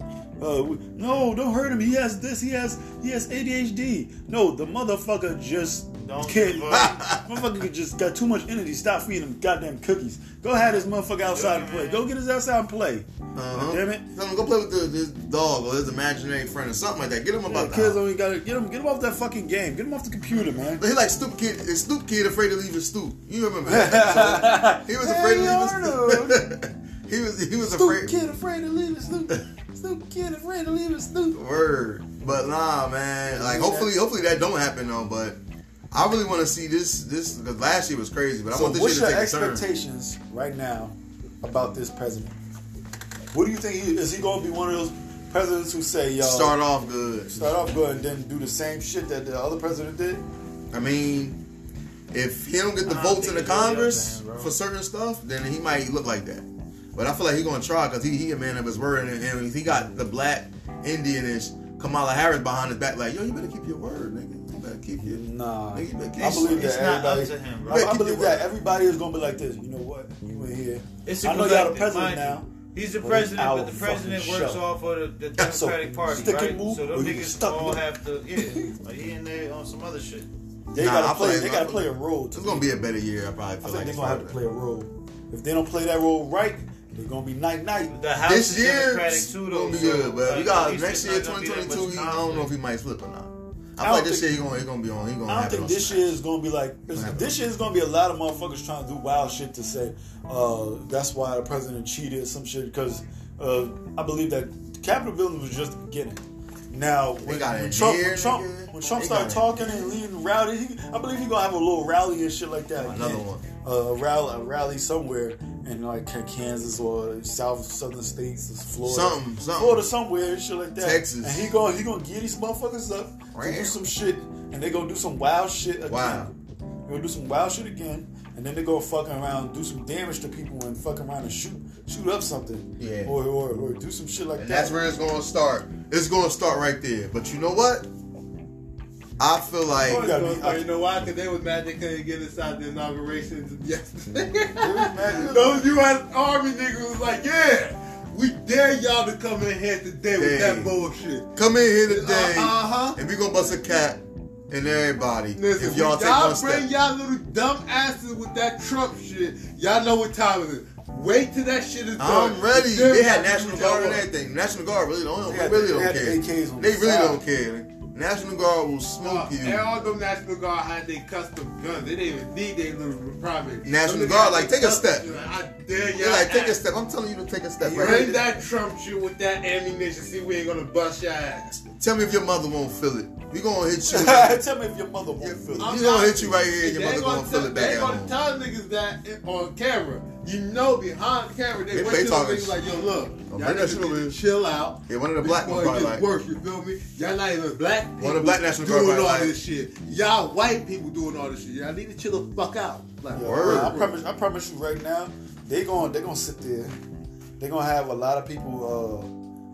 [SPEAKER 1] Uh, we- no, don't hurt him. He has this. He has he has ADHD. No, the motherfucker just
[SPEAKER 4] Don't
[SPEAKER 1] can't.
[SPEAKER 4] give up.
[SPEAKER 1] motherfucker just got too much energy. Stop feeding him goddamn cookies. Go have this motherfucker outside and play. Go get his outside and play.
[SPEAKER 3] Uh-huh.
[SPEAKER 1] Damn it.
[SPEAKER 3] Tell him, go play with the, this dog or his imaginary friend or something like that. Get him
[SPEAKER 1] Yeah,
[SPEAKER 3] about the
[SPEAKER 1] kids
[SPEAKER 3] house.
[SPEAKER 1] only gotta get him get him off that fucking game. Get him off the computer, man.
[SPEAKER 3] He like stoop kid. It's stoop kid afraid to leave his stoop. You remember that? episode? he was afraid to leave his stoop. he was he was
[SPEAKER 1] Stupid
[SPEAKER 3] afraid.
[SPEAKER 1] kid afraid to leave his Snoop. Stupid kid afraid to leave his Snoop.
[SPEAKER 3] Word. But nah, man. Like hopefully, hopefully that don't happen though. But I really want to see this. This because last year was crazy, but I
[SPEAKER 1] So
[SPEAKER 3] want this
[SPEAKER 1] what's
[SPEAKER 3] year
[SPEAKER 1] your
[SPEAKER 3] to take a turn.
[SPEAKER 1] expectations right now about this president? What do you think? He, is he gonna be one of those presidents who say, "Yo,
[SPEAKER 3] Start off good.
[SPEAKER 1] start off good and then do the same shit that the other president did.
[SPEAKER 3] I mean, if he don't get the
[SPEAKER 4] I don't
[SPEAKER 3] votes in
[SPEAKER 4] think
[SPEAKER 3] the
[SPEAKER 4] it's really up to
[SPEAKER 3] Congress
[SPEAKER 4] him, bro.
[SPEAKER 3] for certain stuff, then he might look like that. But I feel like he gonna try because he he a man of his word, and, and if he got the black Indianish Kamala Harris behind his back. Like, yo, you better keep your word, nigga. You better keep your.
[SPEAKER 1] Nah, I
[SPEAKER 3] Nigga, you
[SPEAKER 1] believe
[SPEAKER 3] better keep
[SPEAKER 1] that
[SPEAKER 3] your word.
[SPEAKER 4] It's not
[SPEAKER 1] everybody.
[SPEAKER 4] up to him, bro.
[SPEAKER 1] I- I,
[SPEAKER 3] Keep
[SPEAKER 1] believe
[SPEAKER 3] your
[SPEAKER 1] that
[SPEAKER 3] word.
[SPEAKER 1] everybody is gonna be like this. You know what? You in here.
[SPEAKER 4] It's
[SPEAKER 1] I know y'all the
[SPEAKER 4] collective,
[SPEAKER 1] president
[SPEAKER 4] mind you.
[SPEAKER 1] now,
[SPEAKER 4] He's the
[SPEAKER 1] but
[SPEAKER 4] president,
[SPEAKER 1] it's our
[SPEAKER 4] but the president
[SPEAKER 1] fucking
[SPEAKER 4] works
[SPEAKER 1] show.
[SPEAKER 4] off of the, the
[SPEAKER 1] So,
[SPEAKER 4] Democratic Party,
[SPEAKER 1] stick and
[SPEAKER 4] right?
[SPEAKER 1] move,
[SPEAKER 4] so
[SPEAKER 1] or
[SPEAKER 4] those
[SPEAKER 1] you
[SPEAKER 4] niggas
[SPEAKER 1] stuck
[SPEAKER 4] all
[SPEAKER 1] with-
[SPEAKER 4] have to, yeah, like he in there on some other shit.
[SPEAKER 1] They
[SPEAKER 3] Nah, I
[SPEAKER 1] gotta
[SPEAKER 3] feel
[SPEAKER 1] play.
[SPEAKER 3] like-
[SPEAKER 1] They gotta play a role.
[SPEAKER 3] It's
[SPEAKER 1] To
[SPEAKER 3] gonna be a better year. I probably
[SPEAKER 1] I
[SPEAKER 3] feel
[SPEAKER 1] think
[SPEAKER 3] like
[SPEAKER 1] they're
[SPEAKER 3] it's
[SPEAKER 1] gonna have to play a role. If they don't play that role right, they're gonna be night night.
[SPEAKER 4] The House
[SPEAKER 3] this
[SPEAKER 4] is
[SPEAKER 3] year
[SPEAKER 4] Democratic too, though.
[SPEAKER 3] gonna be
[SPEAKER 4] so,
[SPEAKER 3] good, but we
[SPEAKER 4] like, at
[SPEAKER 3] got
[SPEAKER 4] least
[SPEAKER 3] next
[SPEAKER 4] it's
[SPEAKER 3] year,
[SPEAKER 4] not gonna be that
[SPEAKER 3] 2022. He,
[SPEAKER 4] much
[SPEAKER 3] I don't know if
[SPEAKER 4] conflict.
[SPEAKER 3] he might slip or not. I
[SPEAKER 1] I
[SPEAKER 3] feel like
[SPEAKER 1] don't
[SPEAKER 3] this year
[SPEAKER 1] think-
[SPEAKER 3] he gonna he gonna be on. He gonna
[SPEAKER 1] I
[SPEAKER 3] have
[SPEAKER 1] don't
[SPEAKER 3] it on
[SPEAKER 1] think this
[SPEAKER 3] smack.
[SPEAKER 1] year is gonna be like it's-
[SPEAKER 3] Have it
[SPEAKER 1] this year is gonna be a lot of motherfuckers trying to do wild shit to say uh, that's why the president cheated some shit because uh, I believe that Capitol building was just the beginning. Now, when,
[SPEAKER 3] got it
[SPEAKER 1] when Trump,
[SPEAKER 3] here,
[SPEAKER 1] when Trump,
[SPEAKER 3] nigga.
[SPEAKER 1] when Trump
[SPEAKER 3] They
[SPEAKER 1] started
[SPEAKER 3] got
[SPEAKER 1] talking and leading rowdy, he, I believe he gonna have a little rally and shit like that.
[SPEAKER 3] Another
[SPEAKER 1] again.
[SPEAKER 3] one.
[SPEAKER 1] Uh, a rally, a rally somewhere in like Kansas or South Southern states, or Florida,
[SPEAKER 3] Something, something.
[SPEAKER 1] Florida somewhere and shit like that.
[SPEAKER 3] Texas.
[SPEAKER 1] And he gonna he gonna get these motherfuckers up to do
[SPEAKER 3] Right.
[SPEAKER 1] some shit, and they gonna do some wild shit again.
[SPEAKER 3] Wow.
[SPEAKER 1] They gonna do some wild shit again, and then they go fucking around, do some damage to people, and fuck around and shoot shoot up something,
[SPEAKER 3] Yeah.
[SPEAKER 1] or or, or do some shit like
[SPEAKER 3] And
[SPEAKER 1] that.
[SPEAKER 3] that's where it's gonna start. It's gonna start right there. But you know what? I feel
[SPEAKER 1] Oh,
[SPEAKER 3] like
[SPEAKER 1] gotta be-
[SPEAKER 2] you know why? Because they was mad they couldn't get inside the inauguration yesterday.
[SPEAKER 1] mad.
[SPEAKER 2] Those U.S. Army niggas was like, yeah, we dare y'all to come in here today with
[SPEAKER 3] Hey.
[SPEAKER 2] that bullshit.
[SPEAKER 3] come in here today
[SPEAKER 2] Uh-huh.
[SPEAKER 3] and we gonna bust a cap and everybody
[SPEAKER 2] Listen,
[SPEAKER 3] if y'all
[SPEAKER 2] when
[SPEAKER 3] take
[SPEAKER 2] y'all
[SPEAKER 3] one
[SPEAKER 2] bring
[SPEAKER 3] step.
[SPEAKER 2] y'all little dumb asses with that Trump shit, y'all know what time it is. Wait till that shit is done.
[SPEAKER 3] I'm ready.
[SPEAKER 2] Then
[SPEAKER 3] They had
[SPEAKER 2] y'all
[SPEAKER 3] National
[SPEAKER 2] do
[SPEAKER 3] Guard and
[SPEAKER 2] y'all want.
[SPEAKER 3] everything. National Guard really don't,
[SPEAKER 1] They had
[SPEAKER 3] really
[SPEAKER 1] the-
[SPEAKER 3] don't
[SPEAKER 1] they had the AKs
[SPEAKER 3] care.
[SPEAKER 1] on
[SPEAKER 3] They
[SPEAKER 1] the
[SPEAKER 3] really
[SPEAKER 1] side.
[SPEAKER 3] don't care. National Guard will smoke you.
[SPEAKER 2] Uh, And all them National Guard had their custom guns. They didn't even need their little private.
[SPEAKER 3] National
[SPEAKER 2] Them niggas
[SPEAKER 3] Guard,
[SPEAKER 2] had
[SPEAKER 3] like,
[SPEAKER 2] their
[SPEAKER 3] take a
[SPEAKER 2] custom
[SPEAKER 3] step.
[SPEAKER 2] shit. Like, I dare y'all.
[SPEAKER 3] They're like, take a
[SPEAKER 2] ask.
[SPEAKER 3] step. I'm telling you to take a step.
[SPEAKER 1] Yeah.
[SPEAKER 3] Right
[SPEAKER 2] Bring that Trump shit with that ammunition. See, we ain't gonna bust your ass.
[SPEAKER 3] Tell me if your mother won't feel it. We gonna hit you.
[SPEAKER 1] Tell me if your mother won't feel it.
[SPEAKER 3] I'm-
[SPEAKER 2] He's
[SPEAKER 3] He gonna hit you right here and your mother gonna feel it back
[SPEAKER 2] They
[SPEAKER 3] at
[SPEAKER 2] gonna
[SPEAKER 3] home.
[SPEAKER 2] tell niggas that in- on camera. You know, behind camera, they,
[SPEAKER 3] They- they
[SPEAKER 2] they went to the
[SPEAKER 3] talking
[SPEAKER 2] niggas
[SPEAKER 3] sh-
[SPEAKER 2] like, yo, look, y'all
[SPEAKER 3] bring that
[SPEAKER 2] niggas
[SPEAKER 3] shit
[SPEAKER 2] need
[SPEAKER 3] over here.
[SPEAKER 2] to chill out.
[SPEAKER 3] Yeah, one of the black
[SPEAKER 2] Before
[SPEAKER 3] ones probably
[SPEAKER 2] it
[SPEAKER 3] like-
[SPEAKER 2] gets worse, you feel me? Y'all not even black people
[SPEAKER 3] One of the black National Guard
[SPEAKER 2] doing all
[SPEAKER 3] probably like-
[SPEAKER 2] this shit. Y'all white people doing all this shit. Y'all need to chill the fuck out. Like,
[SPEAKER 1] Yeah,
[SPEAKER 3] Word.
[SPEAKER 1] I promise. I promise you right now, they going they gonna sit there. They gonna have a lot of people, uh,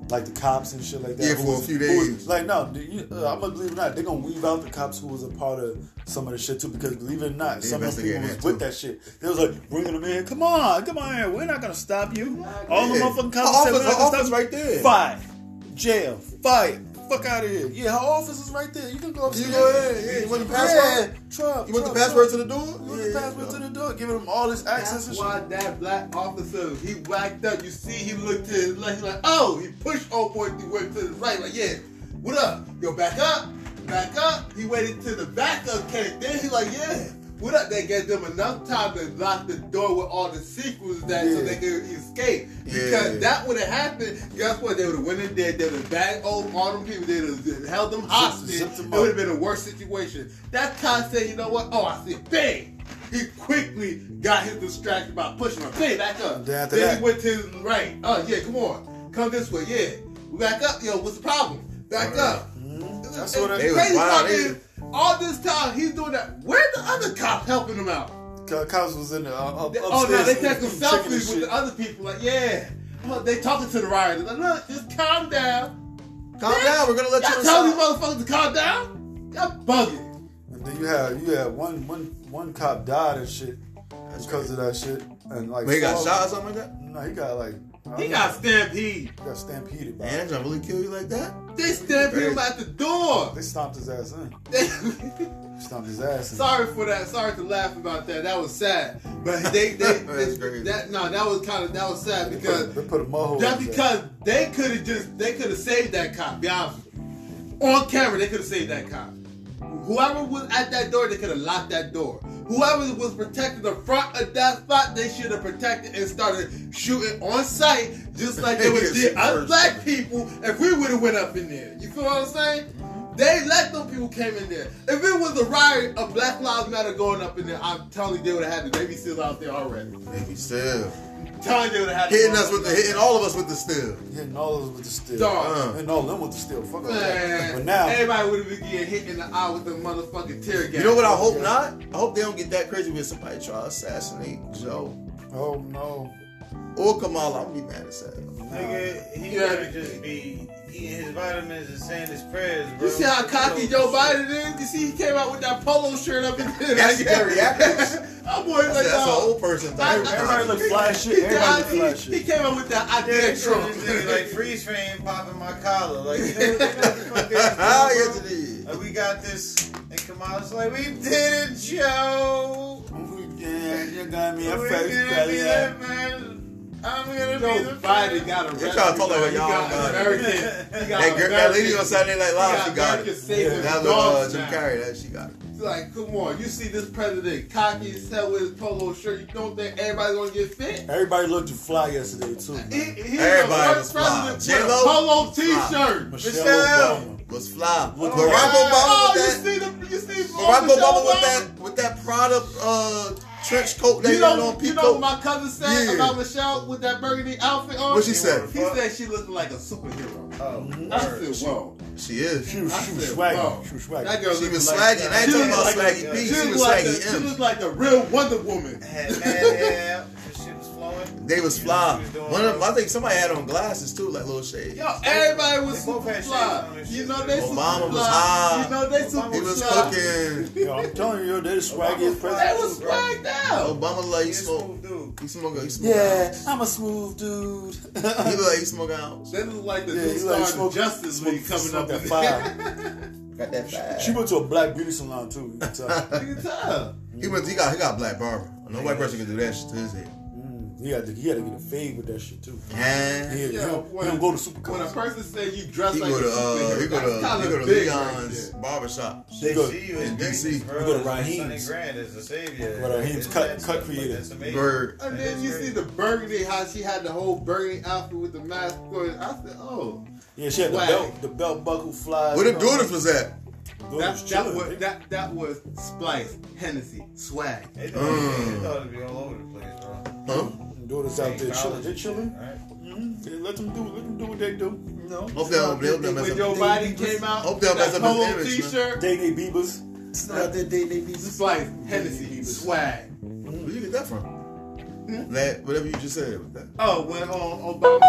[SPEAKER 1] like the cops and shit like that.
[SPEAKER 3] Yeah,
[SPEAKER 1] who
[SPEAKER 3] for a
[SPEAKER 1] was-
[SPEAKER 3] few
[SPEAKER 1] who was-
[SPEAKER 3] days.
[SPEAKER 1] like no, dude, you, uh, I'm gonna believe it or not. They gonna weave out the cops who was a part of some of the shit too. Because believe it or not,
[SPEAKER 3] They
[SPEAKER 1] some of the people
[SPEAKER 3] investigating
[SPEAKER 1] was
[SPEAKER 3] that
[SPEAKER 1] with
[SPEAKER 3] too.
[SPEAKER 1] that shit. They was like bringing them in. Come on, come on, here. we're not gonna stop you. All the
[SPEAKER 3] Yeah.
[SPEAKER 1] motherfucking
[SPEAKER 3] Her
[SPEAKER 1] cops said, we're
[SPEAKER 3] office-
[SPEAKER 1] not
[SPEAKER 3] her
[SPEAKER 1] gonna
[SPEAKER 3] office
[SPEAKER 1] stop you.
[SPEAKER 3] right there.
[SPEAKER 1] Fire, jail, fire. Fuck out of here. Yeah, her office is right there. You can go upstairs.
[SPEAKER 3] You go ahead. Yeah, you want the password?
[SPEAKER 1] Yeah, Trump.
[SPEAKER 3] You want the
[SPEAKER 1] Trump,
[SPEAKER 3] password
[SPEAKER 1] Trump.
[SPEAKER 3] to the door?
[SPEAKER 1] You want the password to the door, giving them all this access
[SPEAKER 2] That's
[SPEAKER 1] and
[SPEAKER 2] why
[SPEAKER 1] shit.
[SPEAKER 2] that black officer, he whacked up. You see, he looked to his left, he like, oh, he pushed old boy to went to the right, like, yeah, what up? Yo, back up, back up. He waited till the backup came. Then he like, yeah, what up? They gave them enough time to lock the door with all the secrets that so
[SPEAKER 1] Yeah.
[SPEAKER 2] they could escape. Because
[SPEAKER 3] Yeah.
[SPEAKER 2] that would have happened. Guess what? They would have went in there. They would have bagged old all them people. They would have held them hostage.
[SPEAKER 1] zipped
[SPEAKER 2] It
[SPEAKER 1] them
[SPEAKER 2] would
[SPEAKER 1] up.
[SPEAKER 2] have been been a worse situation. That cop said, you know what? Oh, I see. Bang! He quickly got him distracted by pushing him. Bang, back
[SPEAKER 1] Then
[SPEAKER 2] up. Then,
[SPEAKER 1] after that-
[SPEAKER 2] he went to his right. Oh, yeah, come on. Come this way. Yeah. We back up. Yo, what's the problem? Back
[SPEAKER 3] Word.
[SPEAKER 2] up.
[SPEAKER 1] Mm-hmm. That's what I-
[SPEAKER 3] They
[SPEAKER 2] crazy
[SPEAKER 3] was wild,
[SPEAKER 2] part
[SPEAKER 3] they-
[SPEAKER 2] is, all this time he's doing that. Where's the other cop helping him out?
[SPEAKER 1] Co- Cops was in the uh, up,
[SPEAKER 2] oh, no,
[SPEAKER 1] upstairs.
[SPEAKER 2] they taking
[SPEAKER 1] checking and
[SPEAKER 2] selfies with
[SPEAKER 1] shit.
[SPEAKER 2] the other people. Like, yeah. Oh, they talking to the rioters. Like, look, just calm down.
[SPEAKER 3] Calm down. We're gonna let you
[SPEAKER 2] Y'all tell these
[SPEAKER 3] inside.
[SPEAKER 2] motherfuckers to calm down? Y'all bugging.
[SPEAKER 1] And then you had you had one one one cop died and shit because of that shit. And like
[SPEAKER 3] But he got
[SPEAKER 1] four-
[SPEAKER 3] shot or something like that?
[SPEAKER 1] No, he got like I
[SPEAKER 2] He
[SPEAKER 1] don't
[SPEAKER 2] got
[SPEAKER 1] know,
[SPEAKER 2] stampede.
[SPEAKER 1] he got stampeded by.
[SPEAKER 3] Man,
[SPEAKER 1] it.
[SPEAKER 3] that's gonna really kill you like that?
[SPEAKER 2] They stampede him at the door.
[SPEAKER 1] They stomped his ass in. Stomped his ass in.
[SPEAKER 2] Sorry for that. Sorry to laugh about that. That was sad. But they, they,
[SPEAKER 3] That's crazy.
[SPEAKER 2] that no, that was kind of that was sad
[SPEAKER 1] They put,
[SPEAKER 2] because
[SPEAKER 1] they put a mohawk.
[SPEAKER 2] that's because they could have just they could have saved that cop. Be honest, with you. on camera they could have saved that cop. Whoever was at that door, they could have locked that door. Whoever was protecting the front of that spot, they should have protected and started shooting on site, just like they would
[SPEAKER 3] Yes,
[SPEAKER 2] did us
[SPEAKER 3] first.
[SPEAKER 2] black people if we would have went up in there. You feel what I'm saying? They let them people came in there. If it was a riot of Black Lives Matter going up in there, I'm telling you they would have had the baby still out there already.
[SPEAKER 3] Maybe still.
[SPEAKER 2] telling you they would have had the
[SPEAKER 3] Hitting
[SPEAKER 2] baby
[SPEAKER 3] us with the
[SPEAKER 2] seal out
[SPEAKER 3] hitting all of us with the steel.
[SPEAKER 1] hitting all of us with the steel.
[SPEAKER 2] Dog.
[SPEAKER 3] Uh.
[SPEAKER 1] Hitting all of them with the steel. Fuck all that.
[SPEAKER 2] Man,
[SPEAKER 1] But now
[SPEAKER 2] everybody would have been getting hit in the eye with the motherfucking tear gas.
[SPEAKER 3] You know what I hope not? I hope they don't get that crazy when somebody try to assassinate Joe
[SPEAKER 1] Oh no.
[SPEAKER 3] or Kamala. I'm gonna be mad as hell.
[SPEAKER 4] Nigga, he
[SPEAKER 2] Yeah.
[SPEAKER 4] gotta just be eating his vitamins and saying his prayers, bro.
[SPEAKER 2] You see how cocky
[SPEAKER 4] Yo,
[SPEAKER 2] Joe Biden is? You see he came out with that polo shirt up in there.
[SPEAKER 3] That's Gary Atkins.
[SPEAKER 2] I'm worried like
[SPEAKER 3] That's, that's an
[SPEAKER 2] that.
[SPEAKER 3] old person
[SPEAKER 2] I- I-
[SPEAKER 3] thing.
[SPEAKER 1] Everybody look fly as shit.
[SPEAKER 2] uh, He,
[SPEAKER 1] Everybody look fly
[SPEAKER 2] died-
[SPEAKER 1] as
[SPEAKER 2] he, he
[SPEAKER 1] shit.
[SPEAKER 2] came out with that
[SPEAKER 4] Yeah,
[SPEAKER 2] idea
[SPEAKER 4] this
[SPEAKER 2] Trump.
[SPEAKER 4] nigga like freeze frame popping my collar. Like, you know, what the fuck
[SPEAKER 3] Ah,
[SPEAKER 4] that is,
[SPEAKER 3] yes
[SPEAKER 4] bro?
[SPEAKER 3] it is.
[SPEAKER 4] Like, we got this, and Kamala's like, we did it, Joe.
[SPEAKER 1] Yeah, you got me
[SPEAKER 4] We
[SPEAKER 1] a
[SPEAKER 4] did
[SPEAKER 1] face
[SPEAKER 4] it,
[SPEAKER 1] belly
[SPEAKER 4] we
[SPEAKER 1] ass.
[SPEAKER 4] did it, man. I'm gonna be
[SPEAKER 2] Joe
[SPEAKER 4] the
[SPEAKER 2] Biden got arrested.
[SPEAKER 3] They tryna talk like
[SPEAKER 2] he
[SPEAKER 3] y'all
[SPEAKER 2] got
[SPEAKER 3] got it.
[SPEAKER 2] American. He got
[SPEAKER 3] That, girl, that lady
[SPEAKER 2] American-
[SPEAKER 3] on Saturday Night Live,
[SPEAKER 2] he
[SPEAKER 3] she got
[SPEAKER 2] American
[SPEAKER 3] it.
[SPEAKER 2] saving
[SPEAKER 3] That was uh,
[SPEAKER 2] dogs
[SPEAKER 3] Jim
[SPEAKER 2] now.
[SPEAKER 3] Carrey. That she got it.
[SPEAKER 2] like, come on, you see this president cocky as hell with his polo shirt. You don't think everybody's gonna get fit?
[SPEAKER 1] Everybody looked fly yesterday too.
[SPEAKER 2] He, he's
[SPEAKER 3] Everybody
[SPEAKER 2] the
[SPEAKER 3] was
[SPEAKER 2] first
[SPEAKER 3] fly.
[SPEAKER 2] president with
[SPEAKER 3] J-Lo
[SPEAKER 2] a polo
[SPEAKER 3] was fly.
[SPEAKER 2] T-shirt.
[SPEAKER 1] Michelle
[SPEAKER 3] Michelle
[SPEAKER 1] Obama.
[SPEAKER 3] was fly.
[SPEAKER 1] Look
[SPEAKER 3] Barack Obama
[SPEAKER 1] at
[SPEAKER 2] Oh,
[SPEAKER 3] was
[SPEAKER 2] you
[SPEAKER 3] that.
[SPEAKER 2] see the you see
[SPEAKER 3] Barack
[SPEAKER 2] Michelle
[SPEAKER 3] Obama with that with that Prada uh, trench coat that
[SPEAKER 2] You
[SPEAKER 3] he had on
[SPEAKER 2] know,
[SPEAKER 3] people.
[SPEAKER 2] you know what my cousin said
[SPEAKER 3] Yeah.
[SPEAKER 2] about Michelle with that burgundy outfit on?
[SPEAKER 3] What she said?
[SPEAKER 2] He said she looked like a superhero.
[SPEAKER 4] "Oh,
[SPEAKER 2] I said, whoa.
[SPEAKER 3] She is.
[SPEAKER 1] She was,
[SPEAKER 2] I
[SPEAKER 1] she was
[SPEAKER 2] said,
[SPEAKER 1] swagging.
[SPEAKER 2] whoa.
[SPEAKER 1] She was swagging.
[SPEAKER 2] That girl
[SPEAKER 3] She
[SPEAKER 2] looked
[SPEAKER 3] was
[SPEAKER 2] like
[SPEAKER 3] swaggy. I ain't
[SPEAKER 2] She
[SPEAKER 3] talking about
[SPEAKER 2] was like-
[SPEAKER 3] swaggy B.
[SPEAKER 2] She
[SPEAKER 3] She
[SPEAKER 2] looked
[SPEAKER 3] was
[SPEAKER 2] like, a, she
[SPEAKER 3] swaggy M.
[SPEAKER 2] looked like a real Wonder Woman.
[SPEAKER 4] Had mad hair. Her shit was flowing.
[SPEAKER 3] They was
[SPEAKER 4] Yeah,
[SPEAKER 3] fly.
[SPEAKER 4] she was doing
[SPEAKER 3] One of
[SPEAKER 4] good.
[SPEAKER 3] I think somebody had on glasses too, like little shades.
[SPEAKER 2] Yo, everybody was
[SPEAKER 4] They both
[SPEAKER 2] super
[SPEAKER 4] had shades on
[SPEAKER 2] fly.
[SPEAKER 4] and
[SPEAKER 2] You
[SPEAKER 4] shit.
[SPEAKER 2] know they super
[SPEAKER 3] Obama was
[SPEAKER 2] fly.
[SPEAKER 3] high.
[SPEAKER 2] You know they
[SPEAKER 4] Obama
[SPEAKER 2] super
[SPEAKER 3] He was
[SPEAKER 2] fly. They
[SPEAKER 3] cooking.
[SPEAKER 1] Yo, I'm telling you, they're the swaggiest
[SPEAKER 4] Obama-
[SPEAKER 1] president.
[SPEAKER 4] That
[SPEAKER 2] was swagged out.
[SPEAKER 3] Obama like he
[SPEAKER 4] He's
[SPEAKER 3] smoke.
[SPEAKER 4] smooth dude.
[SPEAKER 3] He smoke. He smoke.
[SPEAKER 1] Yeah, I'm a smooth dude.
[SPEAKER 3] He look like he smoke out.
[SPEAKER 2] They look like the
[SPEAKER 1] Yeah,
[SPEAKER 2] new
[SPEAKER 1] he
[SPEAKER 2] star
[SPEAKER 1] like
[SPEAKER 2] of the
[SPEAKER 1] smoke-
[SPEAKER 2] Justice League coming
[SPEAKER 1] smoke
[SPEAKER 2] up
[SPEAKER 1] that
[SPEAKER 2] in the
[SPEAKER 1] fire.
[SPEAKER 3] Got that fat.
[SPEAKER 1] She went to a black beauty salon too. You can tell.
[SPEAKER 2] You can tell.
[SPEAKER 3] He went. He got. He got black barber. No white person can do that shit to his head.
[SPEAKER 1] He had to, he had to get a fade with that shit too.
[SPEAKER 3] Huh?
[SPEAKER 1] Yeah, he
[SPEAKER 2] Yeah,
[SPEAKER 1] don't,
[SPEAKER 2] when-
[SPEAKER 1] he don't go to
[SPEAKER 2] When a
[SPEAKER 1] Supercuts.
[SPEAKER 2] person say you dress
[SPEAKER 3] He
[SPEAKER 2] like
[SPEAKER 3] go
[SPEAKER 2] a
[SPEAKER 3] to uh,
[SPEAKER 2] superhero,
[SPEAKER 3] he go
[SPEAKER 2] that's
[SPEAKER 3] to he
[SPEAKER 2] kinda
[SPEAKER 3] go to
[SPEAKER 2] big
[SPEAKER 3] Leon's
[SPEAKER 2] right
[SPEAKER 3] barbershop.
[SPEAKER 4] They
[SPEAKER 1] go-
[SPEAKER 4] see you as
[SPEAKER 3] in
[SPEAKER 4] greatness,
[SPEAKER 3] DC.
[SPEAKER 1] You
[SPEAKER 4] bro.
[SPEAKER 1] go to
[SPEAKER 4] It's like
[SPEAKER 1] Raheem's.
[SPEAKER 4] Sonny Grand is the savior.
[SPEAKER 1] Go to Raheem's
[SPEAKER 4] It's
[SPEAKER 1] cut-
[SPEAKER 4] that
[SPEAKER 1] cut
[SPEAKER 4] stuff, like,
[SPEAKER 1] creator.
[SPEAKER 4] that's amazing.
[SPEAKER 3] Bird.
[SPEAKER 2] there. And then you see the burgundy, how she had the whole burgundy outfit with the mask on. I said, oh,
[SPEAKER 1] Yeah, she had the
[SPEAKER 2] Swag.
[SPEAKER 1] belt, the belt buckle flies.
[SPEAKER 3] Where the daughters was at?
[SPEAKER 2] that,
[SPEAKER 1] was
[SPEAKER 2] that,
[SPEAKER 1] chilling.
[SPEAKER 2] was, that, that was Splice, Hennessy, Swag.
[SPEAKER 4] They thought,
[SPEAKER 3] Mm.
[SPEAKER 4] they thought it'd be all over the place, bro.
[SPEAKER 3] Huh?
[SPEAKER 1] Them daughters out there chilling. They chilling.
[SPEAKER 4] Right?
[SPEAKER 1] Mhm. Yeah, let them do. Let them do what they do. You know.
[SPEAKER 3] Hope they don't. They hope they
[SPEAKER 2] When
[SPEAKER 3] mess up.
[SPEAKER 2] Joe Biden came out,
[SPEAKER 3] Hope they'll mess
[SPEAKER 2] that
[SPEAKER 3] up his
[SPEAKER 2] polo
[SPEAKER 3] image, man.
[SPEAKER 2] t-shirt,
[SPEAKER 1] Day they Biebers. It's not that day they Biebers.
[SPEAKER 2] Splice, Hennessy, Swag.
[SPEAKER 3] Where you get that from?
[SPEAKER 2] Hmm?
[SPEAKER 3] That whatever you just said. was That.
[SPEAKER 2] Oh, when um, Obama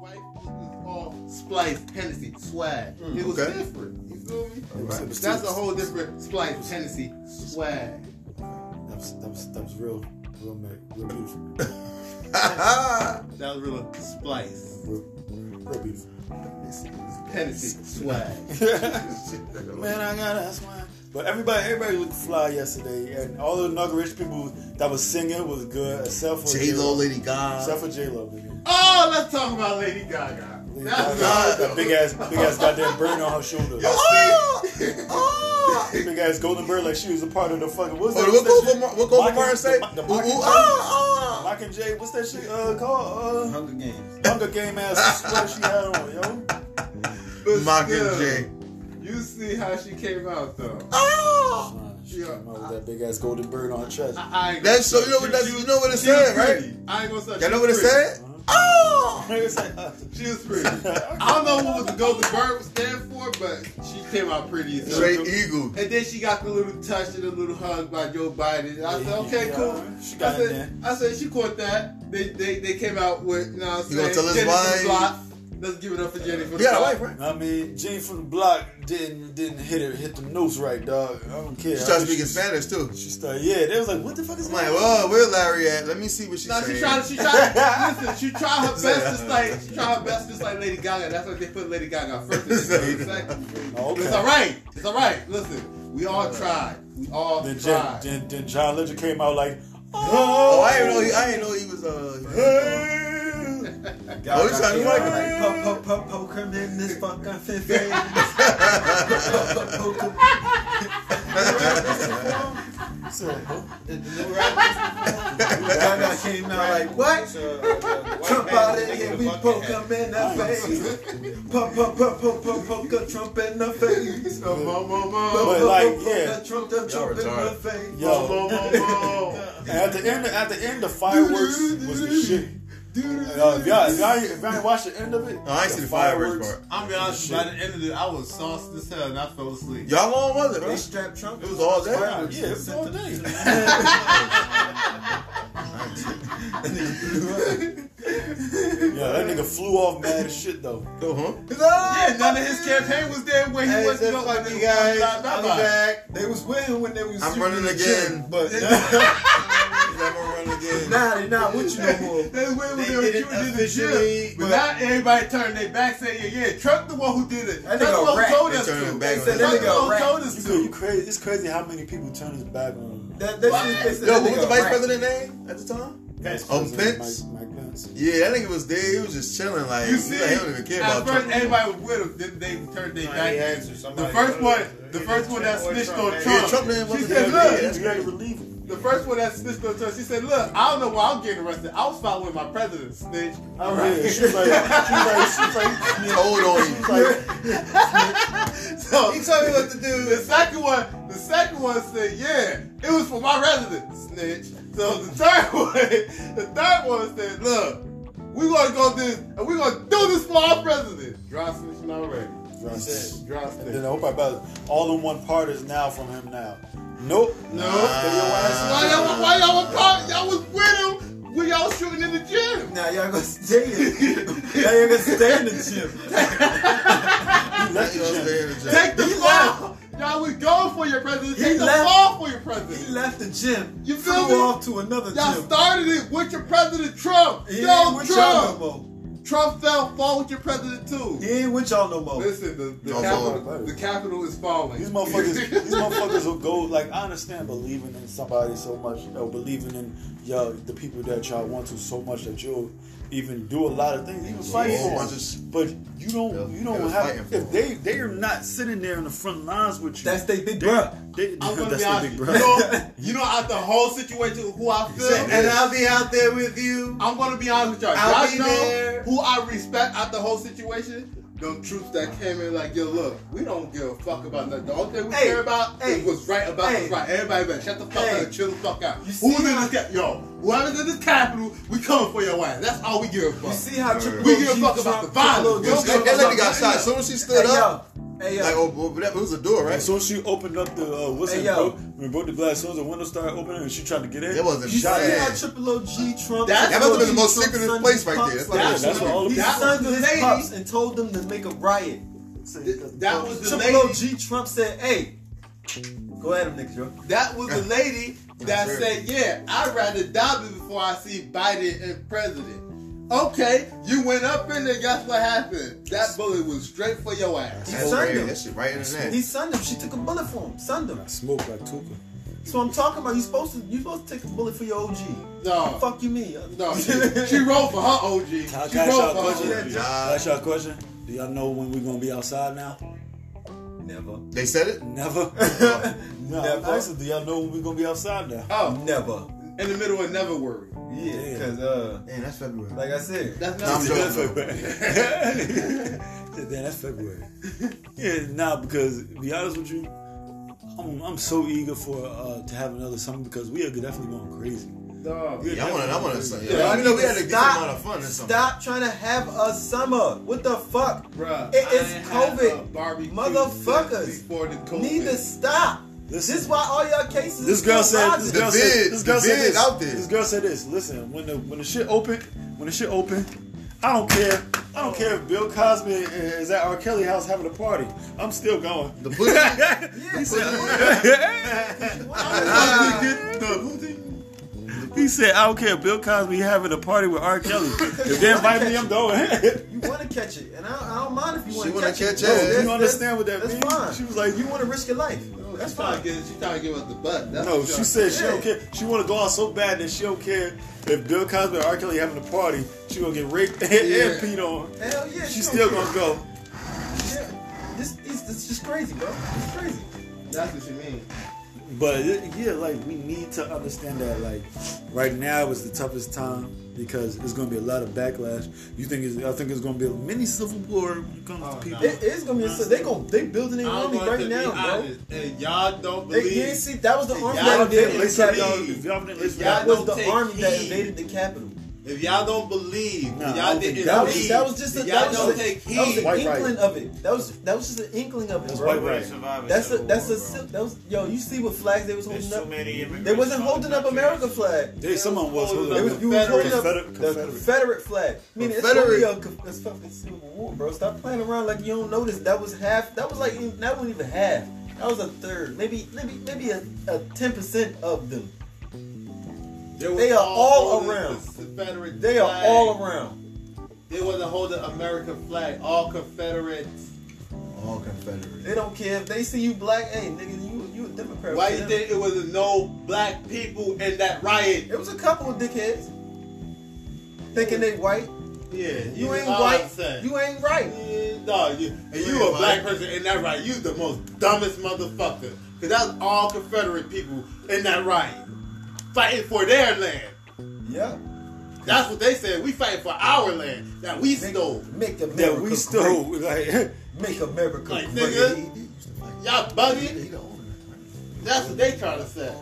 [SPEAKER 2] wife was all Splice, Hennessy, Swag. It was
[SPEAKER 3] Hmm, okay.
[SPEAKER 2] different. You feel me?
[SPEAKER 3] All right.
[SPEAKER 2] That's a whole different Splice, Hennessy, Swag.
[SPEAKER 1] That was, that was, that was real, real, man, real beautiful.
[SPEAKER 2] That was real Splice,
[SPEAKER 1] Real, real beautiful.
[SPEAKER 2] Hennessy, Swag.
[SPEAKER 1] Man, I got a swag. But everybody, everybody looked fly yesterday, and all the inauguration people that was singing was good, except for
[SPEAKER 3] J Lo, Lady
[SPEAKER 1] except
[SPEAKER 3] Gaga.
[SPEAKER 1] for J Lo. nigga.
[SPEAKER 2] Oh, let's talk about Lady Gaga. That's
[SPEAKER 1] That that big ass, big ass goddamn bird on her shoulder.
[SPEAKER 3] Oh, oh.
[SPEAKER 1] Big ass golden bird, like she was a part of the fucking. What's
[SPEAKER 3] Oh,
[SPEAKER 1] that? what's
[SPEAKER 3] what
[SPEAKER 1] that
[SPEAKER 3] Goldberg-
[SPEAKER 1] shit?
[SPEAKER 3] what
[SPEAKER 1] Mocking-
[SPEAKER 3] Goldberg Martin say?
[SPEAKER 1] The,
[SPEAKER 3] Ooh,
[SPEAKER 1] the
[SPEAKER 3] ooh,
[SPEAKER 1] Mocking-
[SPEAKER 3] ah, ah.
[SPEAKER 1] Mike and Jay, what's that shit uh, called?
[SPEAKER 5] Hunger Games.
[SPEAKER 1] Uh, Hunger Game ass sweater she had on, yo.
[SPEAKER 2] But still,
[SPEAKER 3] Mockingjay.
[SPEAKER 2] You see how she came out though.
[SPEAKER 3] Ah.
[SPEAKER 1] She came out with that big ass golden bird on her chest.
[SPEAKER 2] I, I ain't
[SPEAKER 3] That's so
[SPEAKER 2] gonna
[SPEAKER 3] you know what
[SPEAKER 2] touch
[SPEAKER 3] that's you know what it
[SPEAKER 2] She was
[SPEAKER 3] said, right?
[SPEAKER 2] pretty. I ain't gonna say.
[SPEAKER 3] Y'all know what it said? Oh.
[SPEAKER 1] It's like, Uh-huh. uh,
[SPEAKER 2] She was pretty. I don't know what the golden bird stand for, but she came out pretty. So
[SPEAKER 3] Straight eagle.
[SPEAKER 2] and then she got the little touch and the little hug by Joe Biden. I said,
[SPEAKER 1] Yeah,
[SPEAKER 2] okay,
[SPEAKER 1] yeah,
[SPEAKER 2] cool.
[SPEAKER 1] she got
[SPEAKER 2] I
[SPEAKER 1] in
[SPEAKER 2] said, I said she caught that. They they, they came out with, you know what I'm
[SPEAKER 3] You gonna
[SPEAKER 2] saying?
[SPEAKER 3] tell us
[SPEAKER 2] Jenny from
[SPEAKER 3] why?
[SPEAKER 2] the Block. Let's give it up for Jenny for the
[SPEAKER 3] You got a
[SPEAKER 2] Block.
[SPEAKER 3] wife, right?
[SPEAKER 1] I mean, Jane from the block didn't didn't hit her hit the notes right, dog. I don't care.
[SPEAKER 3] She started
[SPEAKER 1] I mean,
[SPEAKER 3] speaking Spanish too.
[SPEAKER 1] She started, yeah. They was like, "What the fuck is
[SPEAKER 3] I'm like,
[SPEAKER 1] that?"
[SPEAKER 3] whoa, where Larry at? Let me see what she's
[SPEAKER 2] No,
[SPEAKER 3] saying.
[SPEAKER 2] she tried. She tried. listen, she tried her best, just like she tried her best, just like Lady Gaga. That's why they put Lady Gaga first. You know what I'm saying?
[SPEAKER 1] Oh, okay.
[SPEAKER 2] It's all right. It's all right. Listen, we all tried. We all
[SPEAKER 1] Then, Jen,
[SPEAKER 2] tried.
[SPEAKER 1] then then John Legend came out like,
[SPEAKER 3] Oh,
[SPEAKER 1] "Oh,
[SPEAKER 3] I didn't know. He, I didn't know he was. Uh,
[SPEAKER 5] Y'all
[SPEAKER 3] Oh,
[SPEAKER 5] oh,
[SPEAKER 3] he's
[SPEAKER 5] got
[SPEAKER 3] talking
[SPEAKER 5] me
[SPEAKER 3] like-
[SPEAKER 5] like, like po po po poker in this fucking fifth grade. Po- po- poker.
[SPEAKER 1] I said, huh?
[SPEAKER 4] The, the new rap.
[SPEAKER 5] Gaga came out like what?
[SPEAKER 4] It's, uh, the white
[SPEAKER 5] Trump
[SPEAKER 4] man
[SPEAKER 5] out
[SPEAKER 4] with
[SPEAKER 5] in here,
[SPEAKER 4] the
[SPEAKER 5] we
[SPEAKER 4] bucket
[SPEAKER 5] poke
[SPEAKER 4] hat.
[SPEAKER 5] him in the face. Po po po po po poker Trump in the face.
[SPEAKER 2] So, mo, mo, mo,
[SPEAKER 1] "Oh." But
[SPEAKER 5] Po- po-
[SPEAKER 1] like,
[SPEAKER 5] poke
[SPEAKER 1] yeah.
[SPEAKER 5] Trump the Trump in the
[SPEAKER 3] retarded.
[SPEAKER 5] face.
[SPEAKER 1] Yo.
[SPEAKER 2] mo, mo, mo.
[SPEAKER 1] And at the end, at the end, the fireworks was the shit. Uh, if y'all, if y'all, if y'all ain't watched the end of it,
[SPEAKER 3] no, I ain't see the fireworks part.
[SPEAKER 2] I'm gonna be honest. By the end of it, I was sauced as hell and I fell asleep.
[SPEAKER 3] Y'all long was it, bro?
[SPEAKER 5] They strapped Trump.
[SPEAKER 3] It was all day.
[SPEAKER 5] Fireworks.
[SPEAKER 1] Yeah, it was all day. Yeah, that nigga flew off mad as shit though.
[SPEAKER 3] Oh, huh?
[SPEAKER 2] Yeah, none of his campaign was there when he
[SPEAKER 5] Hey,
[SPEAKER 2] wasn't
[SPEAKER 5] that's
[SPEAKER 2] built like
[SPEAKER 5] funny,
[SPEAKER 2] this.
[SPEAKER 5] guys.
[SPEAKER 2] Blah, blah,
[SPEAKER 5] I'm
[SPEAKER 2] blah.
[SPEAKER 5] back. They was with him when they was
[SPEAKER 3] I'm
[SPEAKER 5] shooting
[SPEAKER 3] running
[SPEAKER 5] the
[SPEAKER 3] again.
[SPEAKER 5] gym, but now
[SPEAKER 3] He's never run again.
[SPEAKER 5] nah, they not with you no more.
[SPEAKER 2] That's when we
[SPEAKER 4] They
[SPEAKER 2] did
[SPEAKER 4] did
[SPEAKER 2] it
[SPEAKER 4] it
[SPEAKER 2] in the
[SPEAKER 4] officially,
[SPEAKER 2] gym. But
[SPEAKER 4] but-
[SPEAKER 2] now everybody turned their back saying, yeah, yeah, Trump the one who did it.
[SPEAKER 5] That
[SPEAKER 2] Trump
[SPEAKER 5] nigga
[SPEAKER 2] the one
[SPEAKER 5] rat.
[SPEAKER 2] who told
[SPEAKER 3] They
[SPEAKER 2] us
[SPEAKER 3] turned
[SPEAKER 2] to.
[SPEAKER 3] him back
[SPEAKER 2] They
[SPEAKER 3] on
[SPEAKER 2] said
[SPEAKER 3] him.
[SPEAKER 2] Trump the
[SPEAKER 5] That nigga
[SPEAKER 2] one
[SPEAKER 5] rat.
[SPEAKER 2] who told
[SPEAKER 1] You
[SPEAKER 2] us
[SPEAKER 1] could- you
[SPEAKER 2] to.
[SPEAKER 1] crazy. It's crazy how many people turn his back on.
[SPEAKER 5] That, that shit, they said
[SPEAKER 3] Yo,
[SPEAKER 5] that
[SPEAKER 3] what was
[SPEAKER 5] nigga
[SPEAKER 3] the vice
[SPEAKER 5] rat.
[SPEAKER 3] president name at the time?
[SPEAKER 1] Vice
[SPEAKER 3] Um,
[SPEAKER 1] President
[SPEAKER 3] Pence?
[SPEAKER 1] Mike, Mike Pence. sentences.
[SPEAKER 3] Yeah, that nigga was there. He was just chilling. Like,
[SPEAKER 2] You see,
[SPEAKER 3] he don't even care
[SPEAKER 2] at
[SPEAKER 3] about
[SPEAKER 2] first
[SPEAKER 3] Trump.
[SPEAKER 2] everybody was with him, then they turned
[SPEAKER 4] Somebody
[SPEAKER 2] their back.
[SPEAKER 4] had to,
[SPEAKER 2] The
[SPEAKER 4] somebody
[SPEAKER 2] first
[SPEAKER 4] had
[SPEAKER 2] one,
[SPEAKER 4] to.
[SPEAKER 2] the first one that
[SPEAKER 4] Or
[SPEAKER 2] snitched
[SPEAKER 4] Trump
[SPEAKER 2] on
[SPEAKER 4] had-
[SPEAKER 3] yeah,
[SPEAKER 2] Trump.
[SPEAKER 3] Trump man
[SPEAKER 2] She
[SPEAKER 3] wasn't
[SPEAKER 2] said,
[SPEAKER 3] there. Yeah, that's
[SPEAKER 2] "Look,
[SPEAKER 1] You gotta relieve him.
[SPEAKER 2] the first one that snitched on Trump." She said, "Look, I don't know why I'm getting arrested. I was fighting with my president, snitch." All
[SPEAKER 1] Yeah,
[SPEAKER 2] right.
[SPEAKER 1] she was like, she was like, she was like,
[SPEAKER 3] Told on you.
[SPEAKER 1] she was like,
[SPEAKER 2] So
[SPEAKER 4] He told me what to do.
[SPEAKER 2] The second one, the second one said, "Yeah, it was for my residence, snitch." So the third one, the third one said, "Look, we gonna go do this, and we gonna do this for our president." Dry snitching already.
[SPEAKER 1] Dry
[SPEAKER 2] He said,
[SPEAKER 1] snitch.
[SPEAKER 2] Dry
[SPEAKER 1] And then
[SPEAKER 2] snitching.
[SPEAKER 1] I hope I better. All in one part is now from him now. Nope.
[SPEAKER 2] No.
[SPEAKER 1] They your
[SPEAKER 2] Why
[SPEAKER 1] ass-
[SPEAKER 2] y'all? Why y'all? Was, part- y'all was with him when y'all was shooting in the gym.
[SPEAKER 5] Now y'all gonna stay in. now y'all gonna stay in the gym.
[SPEAKER 1] He left
[SPEAKER 3] He was
[SPEAKER 1] the gym.
[SPEAKER 3] there in the
[SPEAKER 2] Take the
[SPEAKER 5] He
[SPEAKER 2] fall. Y'all was going for your president.
[SPEAKER 5] He
[SPEAKER 2] Take the
[SPEAKER 5] left.
[SPEAKER 2] fall for your
[SPEAKER 5] He
[SPEAKER 2] president.
[SPEAKER 5] left the gym.
[SPEAKER 2] You
[SPEAKER 5] flew
[SPEAKER 2] feel me?
[SPEAKER 5] off to another
[SPEAKER 2] Y'all
[SPEAKER 5] gym.
[SPEAKER 2] started it with your president Trump.
[SPEAKER 5] He ain't
[SPEAKER 2] Yo,
[SPEAKER 5] with y'all
[SPEAKER 2] Trump.
[SPEAKER 5] no more.
[SPEAKER 2] Trump fell fall with your president too.
[SPEAKER 5] He ain't with y'all no more.
[SPEAKER 2] Listen, the, the,
[SPEAKER 3] No,
[SPEAKER 2] capital,
[SPEAKER 1] Lord.
[SPEAKER 2] the capital is falling.
[SPEAKER 1] These motherfuckers, these motherfuckers will go like I understand believing in somebody so much, you know, believing in y'all the people that y'all want to so much that you'll even do a lot of things, even fight
[SPEAKER 3] whole
[SPEAKER 1] for
[SPEAKER 3] bunch of
[SPEAKER 1] them.
[SPEAKER 3] s-
[SPEAKER 1] But you don't, you
[SPEAKER 3] They
[SPEAKER 1] don't
[SPEAKER 3] was fighting
[SPEAKER 1] have
[SPEAKER 3] for
[SPEAKER 1] if they they are not sitting there in the front lines with you.
[SPEAKER 5] That's they big
[SPEAKER 1] They-
[SPEAKER 5] bro.
[SPEAKER 1] They,
[SPEAKER 2] I'm gonna
[SPEAKER 1] that's
[SPEAKER 2] be
[SPEAKER 1] their
[SPEAKER 2] honest.
[SPEAKER 1] big
[SPEAKER 2] You
[SPEAKER 1] bro.
[SPEAKER 2] know, you know, out the whole situation, who I feel,
[SPEAKER 3] And I'll be out there with you.
[SPEAKER 2] I'm gonna be honest with y'all.
[SPEAKER 3] I'll
[SPEAKER 2] y'all
[SPEAKER 3] be
[SPEAKER 2] know
[SPEAKER 3] there.
[SPEAKER 2] who I respect out the whole situation. Them troops that came in like, yo, look, we don't give a fuck about nothing. The only thing we
[SPEAKER 5] Hey,
[SPEAKER 2] care about
[SPEAKER 5] hey,
[SPEAKER 2] is what's right about
[SPEAKER 5] hey.
[SPEAKER 2] what's right. Everybody better shut the fuck
[SPEAKER 5] Hey.
[SPEAKER 2] up and chill the fuck out.
[SPEAKER 5] You
[SPEAKER 2] Who's
[SPEAKER 5] see
[SPEAKER 2] in
[SPEAKER 5] how-
[SPEAKER 2] this cap? Yo, whoever's in this capital, we coming for your ass. That's all we give a fuck.
[SPEAKER 5] You see how Triple
[SPEAKER 2] We
[SPEAKER 5] O
[SPEAKER 2] give a
[SPEAKER 5] keep
[SPEAKER 2] fuck about
[SPEAKER 5] Trump-
[SPEAKER 2] the violence.
[SPEAKER 5] Triple O
[SPEAKER 2] We don't
[SPEAKER 5] keep
[SPEAKER 2] give a
[SPEAKER 3] That,
[SPEAKER 5] Trump-
[SPEAKER 3] that lady got
[SPEAKER 2] Hey,
[SPEAKER 3] shot. As soon as she
[SPEAKER 5] Hey
[SPEAKER 3] stood
[SPEAKER 5] yo,
[SPEAKER 3] up,
[SPEAKER 5] hey
[SPEAKER 3] like,
[SPEAKER 5] yo,
[SPEAKER 3] oh, well, that was a door,
[SPEAKER 1] As
[SPEAKER 3] right?
[SPEAKER 1] soon as she opened up the uh, what's
[SPEAKER 5] Hey,
[SPEAKER 1] it
[SPEAKER 5] yo.
[SPEAKER 1] broke, when broke the glass, as soon as the window started opening and she tried to get in,
[SPEAKER 3] It wasn't
[SPEAKER 5] you see
[SPEAKER 3] shot.
[SPEAKER 5] how
[SPEAKER 3] at.
[SPEAKER 5] Triple O G Trump?
[SPEAKER 2] That
[SPEAKER 3] That must have been the
[SPEAKER 5] Triple O
[SPEAKER 3] most
[SPEAKER 5] G Trump
[SPEAKER 3] secretive
[SPEAKER 5] sent
[SPEAKER 3] place
[SPEAKER 5] his
[SPEAKER 3] right
[SPEAKER 5] pups-
[SPEAKER 3] there.
[SPEAKER 1] Yeah,
[SPEAKER 3] That's like-
[SPEAKER 1] that's what all the
[SPEAKER 5] He
[SPEAKER 2] That
[SPEAKER 5] sent
[SPEAKER 2] was
[SPEAKER 5] his
[SPEAKER 2] the lady.
[SPEAKER 5] pups and told them to make a riot.
[SPEAKER 2] That was the
[SPEAKER 5] Triple O
[SPEAKER 2] lady-
[SPEAKER 5] G Trump said, "Hey, go at him, nigga, yo."
[SPEAKER 2] That was the lady that
[SPEAKER 3] That's
[SPEAKER 2] said,
[SPEAKER 3] right.
[SPEAKER 2] "Yeah, I'd rather die before I see Biden and president." Okay, you went up in there. Guess what happened? That bullet was straight for your ass.
[SPEAKER 5] He
[SPEAKER 3] That's
[SPEAKER 5] sent
[SPEAKER 3] crazy.
[SPEAKER 5] him.
[SPEAKER 3] That shit right in the neck.
[SPEAKER 5] He sent him. She took a bullet for him. Send him.
[SPEAKER 1] smoke like Tuka.
[SPEAKER 5] So I'm talking about. You supposed to. You supposed to take a bullet for your OG.
[SPEAKER 2] No.
[SPEAKER 5] Fuck you, me.
[SPEAKER 2] No, she, she rolled for her OG. She
[SPEAKER 1] Can I
[SPEAKER 2] rolled
[SPEAKER 1] can I ask y'all a
[SPEAKER 2] for
[SPEAKER 1] question?
[SPEAKER 2] her OG.
[SPEAKER 1] Can I ask y'all a question? Do y'all know when we're gonna be outside now?
[SPEAKER 5] never,
[SPEAKER 3] They said it?
[SPEAKER 1] Never. no,
[SPEAKER 5] Never.
[SPEAKER 1] I said, do y'all know when we're gonna be outside now?
[SPEAKER 2] Oh,
[SPEAKER 5] never.
[SPEAKER 2] in the middle of never worry.
[SPEAKER 5] Yeah,
[SPEAKER 1] Damn.
[SPEAKER 5] because uh,
[SPEAKER 3] Man, that's February.
[SPEAKER 5] like I said,
[SPEAKER 2] That's
[SPEAKER 3] Nah, I'm
[SPEAKER 2] not.
[SPEAKER 3] joking.
[SPEAKER 1] That's February. Said, Damn, that's February. Yeah, nah, because to be honest with you, I'm, I'm so eager for uh, to have another summer because we are definitely going crazy.
[SPEAKER 2] Dog.
[SPEAKER 1] We are
[SPEAKER 3] Oh, Yeah, I want to. I want to.
[SPEAKER 1] definitely going crazy.
[SPEAKER 3] Yeah,
[SPEAKER 5] Y'all
[SPEAKER 3] even though
[SPEAKER 5] need
[SPEAKER 3] we
[SPEAKER 5] to
[SPEAKER 3] had a decent
[SPEAKER 5] stop-
[SPEAKER 3] amount of fun this summer.
[SPEAKER 5] Stop trying to have a summer. What the fuck?
[SPEAKER 2] Bruh,
[SPEAKER 5] It
[SPEAKER 2] I
[SPEAKER 5] is
[SPEAKER 2] ain't had a
[SPEAKER 5] COVID.
[SPEAKER 2] barbecue
[SPEAKER 5] Motherfuckers.
[SPEAKER 2] since Before the COVID.
[SPEAKER 5] Need to stop.
[SPEAKER 1] Listen.
[SPEAKER 5] this is why all y'all cases.
[SPEAKER 1] This
[SPEAKER 5] is
[SPEAKER 1] girl
[SPEAKER 5] still
[SPEAKER 1] said.
[SPEAKER 5] rising.
[SPEAKER 1] This girl
[SPEAKER 3] The
[SPEAKER 1] said.
[SPEAKER 3] bid-
[SPEAKER 1] This girl
[SPEAKER 3] the
[SPEAKER 1] said
[SPEAKER 3] bid
[SPEAKER 1] this.
[SPEAKER 3] out there.
[SPEAKER 1] This girl said this. Listen, when the when the shit open, when the shit open, I don't care. I don't care if Bill Cosby is at R. Kelly house having a party. I'm still going.
[SPEAKER 3] The pussy. the
[SPEAKER 5] Yeah,
[SPEAKER 2] Ah. The-
[SPEAKER 1] He said, I don't care. if Bill Cosby having a party with R. Kelly. if they invite me, I'm going.
[SPEAKER 5] you want to catch it, and I, I don't mind if you want
[SPEAKER 3] She
[SPEAKER 5] to
[SPEAKER 3] wanna
[SPEAKER 5] catch,
[SPEAKER 3] catch it.
[SPEAKER 5] it. No,
[SPEAKER 3] You
[SPEAKER 5] that's-
[SPEAKER 1] you understand what that
[SPEAKER 5] that's
[SPEAKER 1] means?
[SPEAKER 5] fine.
[SPEAKER 1] She was like,
[SPEAKER 5] You
[SPEAKER 1] you
[SPEAKER 5] want to risk your life? That's
[SPEAKER 2] She trying
[SPEAKER 5] fine.
[SPEAKER 2] to get. She trying to give us the butt. That's
[SPEAKER 1] no,
[SPEAKER 2] what
[SPEAKER 1] she
[SPEAKER 2] y'all-
[SPEAKER 1] said she
[SPEAKER 5] Yeah.
[SPEAKER 1] don't care. She want to go out so bad that she don't care if Bill Cosby or R. Kelly having a party. She gonna get raped and,
[SPEAKER 2] Yeah.
[SPEAKER 1] and peed on.
[SPEAKER 5] Hell yeah,
[SPEAKER 1] She's
[SPEAKER 5] she
[SPEAKER 1] still
[SPEAKER 5] don't
[SPEAKER 1] gonna go.
[SPEAKER 5] Yeah. This is this is just crazy, bro. It's crazy.
[SPEAKER 2] That's what she means.
[SPEAKER 1] But it- yeah, like we need to understand that like right now is the toughest time because it's gonna be a lot of backlash. You think it's, I think it's gonna be a mini civil war when it comes
[SPEAKER 2] Oh,
[SPEAKER 1] to people.
[SPEAKER 5] It is gonna be. So they gonna they building their
[SPEAKER 2] I'm
[SPEAKER 5] army
[SPEAKER 2] going
[SPEAKER 5] right
[SPEAKER 2] to
[SPEAKER 5] now,
[SPEAKER 2] be
[SPEAKER 5] bro.
[SPEAKER 2] honest, and y'all don't
[SPEAKER 5] They,
[SPEAKER 2] believe.
[SPEAKER 5] you didn't see that was the
[SPEAKER 2] If
[SPEAKER 5] army
[SPEAKER 2] y'all
[SPEAKER 5] that
[SPEAKER 2] didn't
[SPEAKER 5] invaded
[SPEAKER 1] Lace
[SPEAKER 5] the
[SPEAKER 1] up,
[SPEAKER 2] believe-
[SPEAKER 1] y'all.
[SPEAKER 5] Capitol.
[SPEAKER 1] If y'all didn't
[SPEAKER 2] If
[SPEAKER 1] listen,
[SPEAKER 2] y'all
[SPEAKER 5] That was
[SPEAKER 2] don't
[SPEAKER 5] the
[SPEAKER 2] take
[SPEAKER 5] army that
[SPEAKER 2] heed-
[SPEAKER 5] invaded the Capitol.
[SPEAKER 2] If y'all don't believe,
[SPEAKER 1] Nah, I
[SPEAKER 2] y'all
[SPEAKER 1] don't think
[SPEAKER 2] didn't
[SPEAKER 5] That was,
[SPEAKER 2] believe.
[SPEAKER 5] that was just a,
[SPEAKER 2] if
[SPEAKER 5] that
[SPEAKER 2] y'all
[SPEAKER 5] was
[SPEAKER 2] don't
[SPEAKER 5] a,
[SPEAKER 2] take
[SPEAKER 5] that was
[SPEAKER 2] heed.
[SPEAKER 5] an
[SPEAKER 1] White right.
[SPEAKER 5] inkling of it. That was that was just an inkling of it,
[SPEAKER 1] That's
[SPEAKER 5] bro.
[SPEAKER 1] white right.
[SPEAKER 5] That's a that's a si- that was yo. You see what flags they was holding
[SPEAKER 4] There's too
[SPEAKER 5] up?
[SPEAKER 4] many immigrants.
[SPEAKER 5] They wasn't holding up America flag.
[SPEAKER 1] they, someone was
[SPEAKER 2] They
[SPEAKER 5] They
[SPEAKER 1] holding
[SPEAKER 5] was
[SPEAKER 1] up.
[SPEAKER 5] you was holding up
[SPEAKER 1] Confederate-
[SPEAKER 5] the
[SPEAKER 1] Confederate.
[SPEAKER 5] Confederate flag. I mean, it's
[SPEAKER 3] Confederate.
[SPEAKER 5] only a co- it's fucking Civil War, bro. Stop playing around like you don't notice. That was half. That was like even- that wasn't even half. That was a third, maybe maybe maybe a ten percent of them. They are all around.
[SPEAKER 2] Confederate
[SPEAKER 5] They are
[SPEAKER 2] flag.
[SPEAKER 5] all around.
[SPEAKER 2] They wasn't holding American flag. All Confederates.
[SPEAKER 3] All Confederate.
[SPEAKER 5] They don't care if they see you black. Hey, nigga, you you a Democrat?
[SPEAKER 2] Why
[SPEAKER 5] for
[SPEAKER 2] you
[SPEAKER 5] them.
[SPEAKER 2] think it was no black people in that riot?
[SPEAKER 5] It was a couple of dickheads. thinking they white.
[SPEAKER 2] Yeah,
[SPEAKER 5] You ain't
[SPEAKER 2] all
[SPEAKER 5] white.
[SPEAKER 2] I'm saying.
[SPEAKER 5] You ain't right.
[SPEAKER 2] Yeah, no, you, and you a black person in that right. You the most dumbest motherfucker. Cause that's all Confederate people in that right. Fighting for their land.
[SPEAKER 5] Yeah.
[SPEAKER 2] That's what they said. We fighting for our land that we stole.
[SPEAKER 5] Make America
[SPEAKER 1] That we stole. Like,
[SPEAKER 5] Great. Make America
[SPEAKER 2] Like,
[SPEAKER 5] great.
[SPEAKER 2] nigga.
[SPEAKER 3] He, he used to fight.
[SPEAKER 2] Y'all
[SPEAKER 3] He, he
[SPEAKER 2] bugging?
[SPEAKER 3] the owner.
[SPEAKER 2] That's what they trying to say.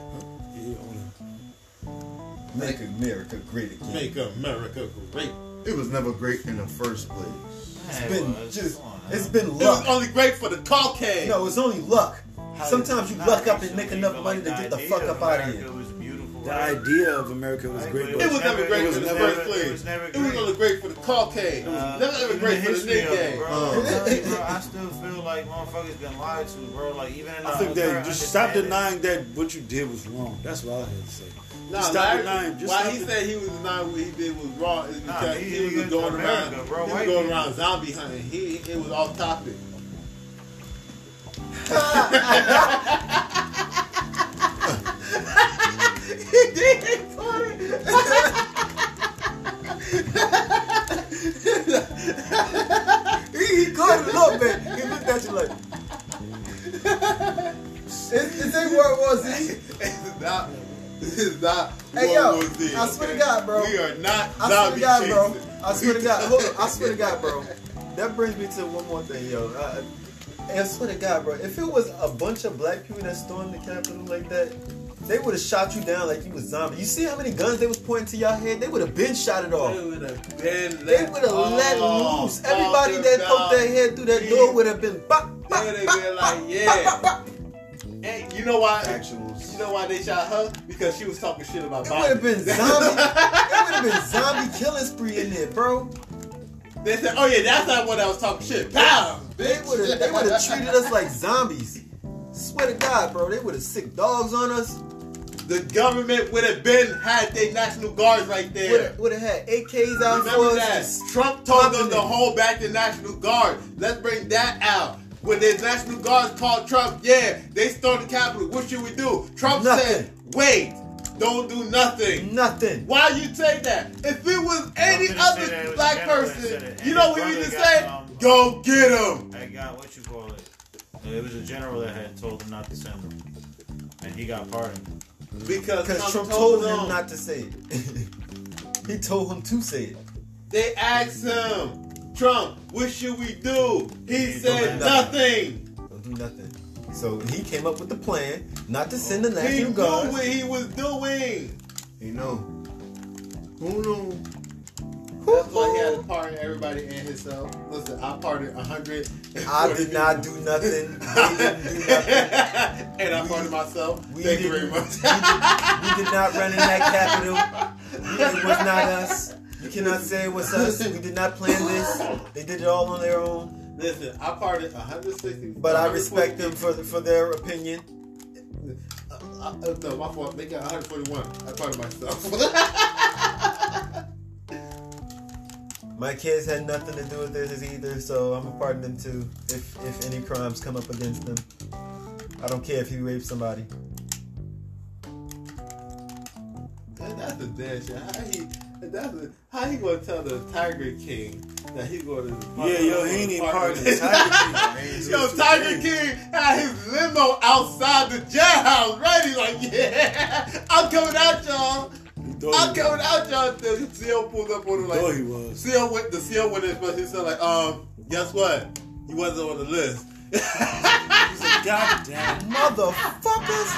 [SPEAKER 5] Make America great again.
[SPEAKER 2] Make America great.
[SPEAKER 3] It was never great in the first place.
[SPEAKER 5] it's been just. It's been
[SPEAKER 2] It was
[SPEAKER 5] luck.
[SPEAKER 2] only great for the Caucasians.
[SPEAKER 5] No, it's only luck.
[SPEAKER 1] How
[SPEAKER 5] Sometimes you
[SPEAKER 4] Nah,
[SPEAKER 5] luck up
[SPEAKER 4] it's
[SPEAKER 5] and make
[SPEAKER 4] something,
[SPEAKER 5] enough
[SPEAKER 4] but,
[SPEAKER 5] money to
[SPEAKER 4] like,
[SPEAKER 5] get the
[SPEAKER 4] idea
[SPEAKER 5] fuck up out of
[SPEAKER 4] America
[SPEAKER 5] here.
[SPEAKER 4] was beautiful.
[SPEAKER 1] the
[SPEAKER 4] right?
[SPEAKER 1] idea of America was great,
[SPEAKER 2] It
[SPEAKER 1] but
[SPEAKER 2] was never
[SPEAKER 4] It
[SPEAKER 2] great for
[SPEAKER 4] was
[SPEAKER 2] the
[SPEAKER 4] never-
[SPEAKER 2] first place.
[SPEAKER 4] it was never
[SPEAKER 2] It was
[SPEAKER 4] great.
[SPEAKER 2] only great for the Caucasians. It
[SPEAKER 4] Uh,
[SPEAKER 2] was never ever
[SPEAKER 4] even
[SPEAKER 2] great
[SPEAKER 4] the
[SPEAKER 2] for the
[SPEAKER 4] history of it,
[SPEAKER 2] niggas.
[SPEAKER 4] bro.
[SPEAKER 3] Uh.
[SPEAKER 4] Like, bro, I still feel like motherfuckers been lied to, bro. Like even in
[SPEAKER 1] I
[SPEAKER 4] our-
[SPEAKER 1] think that
[SPEAKER 4] I
[SPEAKER 1] just stop
[SPEAKER 4] understand it.
[SPEAKER 1] denying that what you did was wrong. That's what I had to say.
[SPEAKER 2] Nah,
[SPEAKER 1] Just stop
[SPEAKER 2] Larry,
[SPEAKER 1] denying. Just
[SPEAKER 2] why
[SPEAKER 1] stop
[SPEAKER 2] he
[SPEAKER 1] den-
[SPEAKER 2] said he was denying what he did was wrong is
[SPEAKER 4] Nah,
[SPEAKER 2] because
[SPEAKER 4] he-
[SPEAKER 2] he,
[SPEAKER 4] he
[SPEAKER 2] was
[SPEAKER 4] is
[SPEAKER 2] going
[SPEAKER 4] America,
[SPEAKER 2] around,
[SPEAKER 4] bro.
[SPEAKER 2] he
[SPEAKER 4] White
[SPEAKER 2] was going
[SPEAKER 4] people-
[SPEAKER 2] around zombie hunting. He it was off topic. he did, Tony.
[SPEAKER 5] He, he caught it a little bit. He looked at you like. This this ain't where it was. E? Z.
[SPEAKER 2] It's not. It's not.
[SPEAKER 5] Hey,
[SPEAKER 2] what
[SPEAKER 5] yo,
[SPEAKER 2] was it,
[SPEAKER 5] I swear to
[SPEAKER 2] okay?
[SPEAKER 5] God, bro.
[SPEAKER 2] We are not
[SPEAKER 5] I swear to
[SPEAKER 2] zombie
[SPEAKER 5] God, bro.
[SPEAKER 2] chasers.
[SPEAKER 5] I swear to God. Hold on. I swear to God, bro. That brings me to one more thing, yo. I, I swear to God, bro. If it was a bunch of black people that stormed the Capitol like that, they would have shot you down like you was zombie. You see how many guns they was pointing to your head? They would have been shot it off.
[SPEAKER 2] They would have been
[SPEAKER 5] They would have let loose. Everybody that poked their head through that door would have been bop, bop,
[SPEAKER 2] They would
[SPEAKER 5] bop,
[SPEAKER 2] have been
[SPEAKER 5] bop,
[SPEAKER 2] like,
[SPEAKER 5] bop,
[SPEAKER 2] yeah.
[SPEAKER 5] bop, bop.
[SPEAKER 2] And you know why? You
[SPEAKER 3] Actuals.
[SPEAKER 2] know why they shot her? Because she was talking shit about
[SPEAKER 5] It would have
[SPEAKER 2] Biden.
[SPEAKER 5] been zombie. it would have been zombie killing spree in there, bro.
[SPEAKER 2] They said, "Oh yeah, that's not what I was talking shit." Pow!
[SPEAKER 5] They
[SPEAKER 2] bitch.
[SPEAKER 5] would have. They would have treated us like zombies. Swear to God, bro. They would have sick dogs on us.
[SPEAKER 2] The government would have been had they national guards right there.
[SPEAKER 5] Would have had AKs out
[SPEAKER 2] Remember
[SPEAKER 5] for
[SPEAKER 2] that?
[SPEAKER 5] us.
[SPEAKER 2] Trump told
[SPEAKER 5] Popping
[SPEAKER 2] them to
[SPEAKER 5] it.
[SPEAKER 2] hold back the National Guard. Let's bring that out. When the National Guards called Trump, yeah, they stormed the Capitol. What should we do? Trump
[SPEAKER 5] Nothing. Mm.
[SPEAKER 2] said, wait, don't do nothing.
[SPEAKER 5] Nothing.
[SPEAKER 2] Why you say that? If it was any
[SPEAKER 4] finna say that it
[SPEAKER 2] other
[SPEAKER 4] was
[SPEAKER 2] black
[SPEAKER 4] Jennifer that said
[SPEAKER 2] person,
[SPEAKER 4] it, and
[SPEAKER 2] you know
[SPEAKER 4] his
[SPEAKER 2] what we
[SPEAKER 4] brother
[SPEAKER 2] need to
[SPEAKER 4] got,
[SPEAKER 2] say?
[SPEAKER 4] um,
[SPEAKER 2] Go get him.
[SPEAKER 4] I got what you call it. It was a general that had told him not to send him, and he got pardoned.
[SPEAKER 2] Because
[SPEAKER 5] Because Trump told him not to say it. he told him to say it.
[SPEAKER 2] They asked him, Trump, what should we do? He
[SPEAKER 4] He
[SPEAKER 2] said
[SPEAKER 4] don't
[SPEAKER 2] nothing.
[SPEAKER 5] Don't do nothing. So he came up with the plan not to send the
[SPEAKER 2] He
[SPEAKER 5] National
[SPEAKER 2] knew
[SPEAKER 5] Guard.
[SPEAKER 2] what he was doing.
[SPEAKER 3] He know. Who knew?
[SPEAKER 2] That's why he had to pardon everybody and himself. Listen, I pardoned 100.
[SPEAKER 5] I did not do nothing. They didn't do nothing.
[SPEAKER 2] and I pardoned myself.
[SPEAKER 5] We
[SPEAKER 2] Thank you
[SPEAKER 5] didn't-
[SPEAKER 2] very much.
[SPEAKER 5] We did, we did not run in that capital. It was not us. You cannot say it was us. We did not plan this. They did it all on their own.
[SPEAKER 2] Listen, I pardoned 160.
[SPEAKER 5] But I respect them for for their opinion.
[SPEAKER 2] Uh, uh, no, my fault. They got 141. I pardoned myself.
[SPEAKER 5] My kids had nothing to do with this either, so I'm gonna pardon them too. If if any crimes come up against them, I don't care if he raped somebody.
[SPEAKER 2] That- That's a dead shit. How he? That's a, how he gonna tell the Tiger King that he going to?
[SPEAKER 1] Yeah, yo, he ain't even part of this.
[SPEAKER 2] Yo, Tiger King had his limo outside the jailhouse ready. Like, yeah, I'm coming out, y'all.
[SPEAKER 5] Oh,
[SPEAKER 2] I'm coming out, y'all. The seal pulled up on him
[SPEAKER 1] Thought he
[SPEAKER 2] like.
[SPEAKER 1] was.
[SPEAKER 2] Seal went. The seal went in, but he said like, um, guess what? He wasn't on the list.
[SPEAKER 1] He's a goddamn.
[SPEAKER 5] Motherfuckers!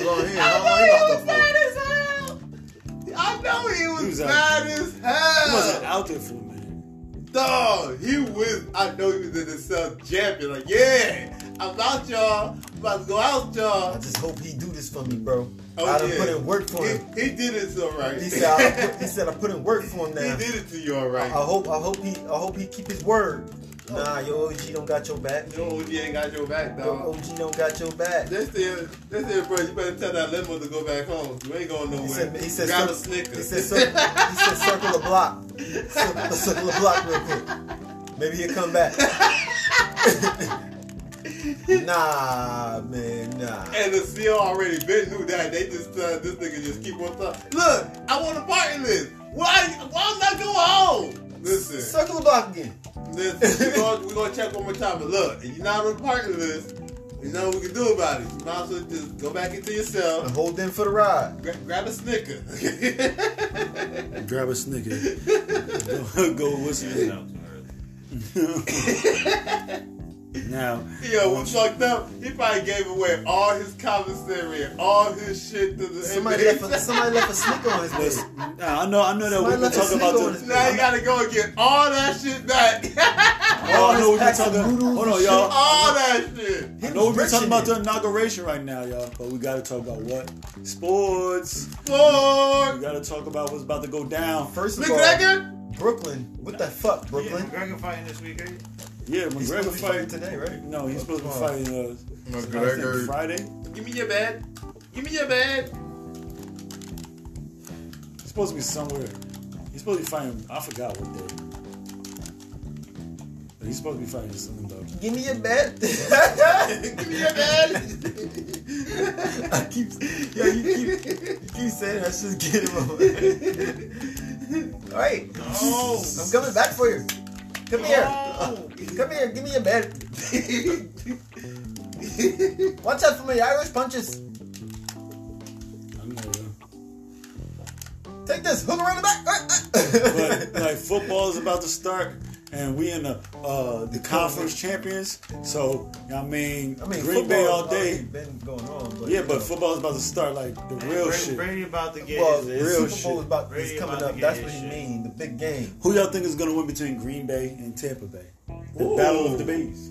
[SPEAKER 3] Long hair.
[SPEAKER 2] I
[SPEAKER 3] How
[SPEAKER 2] know
[SPEAKER 3] long
[SPEAKER 2] he
[SPEAKER 3] he got
[SPEAKER 2] was
[SPEAKER 3] stuff
[SPEAKER 2] mad
[SPEAKER 3] for?
[SPEAKER 2] as hell. I know he was,
[SPEAKER 1] He was out.
[SPEAKER 2] mad as hell.
[SPEAKER 1] He wasn't out there for a minute.
[SPEAKER 2] Dog, he was. I know he was in the South champion. Like, yeah, I'm out, y'all. I'm about to go out,
[SPEAKER 5] I
[SPEAKER 2] y'all.
[SPEAKER 5] just hope he do this for me, bro.
[SPEAKER 2] Oh,
[SPEAKER 5] I done
[SPEAKER 2] yeah.
[SPEAKER 5] put in work for
[SPEAKER 2] He,
[SPEAKER 5] him.
[SPEAKER 2] he did it so right.
[SPEAKER 5] He said, I put, he said I put in work for him
[SPEAKER 2] He
[SPEAKER 5] now.
[SPEAKER 2] did it to you all right.
[SPEAKER 5] I hope I hope he I hope he keep his word. Nah, your OG don't got your back.
[SPEAKER 2] Your OG ain't got your back,
[SPEAKER 5] Your
[SPEAKER 2] dog.
[SPEAKER 5] OG don't got your back.
[SPEAKER 2] This here, this here, bro. You better tell that limo to go back home. You ain't going nowhere.
[SPEAKER 5] He said he said
[SPEAKER 2] grab
[SPEAKER 5] cir-
[SPEAKER 2] a Snickers.
[SPEAKER 5] He said, cir- he said circle the block. Circle, circle the block real quick. Maybe he'll come back. nah, man, nah.
[SPEAKER 2] And the CEO already been knew that. They just uh, this nigga just keep on talking. Look, I want to party list. Why? Why am I going home? Listen,
[SPEAKER 5] Circle the block again.
[SPEAKER 2] listen. We gonna, we gonna check one more time. But look, if you're not on the party list. You know what we can do about it. You might as well just go back into
[SPEAKER 5] And
[SPEAKER 2] yourself.
[SPEAKER 5] hold in for the ride.
[SPEAKER 2] Gra- grab a snicker.
[SPEAKER 1] Grab a snicker. go, go whistle it out. now,
[SPEAKER 2] Yo, what fucked up? He probably gave away all his commissary and all his shit to the
[SPEAKER 5] Somebody left,
[SPEAKER 2] inmates.
[SPEAKER 5] a, somebody left a sneaker on his waist.
[SPEAKER 1] nah, I know, I know that
[SPEAKER 5] Somebody
[SPEAKER 1] we've been
[SPEAKER 5] left a
[SPEAKER 1] talking about
[SPEAKER 5] sneaker on his
[SPEAKER 1] the.
[SPEAKER 2] Now you gotta go and get all that shit back.
[SPEAKER 1] Oh, I know we've been
[SPEAKER 5] Packs of
[SPEAKER 1] talking.
[SPEAKER 5] noodles
[SPEAKER 1] Hold on,
[SPEAKER 5] and
[SPEAKER 1] y'all.
[SPEAKER 2] all that shit.
[SPEAKER 1] I know
[SPEAKER 5] He was
[SPEAKER 1] we've been
[SPEAKER 5] rich
[SPEAKER 1] talking
[SPEAKER 5] in
[SPEAKER 1] about the
[SPEAKER 5] there.
[SPEAKER 1] inauguration right now, y'all, but we gotta talk about what? Sports. We
[SPEAKER 2] Fuck.
[SPEAKER 1] gotta talk about what's about to go down.
[SPEAKER 5] First of all,
[SPEAKER 2] McGregor?
[SPEAKER 5] Brooklyn. What the fuck, Brooklyn?
[SPEAKER 4] Yeah, McGregor fighting this week, eh?
[SPEAKER 1] Yeah,
[SPEAKER 5] He's
[SPEAKER 1] McGregor
[SPEAKER 5] supposed to be fighting
[SPEAKER 1] fighting.
[SPEAKER 5] today, right?
[SPEAKER 1] No, he's supposed to be
[SPEAKER 5] Tomorrow.
[SPEAKER 1] fighting uh, I think
[SPEAKER 3] McGregor.
[SPEAKER 1] Friday.
[SPEAKER 2] Give me your bed. Give me your bed.
[SPEAKER 1] He's supposed to be somewhere. He's supposed to be fighting. I forgot what day. But he's supposed to be fighting something though.
[SPEAKER 5] Give me your bet.
[SPEAKER 2] Give me your bed.
[SPEAKER 5] I keep, yo, you keep, you keep saying that shit's getting over. All right,
[SPEAKER 2] Oh.
[SPEAKER 5] I'm coming back for you. Come here, come here. Give me your bet. Watch out for my Irish punches.
[SPEAKER 1] I'm not know.
[SPEAKER 5] Take this hook around the back.
[SPEAKER 1] But like football is about to start, and we in the uh, the conference champions. So I mean,
[SPEAKER 5] I mean,
[SPEAKER 1] Green Bay
[SPEAKER 5] football
[SPEAKER 1] all
[SPEAKER 5] has
[SPEAKER 1] day.
[SPEAKER 5] already Been going on, but
[SPEAKER 1] Yeah, but football is about to start like the real
[SPEAKER 4] Brady,
[SPEAKER 1] shit.
[SPEAKER 4] Brady about to get
[SPEAKER 5] Well,
[SPEAKER 4] his,
[SPEAKER 5] the
[SPEAKER 4] his
[SPEAKER 5] Super Bowl
[SPEAKER 1] shit.
[SPEAKER 5] is about
[SPEAKER 4] Brady
[SPEAKER 5] is coming
[SPEAKER 4] about to
[SPEAKER 5] up.
[SPEAKER 4] get
[SPEAKER 5] That's
[SPEAKER 4] his
[SPEAKER 5] what you
[SPEAKER 4] shit.
[SPEAKER 5] mean. The big game.
[SPEAKER 1] Who y'all think is gonna win between Green Bay and Tampa Bay? The
[SPEAKER 2] Ooh.
[SPEAKER 1] battle of the bays.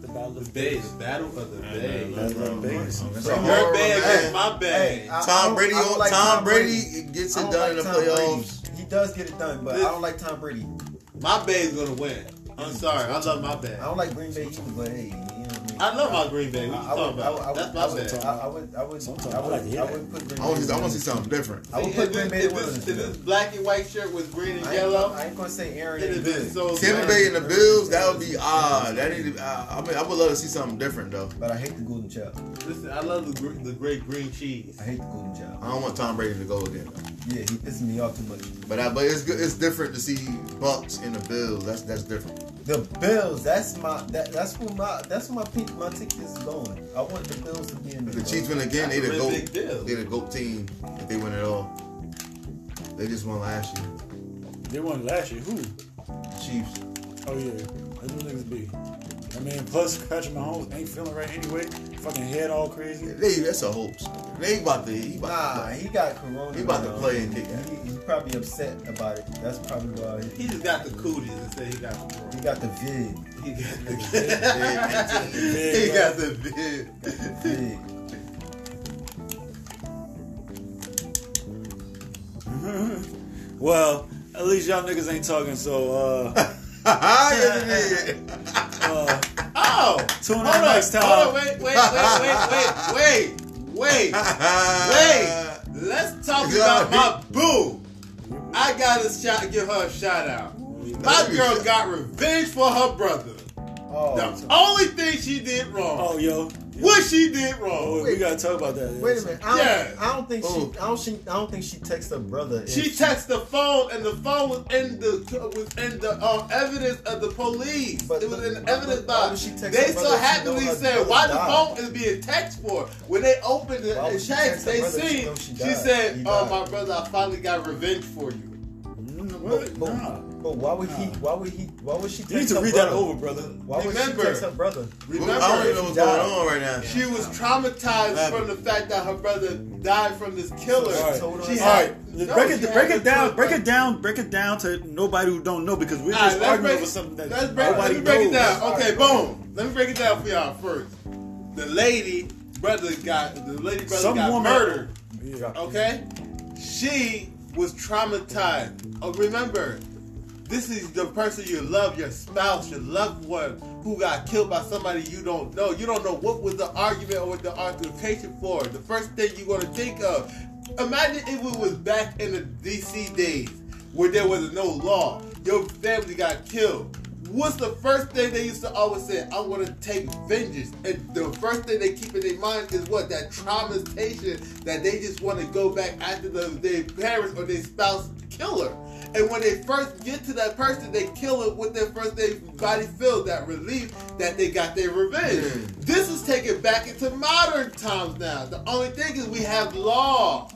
[SPEAKER 1] The battle of the
[SPEAKER 2] Bay, the battle of the
[SPEAKER 1] The
[SPEAKER 2] bay.
[SPEAKER 1] battle of the bays.
[SPEAKER 2] Your bed
[SPEAKER 5] Hey,
[SPEAKER 2] is my
[SPEAKER 5] Oh, hey,
[SPEAKER 2] bed.
[SPEAKER 5] I- I
[SPEAKER 3] Tom
[SPEAKER 5] don't-
[SPEAKER 3] Brady,
[SPEAKER 5] I don't like
[SPEAKER 3] Tom, Brady, gets
[SPEAKER 5] I
[SPEAKER 3] it
[SPEAKER 5] don't
[SPEAKER 3] done
[SPEAKER 5] like
[SPEAKER 3] in the
[SPEAKER 5] Tom
[SPEAKER 3] playoffs.
[SPEAKER 5] Brady. He does get it done, but I don't like Tom Brady.
[SPEAKER 2] My bed's gonna win. I'm sorry. I love my bed.
[SPEAKER 5] I don't like Green Bay either, but hey, you know what I mean.
[SPEAKER 2] I love my Green Bay. What you
[SPEAKER 5] I
[SPEAKER 2] talking
[SPEAKER 5] would, I would, I
[SPEAKER 2] about?
[SPEAKER 5] would,
[SPEAKER 2] That's
[SPEAKER 5] I
[SPEAKER 2] my
[SPEAKER 5] would,
[SPEAKER 2] bed.
[SPEAKER 5] I would, I would,
[SPEAKER 1] Sometimes
[SPEAKER 5] I
[SPEAKER 1] I like to
[SPEAKER 5] would,
[SPEAKER 1] hear
[SPEAKER 5] I
[SPEAKER 1] that.
[SPEAKER 5] would put Green
[SPEAKER 3] I want to see, I
[SPEAKER 5] Bay.
[SPEAKER 3] want to see something different.
[SPEAKER 5] I would
[SPEAKER 2] Is
[SPEAKER 5] put
[SPEAKER 2] this,
[SPEAKER 5] Green Bay
[SPEAKER 2] is
[SPEAKER 5] in one
[SPEAKER 2] this,
[SPEAKER 5] of
[SPEAKER 2] is
[SPEAKER 5] the
[SPEAKER 2] this black and white shirt with green and
[SPEAKER 5] I ain't, gonna-
[SPEAKER 2] yellow?
[SPEAKER 5] I ain't gonna say Aaron
[SPEAKER 2] It
[SPEAKER 5] ain't
[SPEAKER 2] has been
[SPEAKER 5] good,
[SPEAKER 2] so
[SPEAKER 3] Tampa
[SPEAKER 2] bad.
[SPEAKER 3] Bay and the Bills, that would be odd. That need to, uh, I mean, I would love to see something different though.
[SPEAKER 5] but I hate the golden child.
[SPEAKER 2] Listen, I love the, gr- the great green cheese.
[SPEAKER 5] I hate the golden child.
[SPEAKER 3] I don't want Tom Brady to go again. Though.
[SPEAKER 5] Yeah, he pisses me off too much.
[SPEAKER 3] But I, but it's good. It's different to see Bucks and the Bills. That's that's different.
[SPEAKER 5] The Bills, that's my, that, that's where my, that's where my pe- my ticket is going. I want the Bills to be in
[SPEAKER 3] If
[SPEAKER 5] the.
[SPEAKER 3] the Chiefs win again, they
[SPEAKER 2] That's
[SPEAKER 3] the
[SPEAKER 2] a really
[SPEAKER 3] goat.
[SPEAKER 2] big deal.
[SPEAKER 3] They the goat team. If they win it all, they just won last year.
[SPEAKER 1] They won last year. Who?
[SPEAKER 3] Chiefs.
[SPEAKER 1] Oh yeah, that's what niggas be. I mean, plus Patrick Mahomes ain't feeling right anyway. Fucking head all crazy.
[SPEAKER 3] They that's a hoax. They about to. He about
[SPEAKER 5] Nah,
[SPEAKER 3] to.
[SPEAKER 5] he got corona.
[SPEAKER 3] He about to
[SPEAKER 5] now.
[SPEAKER 3] play and kick ass.
[SPEAKER 5] He, he's probably upset about it. That's probably why he,
[SPEAKER 2] He just got the cooties and said he got the
[SPEAKER 5] he got the vid.
[SPEAKER 2] He got the
[SPEAKER 1] Yeah,
[SPEAKER 2] He
[SPEAKER 1] bro.
[SPEAKER 2] got the vid.
[SPEAKER 5] Vid.
[SPEAKER 1] Well, at least y'all niggas ain't talking. So uh,
[SPEAKER 3] Yes, it is.
[SPEAKER 1] uh
[SPEAKER 2] Oh!
[SPEAKER 1] tune in
[SPEAKER 2] Hold on,
[SPEAKER 1] next time.
[SPEAKER 2] hold on, wait, wait, wait, wait, wait, wait, wait. Wait, let's talk about my boo. I gotta shout, give her a shout out. My girl got revenge for her brother.
[SPEAKER 5] Oh,
[SPEAKER 2] The only thing she did wrong,
[SPEAKER 1] Oh yo,
[SPEAKER 2] what she did
[SPEAKER 1] oh,
[SPEAKER 2] wrong,
[SPEAKER 1] we gotta talk about that.
[SPEAKER 5] Wait a minute. I don't,
[SPEAKER 2] Yeah.
[SPEAKER 5] I don't think
[SPEAKER 3] Oh.
[SPEAKER 5] she. I don't. She, I don't think she texts her brother. if
[SPEAKER 2] she texted the phone, and the phone was in the was in the uh, evidence of the police.
[SPEAKER 5] But-
[SPEAKER 2] it was in the
[SPEAKER 5] but-
[SPEAKER 2] evidence
[SPEAKER 5] but why
[SPEAKER 2] box.
[SPEAKER 5] would she text
[SPEAKER 2] They
[SPEAKER 5] her
[SPEAKER 2] so
[SPEAKER 5] brother if she
[SPEAKER 2] happily
[SPEAKER 5] know her
[SPEAKER 2] said,
[SPEAKER 5] brother
[SPEAKER 2] "Why
[SPEAKER 5] died?"
[SPEAKER 2] the phone is being text for?" When they opened it
[SPEAKER 5] Why
[SPEAKER 2] and
[SPEAKER 5] would she
[SPEAKER 2] checked,
[SPEAKER 5] text her
[SPEAKER 2] they
[SPEAKER 5] brother if she
[SPEAKER 2] seen.
[SPEAKER 5] know she
[SPEAKER 2] She,
[SPEAKER 5] died?
[SPEAKER 2] said,
[SPEAKER 5] He
[SPEAKER 2] "Oh,
[SPEAKER 5] died."
[SPEAKER 2] my brother, I finally got revenge for you."
[SPEAKER 1] Mm,
[SPEAKER 5] But,
[SPEAKER 1] what?
[SPEAKER 5] but,
[SPEAKER 1] Nah.
[SPEAKER 5] but why would he? Why would he? Why would she? Text
[SPEAKER 1] You need to
[SPEAKER 5] her
[SPEAKER 1] read
[SPEAKER 5] brother?
[SPEAKER 1] that over, brother.
[SPEAKER 5] Why would
[SPEAKER 2] Remember.
[SPEAKER 5] she text her brother?
[SPEAKER 2] Remember,
[SPEAKER 3] I don't even know what's going on right now.
[SPEAKER 2] She was traumatized
[SPEAKER 3] Eleven.
[SPEAKER 2] from the fact that her brother died from this killer.
[SPEAKER 5] So
[SPEAKER 1] Alright.
[SPEAKER 5] she told her.
[SPEAKER 2] She
[SPEAKER 1] All right,
[SPEAKER 2] No,
[SPEAKER 1] break
[SPEAKER 2] she
[SPEAKER 1] it, break
[SPEAKER 2] had
[SPEAKER 1] it
[SPEAKER 2] the
[SPEAKER 1] down,
[SPEAKER 2] truth.
[SPEAKER 1] break it down, break it down to nobody who don't know because we're
[SPEAKER 2] All
[SPEAKER 1] just
[SPEAKER 2] right, let's
[SPEAKER 1] arguing
[SPEAKER 2] break,
[SPEAKER 1] over something that
[SPEAKER 2] let's break,
[SPEAKER 1] nobody
[SPEAKER 2] let me break it
[SPEAKER 1] knows.
[SPEAKER 2] down.
[SPEAKER 1] All
[SPEAKER 2] Okay,
[SPEAKER 1] right.
[SPEAKER 2] boom. Let me break it down for y'all first. The lady brother got the lady brother
[SPEAKER 1] Some
[SPEAKER 2] got
[SPEAKER 1] woman-
[SPEAKER 2] murdered.
[SPEAKER 1] Yeah.
[SPEAKER 2] Okay, she was traumatized. Oh, remember, this is the person you love, your spouse, your loved one, who got killed by somebody you don't know. You don't know what was the argument or what the altercation for. The first thing you're gonna think of. Imagine if it was back in the DC days where there was no law. Your family got killed. What's the first thing they used to always say? I want to take vengeance. And the first thing they keep in their mind is what? That traumatization that they just want to go back after the, their parents or their spouse killer. And when they first get to that person, they kill it with their first they body feel that relief that they got their revenge. This is taken back into modern times now. The only thing is we have law.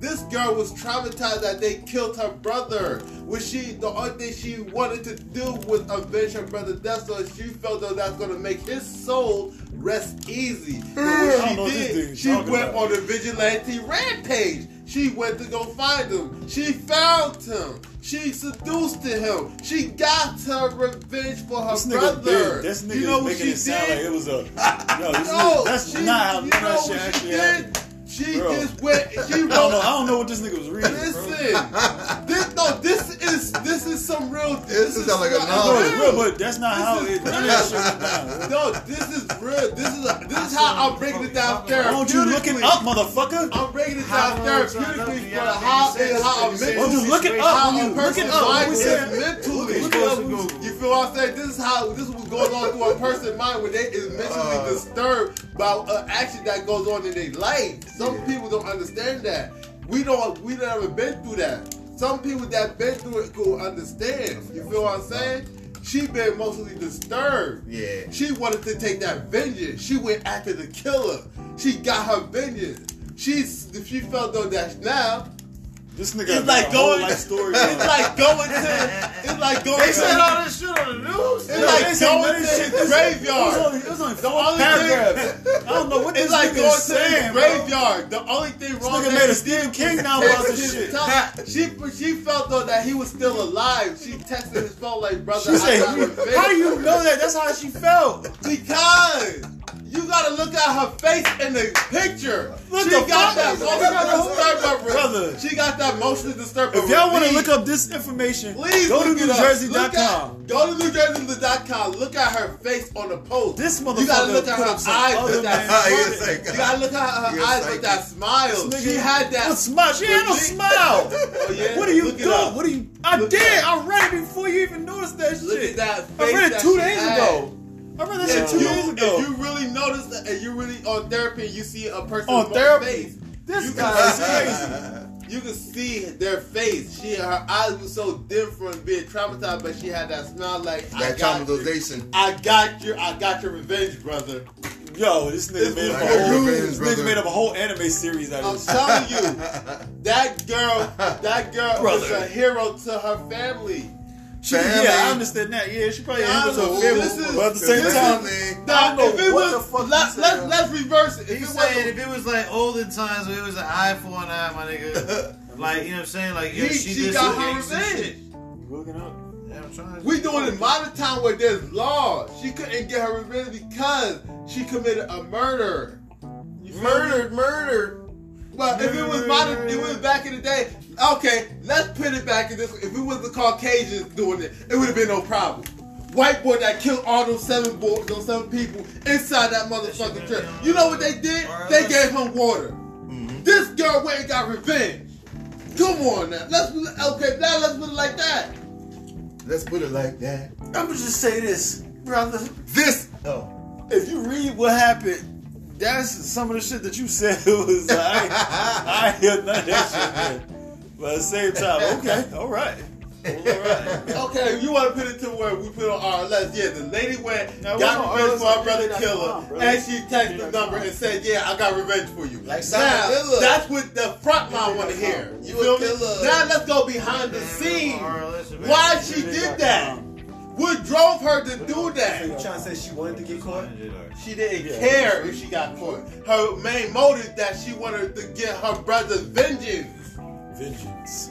[SPEAKER 2] This girl was traumatized that they killed her brother. When she the only thing she wanted to do was avenge her brother's death, so she felt that that's gonna make his soul rest easy. But
[SPEAKER 1] I don't know
[SPEAKER 2] what
[SPEAKER 1] what
[SPEAKER 2] she
[SPEAKER 1] this dude
[SPEAKER 2] did,
[SPEAKER 1] is
[SPEAKER 2] she
[SPEAKER 1] talking
[SPEAKER 2] went
[SPEAKER 1] about.
[SPEAKER 2] on a vigilante rampage. She went to go find him. She found him. She seduced him. She got her revenge for her
[SPEAKER 1] This nigga,
[SPEAKER 2] brother.
[SPEAKER 1] big. this nigga
[SPEAKER 2] you know what
[SPEAKER 1] making
[SPEAKER 2] she
[SPEAKER 1] it sound like
[SPEAKER 2] did?
[SPEAKER 1] it was a. Yo, this nigga,
[SPEAKER 2] No,
[SPEAKER 1] that's
[SPEAKER 2] she,
[SPEAKER 1] not how
[SPEAKER 2] you
[SPEAKER 1] none
[SPEAKER 2] know
[SPEAKER 1] of that
[SPEAKER 2] what
[SPEAKER 1] shit
[SPEAKER 2] she
[SPEAKER 1] actually
[SPEAKER 2] did?
[SPEAKER 1] happened.
[SPEAKER 2] She
[SPEAKER 1] Bro.
[SPEAKER 2] just went. She
[SPEAKER 1] I don't know. I
[SPEAKER 2] wrote.
[SPEAKER 1] don't know what this nigga was reading.
[SPEAKER 2] Listen,
[SPEAKER 1] bro.
[SPEAKER 2] this no. This is this is some real. This,
[SPEAKER 3] is like a
[SPEAKER 2] not
[SPEAKER 1] I know it's
[SPEAKER 3] novel.
[SPEAKER 1] real, but that's not how
[SPEAKER 2] This
[SPEAKER 1] it.
[SPEAKER 2] is
[SPEAKER 1] None of that shit went down.
[SPEAKER 2] No, this is real. This is this is how I'm breaking it down
[SPEAKER 1] Why
[SPEAKER 2] therapeutically.
[SPEAKER 1] don't you look it up, motherfucker?
[SPEAKER 2] I'm breaking it
[SPEAKER 4] How
[SPEAKER 2] down
[SPEAKER 4] long is it
[SPEAKER 2] therapeutically for
[SPEAKER 4] gonna be?
[SPEAKER 2] how
[SPEAKER 4] Yeah,
[SPEAKER 2] and how I'm
[SPEAKER 4] it's- it's-
[SPEAKER 1] Why don't
[SPEAKER 2] mentally.
[SPEAKER 1] you look it up?
[SPEAKER 2] How
[SPEAKER 1] When
[SPEAKER 2] a
[SPEAKER 1] you look it
[SPEAKER 2] person's
[SPEAKER 1] up,
[SPEAKER 2] mind
[SPEAKER 1] we
[SPEAKER 2] is
[SPEAKER 1] said-
[SPEAKER 2] mentally.
[SPEAKER 4] Look it up.
[SPEAKER 2] You feel what I'm saying? This is how this is what's going on through a person's mind when they is mentally
[SPEAKER 4] Uh.
[SPEAKER 2] disturbed by an action that goes on in their life. Some
[SPEAKER 3] Yeah.
[SPEAKER 2] people don't understand that. We don't. We never been through that. Some people that been through it could understand. You feel what I'm saying? She been mostly disturbed.
[SPEAKER 3] Yeah.
[SPEAKER 2] She wanted to take that vengeance. She went after the killer. She got her vengeance. She she felt though that now
[SPEAKER 1] This nigga
[SPEAKER 2] it's
[SPEAKER 1] got
[SPEAKER 2] like
[SPEAKER 1] a whole
[SPEAKER 2] going.
[SPEAKER 1] life story.
[SPEAKER 2] It's
[SPEAKER 1] bro.
[SPEAKER 2] like going to. It's like going.
[SPEAKER 4] They said
[SPEAKER 2] to,
[SPEAKER 4] all this shit on the news.
[SPEAKER 2] it's
[SPEAKER 1] Yo,
[SPEAKER 2] like
[SPEAKER 1] this ain't none
[SPEAKER 2] going
[SPEAKER 1] of
[SPEAKER 2] to
[SPEAKER 1] this shit. This-
[SPEAKER 2] the
[SPEAKER 1] It was
[SPEAKER 2] graveyard.
[SPEAKER 1] only, it was only
[SPEAKER 2] The
[SPEAKER 1] four
[SPEAKER 2] only
[SPEAKER 1] paragraphs.
[SPEAKER 2] thing,
[SPEAKER 1] I don't know what this
[SPEAKER 2] it's like
[SPEAKER 1] nigga
[SPEAKER 2] going
[SPEAKER 1] is
[SPEAKER 2] to the
[SPEAKER 1] saying, bro.
[SPEAKER 2] graveyard. The only thing
[SPEAKER 1] This
[SPEAKER 2] wrong.
[SPEAKER 1] nigga
[SPEAKER 2] that-
[SPEAKER 1] made a Stephen King novel out of this shit.
[SPEAKER 2] She she felt though that he was still alive. She texted his phone like, brother,
[SPEAKER 1] She
[SPEAKER 2] I
[SPEAKER 1] said,
[SPEAKER 2] got revenge.
[SPEAKER 1] "How do you know that? That's how she felt."
[SPEAKER 2] Because you gotta look at her face in the picture.
[SPEAKER 1] What
[SPEAKER 2] she
[SPEAKER 1] the fuck?
[SPEAKER 2] got that emotionally disturbed her
[SPEAKER 1] Brother.
[SPEAKER 2] She got that emotionally disturbed.
[SPEAKER 1] If y'all want to
[SPEAKER 2] relief.
[SPEAKER 1] look up this information,
[SPEAKER 2] Please
[SPEAKER 1] go to
[SPEAKER 2] look it up. Look
[SPEAKER 1] newjersey.com.
[SPEAKER 2] at- Go to newjersey.com. Look at her face on the post.
[SPEAKER 1] This
[SPEAKER 2] You gotta
[SPEAKER 1] motherfucker
[SPEAKER 2] look at
[SPEAKER 1] put
[SPEAKER 2] her
[SPEAKER 1] up some
[SPEAKER 2] eyes
[SPEAKER 1] other
[SPEAKER 2] with that
[SPEAKER 1] man.
[SPEAKER 3] He a
[SPEAKER 2] smile.
[SPEAKER 3] psycho.
[SPEAKER 2] You gotta look at her
[SPEAKER 3] He a
[SPEAKER 2] eyes with that
[SPEAKER 3] psycho.
[SPEAKER 2] smile.
[SPEAKER 1] This
[SPEAKER 2] She
[SPEAKER 1] nigga-
[SPEAKER 2] had
[SPEAKER 1] What
[SPEAKER 2] that.
[SPEAKER 1] smile? She had no
[SPEAKER 2] Look-
[SPEAKER 1] smile.
[SPEAKER 2] Oh, yeah?
[SPEAKER 1] What are you
[SPEAKER 2] Look it
[SPEAKER 1] doing?
[SPEAKER 2] up.
[SPEAKER 1] What are you? I
[SPEAKER 2] Look it
[SPEAKER 1] did.
[SPEAKER 2] up.
[SPEAKER 1] I read it before you even noticed that
[SPEAKER 2] Look
[SPEAKER 1] shit.
[SPEAKER 2] at that
[SPEAKER 1] I
[SPEAKER 2] face
[SPEAKER 1] read it
[SPEAKER 2] that
[SPEAKER 1] two
[SPEAKER 2] she
[SPEAKER 1] days
[SPEAKER 2] had.
[SPEAKER 1] ago. I read that
[SPEAKER 2] If
[SPEAKER 1] shit two
[SPEAKER 2] you,
[SPEAKER 1] days
[SPEAKER 2] if
[SPEAKER 1] ago.
[SPEAKER 2] you really notice that, and you really on therapy, you see a person
[SPEAKER 1] On
[SPEAKER 2] on
[SPEAKER 1] therapy?
[SPEAKER 2] face.
[SPEAKER 1] This
[SPEAKER 2] you
[SPEAKER 1] guy is
[SPEAKER 2] can see-
[SPEAKER 1] crazy.
[SPEAKER 2] You could see their face. She, her eyes were so dim from being traumatized, but she had that smile like I
[SPEAKER 3] That
[SPEAKER 2] got you.
[SPEAKER 3] traumatization.
[SPEAKER 2] I got your, I got your revenge, brother.
[SPEAKER 1] Yo, this nigga
[SPEAKER 2] This
[SPEAKER 1] made up
[SPEAKER 2] was
[SPEAKER 1] a
[SPEAKER 2] for
[SPEAKER 1] whole.
[SPEAKER 2] you,
[SPEAKER 1] This
[SPEAKER 3] brother.
[SPEAKER 1] nigga made up a whole anime series out of
[SPEAKER 2] I'm
[SPEAKER 1] this.
[SPEAKER 2] telling you, that girl, that girl was
[SPEAKER 1] Brother.
[SPEAKER 2] a hero to her family.
[SPEAKER 1] She-
[SPEAKER 3] Family.
[SPEAKER 1] Yeah, I understand that. Yeah, she probably
[SPEAKER 2] Yeah,
[SPEAKER 1] yeah, was
[SPEAKER 2] I know.
[SPEAKER 1] a family,
[SPEAKER 2] This is-
[SPEAKER 1] but at the same
[SPEAKER 2] this is-
[SPEAKER 1] time,
[SPEAKER 2] Now,
[SPEAKER 1] know
[SPEAKER 2] if it
[SPEAKER 1] what
[SPEAKER 2] was,
[SPEAKER 1] the fuck
[SPEAKER 2] let,
[SPEAKER 1] you
[SPEAKER 2] let,
[SPEAKER 1] said.
[SPEAKER 2] let's reverse it. If
[SPEAKER 4] He
[SPEAKER 2] it
[SPEAKER 4] said
[SPEAKER 2] was,
[SPEAKER 4] if it was like olden times where it was an eye for an eye, my nigga. Like, you know what I'm saying? Like, yo,
[SPEAKER 2] He-
[SPEAKER 4] she,
[SPEAKER 2] she
[SPEAKER 4] did
[SPEAKER 2] got
[SPEAKER 4] some
[SPEAKER 2] her
[SPEAKER 4] gangster
[SPEAKER 2] revenge.
[SPEAKER 4] shit. Yeah, I'm trying to-
[SPEAKER 2] we doing it modern time where there's law. She couldn't get her revenge because she committed a murder. You feel me?
[SPEAKER 4] Murdered, murdered.
[SPEAKER 2] Well, if it was modern, if it was back in the day. Okay, let's put it back in this. If it was the Caucasians doing it, it would have been no problem. White boy that killed all those seven boys, those seven people inside that motherfucking church. You know what they did? They gave him water. This girl went and got revenge. Come on now, let's okay now let's put it like that.
[SPEAKER 3] Let's put it like that.
[SPEAKER 1] I'm gonna just say this, brother.
[SPEAKER 3] This. Oh.
[SPEAKER 1] If you read what happened, that's some of the shit that you said was like, I ain't hear none of that shit. Man. But at the same time, okay, all right.
[SPEAKER 2] Okay, you want to put it to where we put on RLS. Yeah, the lady went,
[SPEAKER 1] No,
[SPEAKER 2] got
[SPEAKER 1] we're on
[SPEAKER 2] revenge for her
[SPEAKER 1] RLS.
[SPEAKER 2] brother
[SPEAKER 1] Yeah,
[SPEAKER 2] killer,
[SPEAKER 1] come on, bro.
[SPEAKER 2] and she texted the
[SPEAKER 1] Yeah,
[SPEAKER 2] number
[SPEAKER 1] come
[SPEAKER 2] and said, "Yeah, I got revenge for you."
[SPEAKER 5] Like
[SPEAKER 2] now,
[SPEAKER 5] Sarah
[SPEAKER 2] that's what the front line want to hear. You
[SPEAKER 5] You
[SPEAKER 2] feel
[SPEAKER 5] a
[SPEAKER 2] me?
[SPEAKER 5] killer.
[SPEAKER 2] Now let's go behind the
[SPEAKER 4] Man,
[SPEAKER 2] scene.
[SPEAKER 4] RLS, man.
[SPEAKER 2] Why she did that? What drove her to do
[SPEAKER 5] You
[SPEAKER 2] that?
[SPEAKER 5] trying to say she wanted to get caught?
[SPEAKER 2] She didn't care if she got caught. Her main motive that she wanted to get her brother's vengeance.
[SPEAKER 1] Vengeance.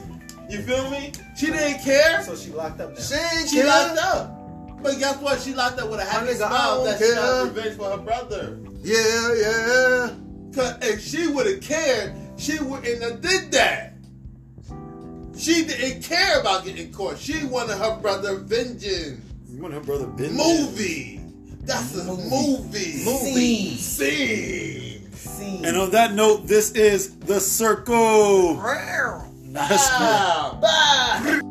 [SPEAKER 2] You feel me? She didn't care.
[SPEAKER 5] So she locked up now.
[SPEAKER 3] ain't
[SPEAKER 2] She locked up. But guess what? She locked up with a happy
[SPEAKER 3] nigga, I
[SPEAKER 2] smile
[SPEAKER 3] don't
[SPEAKER 2] that she got
[SPEAKER 3] care.
[SPEAKER 2] revenge for her brother.
[SPEAKER 3] Yeah, yeah.
[SPEAKER 2] Cause if she would have cared, she wouldn't have did that. She didn't care about getting caught. She wanted her brother vengeance.
[SPEAKER 1] You want her brother Ben?
[SPEAKER 2] Movie. That's a movie.
[SPEAKER 5] Movie.
[SPEAKER 2] Scene.
[SPEAKER 5] Scene.
[SPEAKER 1] And on that note, this is The Circle. Nice.
[SPEAKER 2] Bow. Bow.